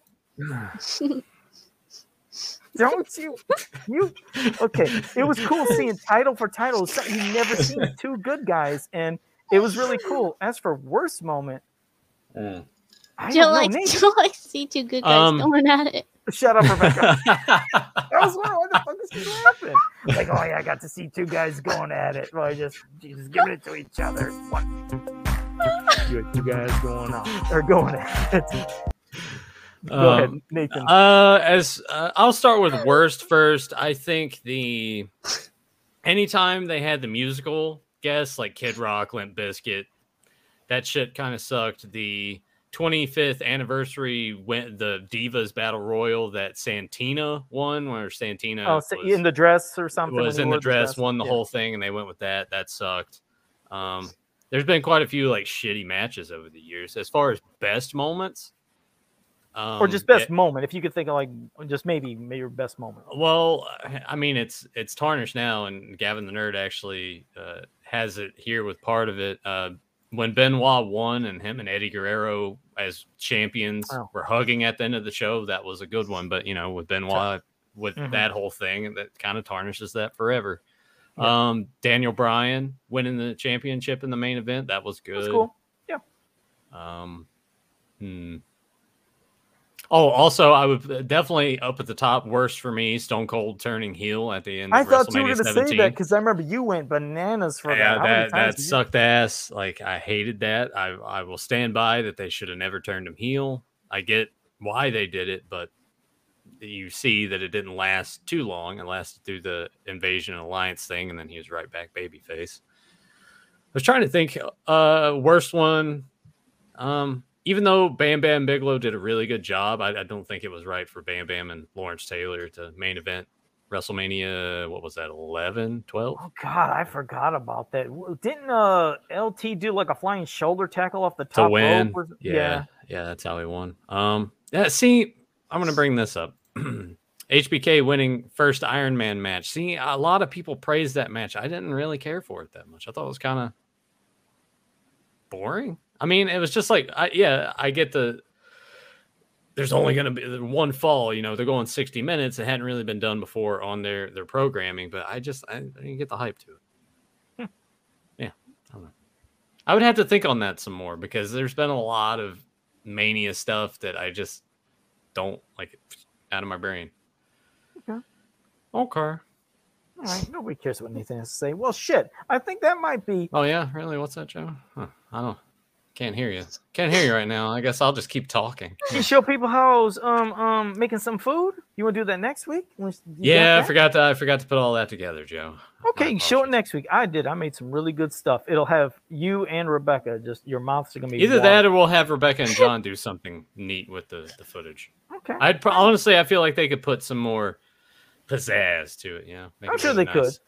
Don't you, you, okay. It was cool seeing title for title. It's something You've never seen two good guys, and it was really cool. As for worst moment, Hmm. Mm. I Jill don't know. likes, Nate, Jill likes to see two good guys Um, going at it. shut up, Rebecca. I was wondering what the fuck is this happening. Like, oh yeah, I got to see two guys going at it. Well, just just giving it to each other. What? You had two guys going on or going at it. Go ahead, Um, Nathan. Uh, as uh, I'll start with worst first. I think the anytime they had the musical guests like Kid Rock, Limp Biscuit, that shit kind of sucked. The 25th anniversary went the Divas Battle Royal that Santina won, where Santina oh, so was- in the dress or something. when was he in wore the dress, won the Yeah. whole thing, and they went with that. That sucked. Um, there's been quite a few like shitty matches over the years. As far as best moments, um, or just best yeah, moment, if you could think of like just maybe maybe your best moment. well, I mean, it's it's tarnished now, and Gavin the Nerd actually uh, has it here with part of it. Uh, when Benoit won, and him and Eddie Guerrero as champions Wow. were hugging at the end of the show, that was a good one. But you know, with Benoit, with Mhm. that whole thing, that kind of tarnishes that forever. Yeah. Um, Daniel Bryan winning the championship in the main event, that was good. That's cool. Um, hmm. Oh, also, I would definitely up at the top. Worst for me, Stone Cold turning heel at the end. I of thought you were WrestleMania going to say 17. that because I remember you went bananas for yeah, that. How many that, times that did you- sucked ass. Like I hated that. I I will stand by that. They should have never turned him heel. I get why they did it, but you see that it didn't last too long. It lasted through the invasion and alliance thing, and then he was right back babyface. I was trying to think uh worst one. Um, even though Bam Bam Bigelow did a really good job, I, I don't think it was right for Bam Bam and Lawrence Taylor to main event WrestleMania. What was that? 11, 12? Oh God, I forgot about that. W- Didn't uh LT do like a flying shoulder tackle off the top to rope win. or- yeah, yeah, that's how he won. Um, yeah, see, I'm gonna bring this up. HBK winning first Iron Man match. See, a lot of people praised that match. I didn't really care for it that much. I thought it was kind of boring. I mean, it was just like, I, yeah, I get the. There's only going to be one fall, you know. They're going 60 minutes. It hadn't really been done before on their their programming, but I just I, I didn't get the hype to it. Yeah, I don't know. I would have to think on that some more because there's been a lot of mania stuff that I just don't like out of my brain. Okay. Okay. All right, nobody cares what Nathan has to say. Well, shit, I think that might be. Oh yeah, really? What's that, Joe? Huh. I don't. Can't hear you. Can't hear you right now. I guess I'll just keep talking. You show people how's um um making some food. You want to do that next week? You wanna- you got Yeah, I that? forgot to. I forgot to put all that together, Joe. Okay, you show it apologies. next week. I did. I made some really good stuff. It'll have you and Rebecca. Just your mouths are gonna be Either that, watering. or we'll have Rebecca and John do something neat with the, the footage. Okay, I'd pro- honestly, I feel like they could put some more pizzazz to it. You know, make I'm it sure really they nice. could.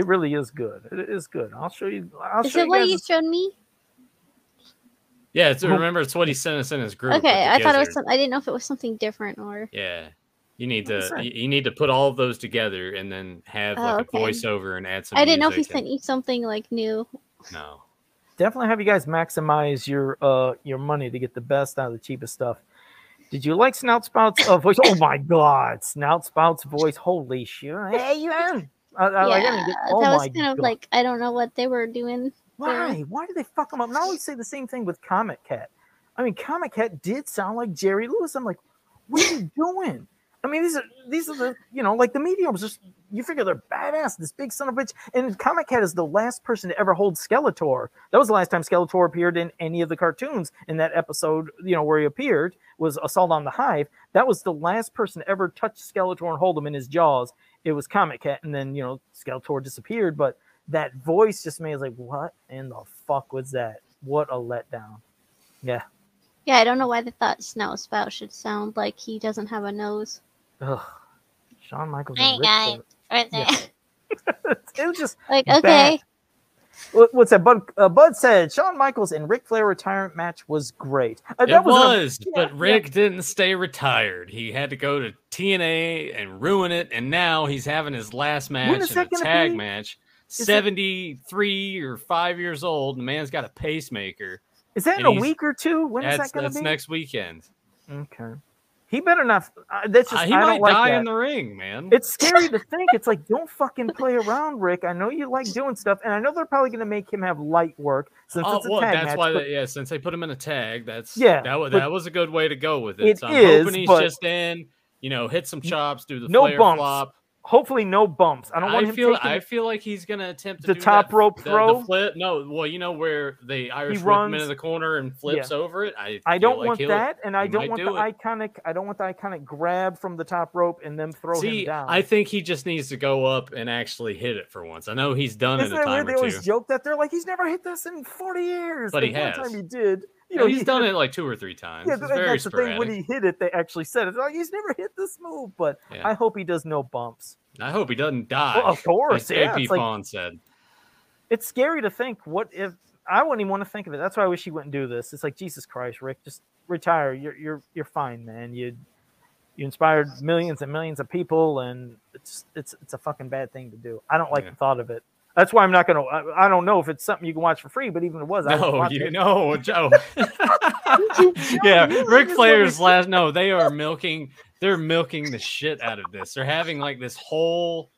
It really is good. It is good. I'll show you. I'll Is show it you what guys you showed me? Yeah, it's, Well- remember it's what he sent us in his group. with Okay, the I thought it was. gizzard. Some, I didn't know if it was something different or. Yeah, you need What was to that? you you need to put all of those together and then have Oh, like okay. a voiceover and add some. I didn't know if he music sent you something like new. and- No. definitely have you guys maximize your uh your money to get the best out of the cheapest stuff. Did you like Snout Spout's uh, voice? Oh my God, Snout Spout's voice! Holy shit! Hey, you in? I, I, like, I didn't get- oh that was my kind of God. like I don't know what they were doing. why? Why do they fuck him up? And I always say the same thing with Comic Cat. I mean, Comic Cat did sound like Jerry Lewis. I'm like, what are you doing? I mean, these are these are the you know like the mediums. Just you figure they're badass. This big son of a bitch. And Comic Cat is the last person to ever hold Skeletor. That was the last time Skeletor appeared in any of the cartoons. In that episode, you know where he appeared was Assault on the Hive. That was the last person to ever touch Skeletor and hold him in his jaws. It was Comic Cat, and then you know Skeletor disappeared. But that voice just made us like, what in the fuck was that? What a letdown. Yeah, I don't know why they thought Snout Spout should sound like he doesn't have a nose. Ugh. Shawn Michaels. I and ain't Ric got it. Right there. Flair. it was just like, Bad. okay. what- what's that? Bud uh, Bud said Shawn Michaels and Ric Flair retirement match was great. Uh, It that was an- was, but Rick didn't stay retired. He had to go to TNA and ruin it, and now he's having his last match is in a that gonna tag be? match. it- Seventy-three or five years old, and the man's got a pacemaker. is that in and a he's- week or two? When is That's that going to that's be? next weekend. Okay. He better not. Uh, that's just Uh, he I might don't like die that. in the ring, man. It's scary to think. It's like don't fucking play around, Rick. I know you like doing stuff, and I know they're probably going to make him have light work since Oh, it's a well, tag that's match. why. but They, yeah, since they put him in a tag, that's Yeah, That was but- that was a good way to go with it. It so I'm is, hoping he's but- just in. You know, hit some chops, do the No flare bumps. flop. hopefully, no bumps. I don't want I him feel taking. I feel like he's gonna attempt to The do top that- rope the- the throw? flip. No, well, you know where the Irish whipman runs- in the corner and flips over it. I I feel don't like want he'll- that, and I he don't might want the do it. iconic. I don't want the iconic grab from the top rope and then throw See, him down. I think he just needs to go up and actually hit it for once. I know he's done Isn't it a that weird? time They or two. always joke that they're like, he's never hit this in 40 years. But the he one has. time he did. You You know, know, he's he done hit- it like two or three times. Yeah, it's th- very that's the thing. sporadic. When he hit it, they actually said it. They're Like, he's never hit this move, but Yeah. I hope he does no bumps. I hope he doesn't die. Well, of course, as yeah. AP It's, like- Fawn said. It's scary to think what if I wouldn't even want to think of it. That's why I wish he wouldn't do this. It's like Jesus Christ, Rick, just retire. You're you're you're fine, man. You you inspired millions and millions of people, and it's it's it's a fucking bad thing to do. I don't like Yeah. the thought of it. That's why I'm not gonna. I, I don't know if it's something you can watch for free, but even if it was, I would No, watch you it. know, Joe. yeah, you Ric just Flair's wanna- last. No, they are milking. They're milking the shit out of this. They're having like this whole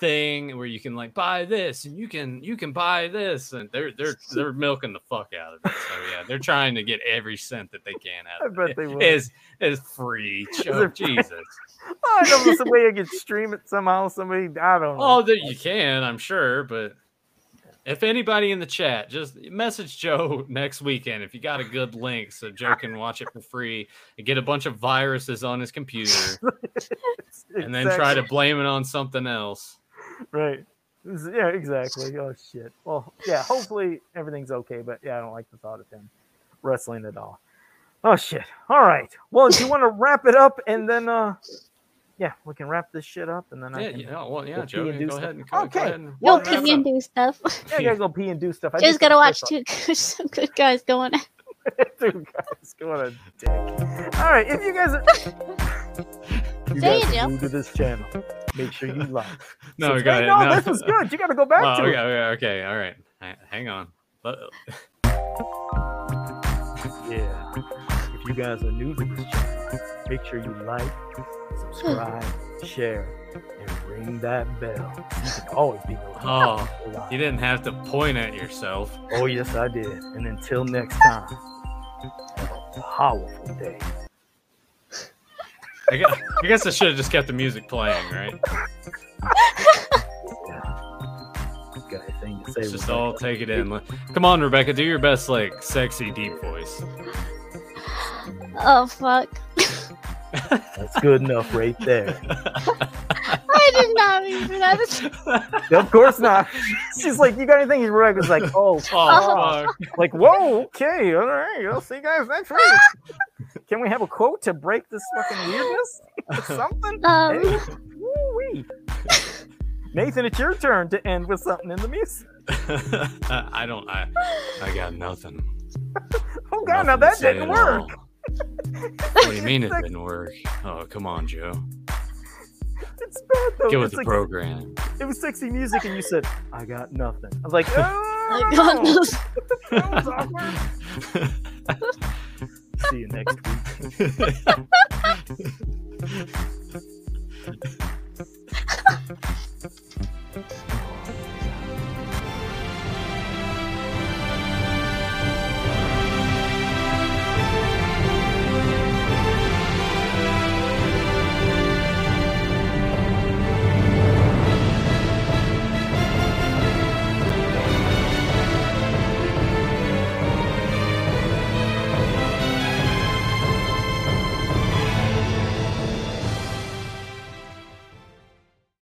thing where you can like buy this and you can you can buy this and they're they're they're milking the fuck out of it. So yeah, they're trying to get every cent that they can out I of bet it. they will. Is is free, Joe. it free? Jesus. I don't know some way I could stream it somehow. Somebody, I don't know. Oh, that you can, I'm sure, but if anybody in the chat, just message Joe next weekend if you got a good link so Joe can watch it for free and get a bunch of viruses on his computer and then try to Exactly. blame it on something else. right. Yeah, exactly. Oh shit. Well, yeah. Hopefully everything's okay, but yeah, I don't like the thought of him wrestling at all. Oh shit. All right. Well, do you want to wrap it up and then, uh, yeah, we can wrap this shit up and then Yeah, I can. yeah, well, yeah, we'll Joe, pee and do go stuff. ahead and go, Okay. go ahead and No wrap it opinion do stuff. Yeah, I gotta go pee and do stuff. I Joe's got gotta watch two good, some good guys going. at- Dude, guys, go on a dick. All right, if you guys are you There guys you are go. new to this channel, make sure you like. up. No, subscribe. go ahead. No, no. this was good. You got to go back Wow, to okay, it. okay, okay, all right. Ha- Hang on. Let- Yeah. If you guys are new to this channel, make sure you like, subscribe, Hmm. share, and ring that bell. You can always be notified. Oh, when we're live. you didn't have to point at yourself. Oh, yes, I did. And until next time, have a powerful day. I guess I, guess I should have just kept the music playing, right? Yeah. You Got anything to say? Let's just Rebecca? all take it in. Let- Come on, Rebecca, do your best, like sexy deep voice. Oh fuck! That's good enough right there. I did not mean for that. That's- of course not. She's like, you got anything? Rebecca's like, oh, Oh, fuck. like, whoa, okay, all right, I'll see you guys next week. Can we have a quote to break this fucking weirdness? something? Um. Hey, woo-wee. Nathan, it's your turn to end with something in the music. I I don't. I, I got nothing. Oh god, now Nothing to that say didn't at work. all. What do you mean it didn't work? Oh, come on, Joe. It's bad though. Get it's with the like, program. It was sexy music, and you said, "I got nothing." I was like, I "Oh, got those. that was awkward." See you next week.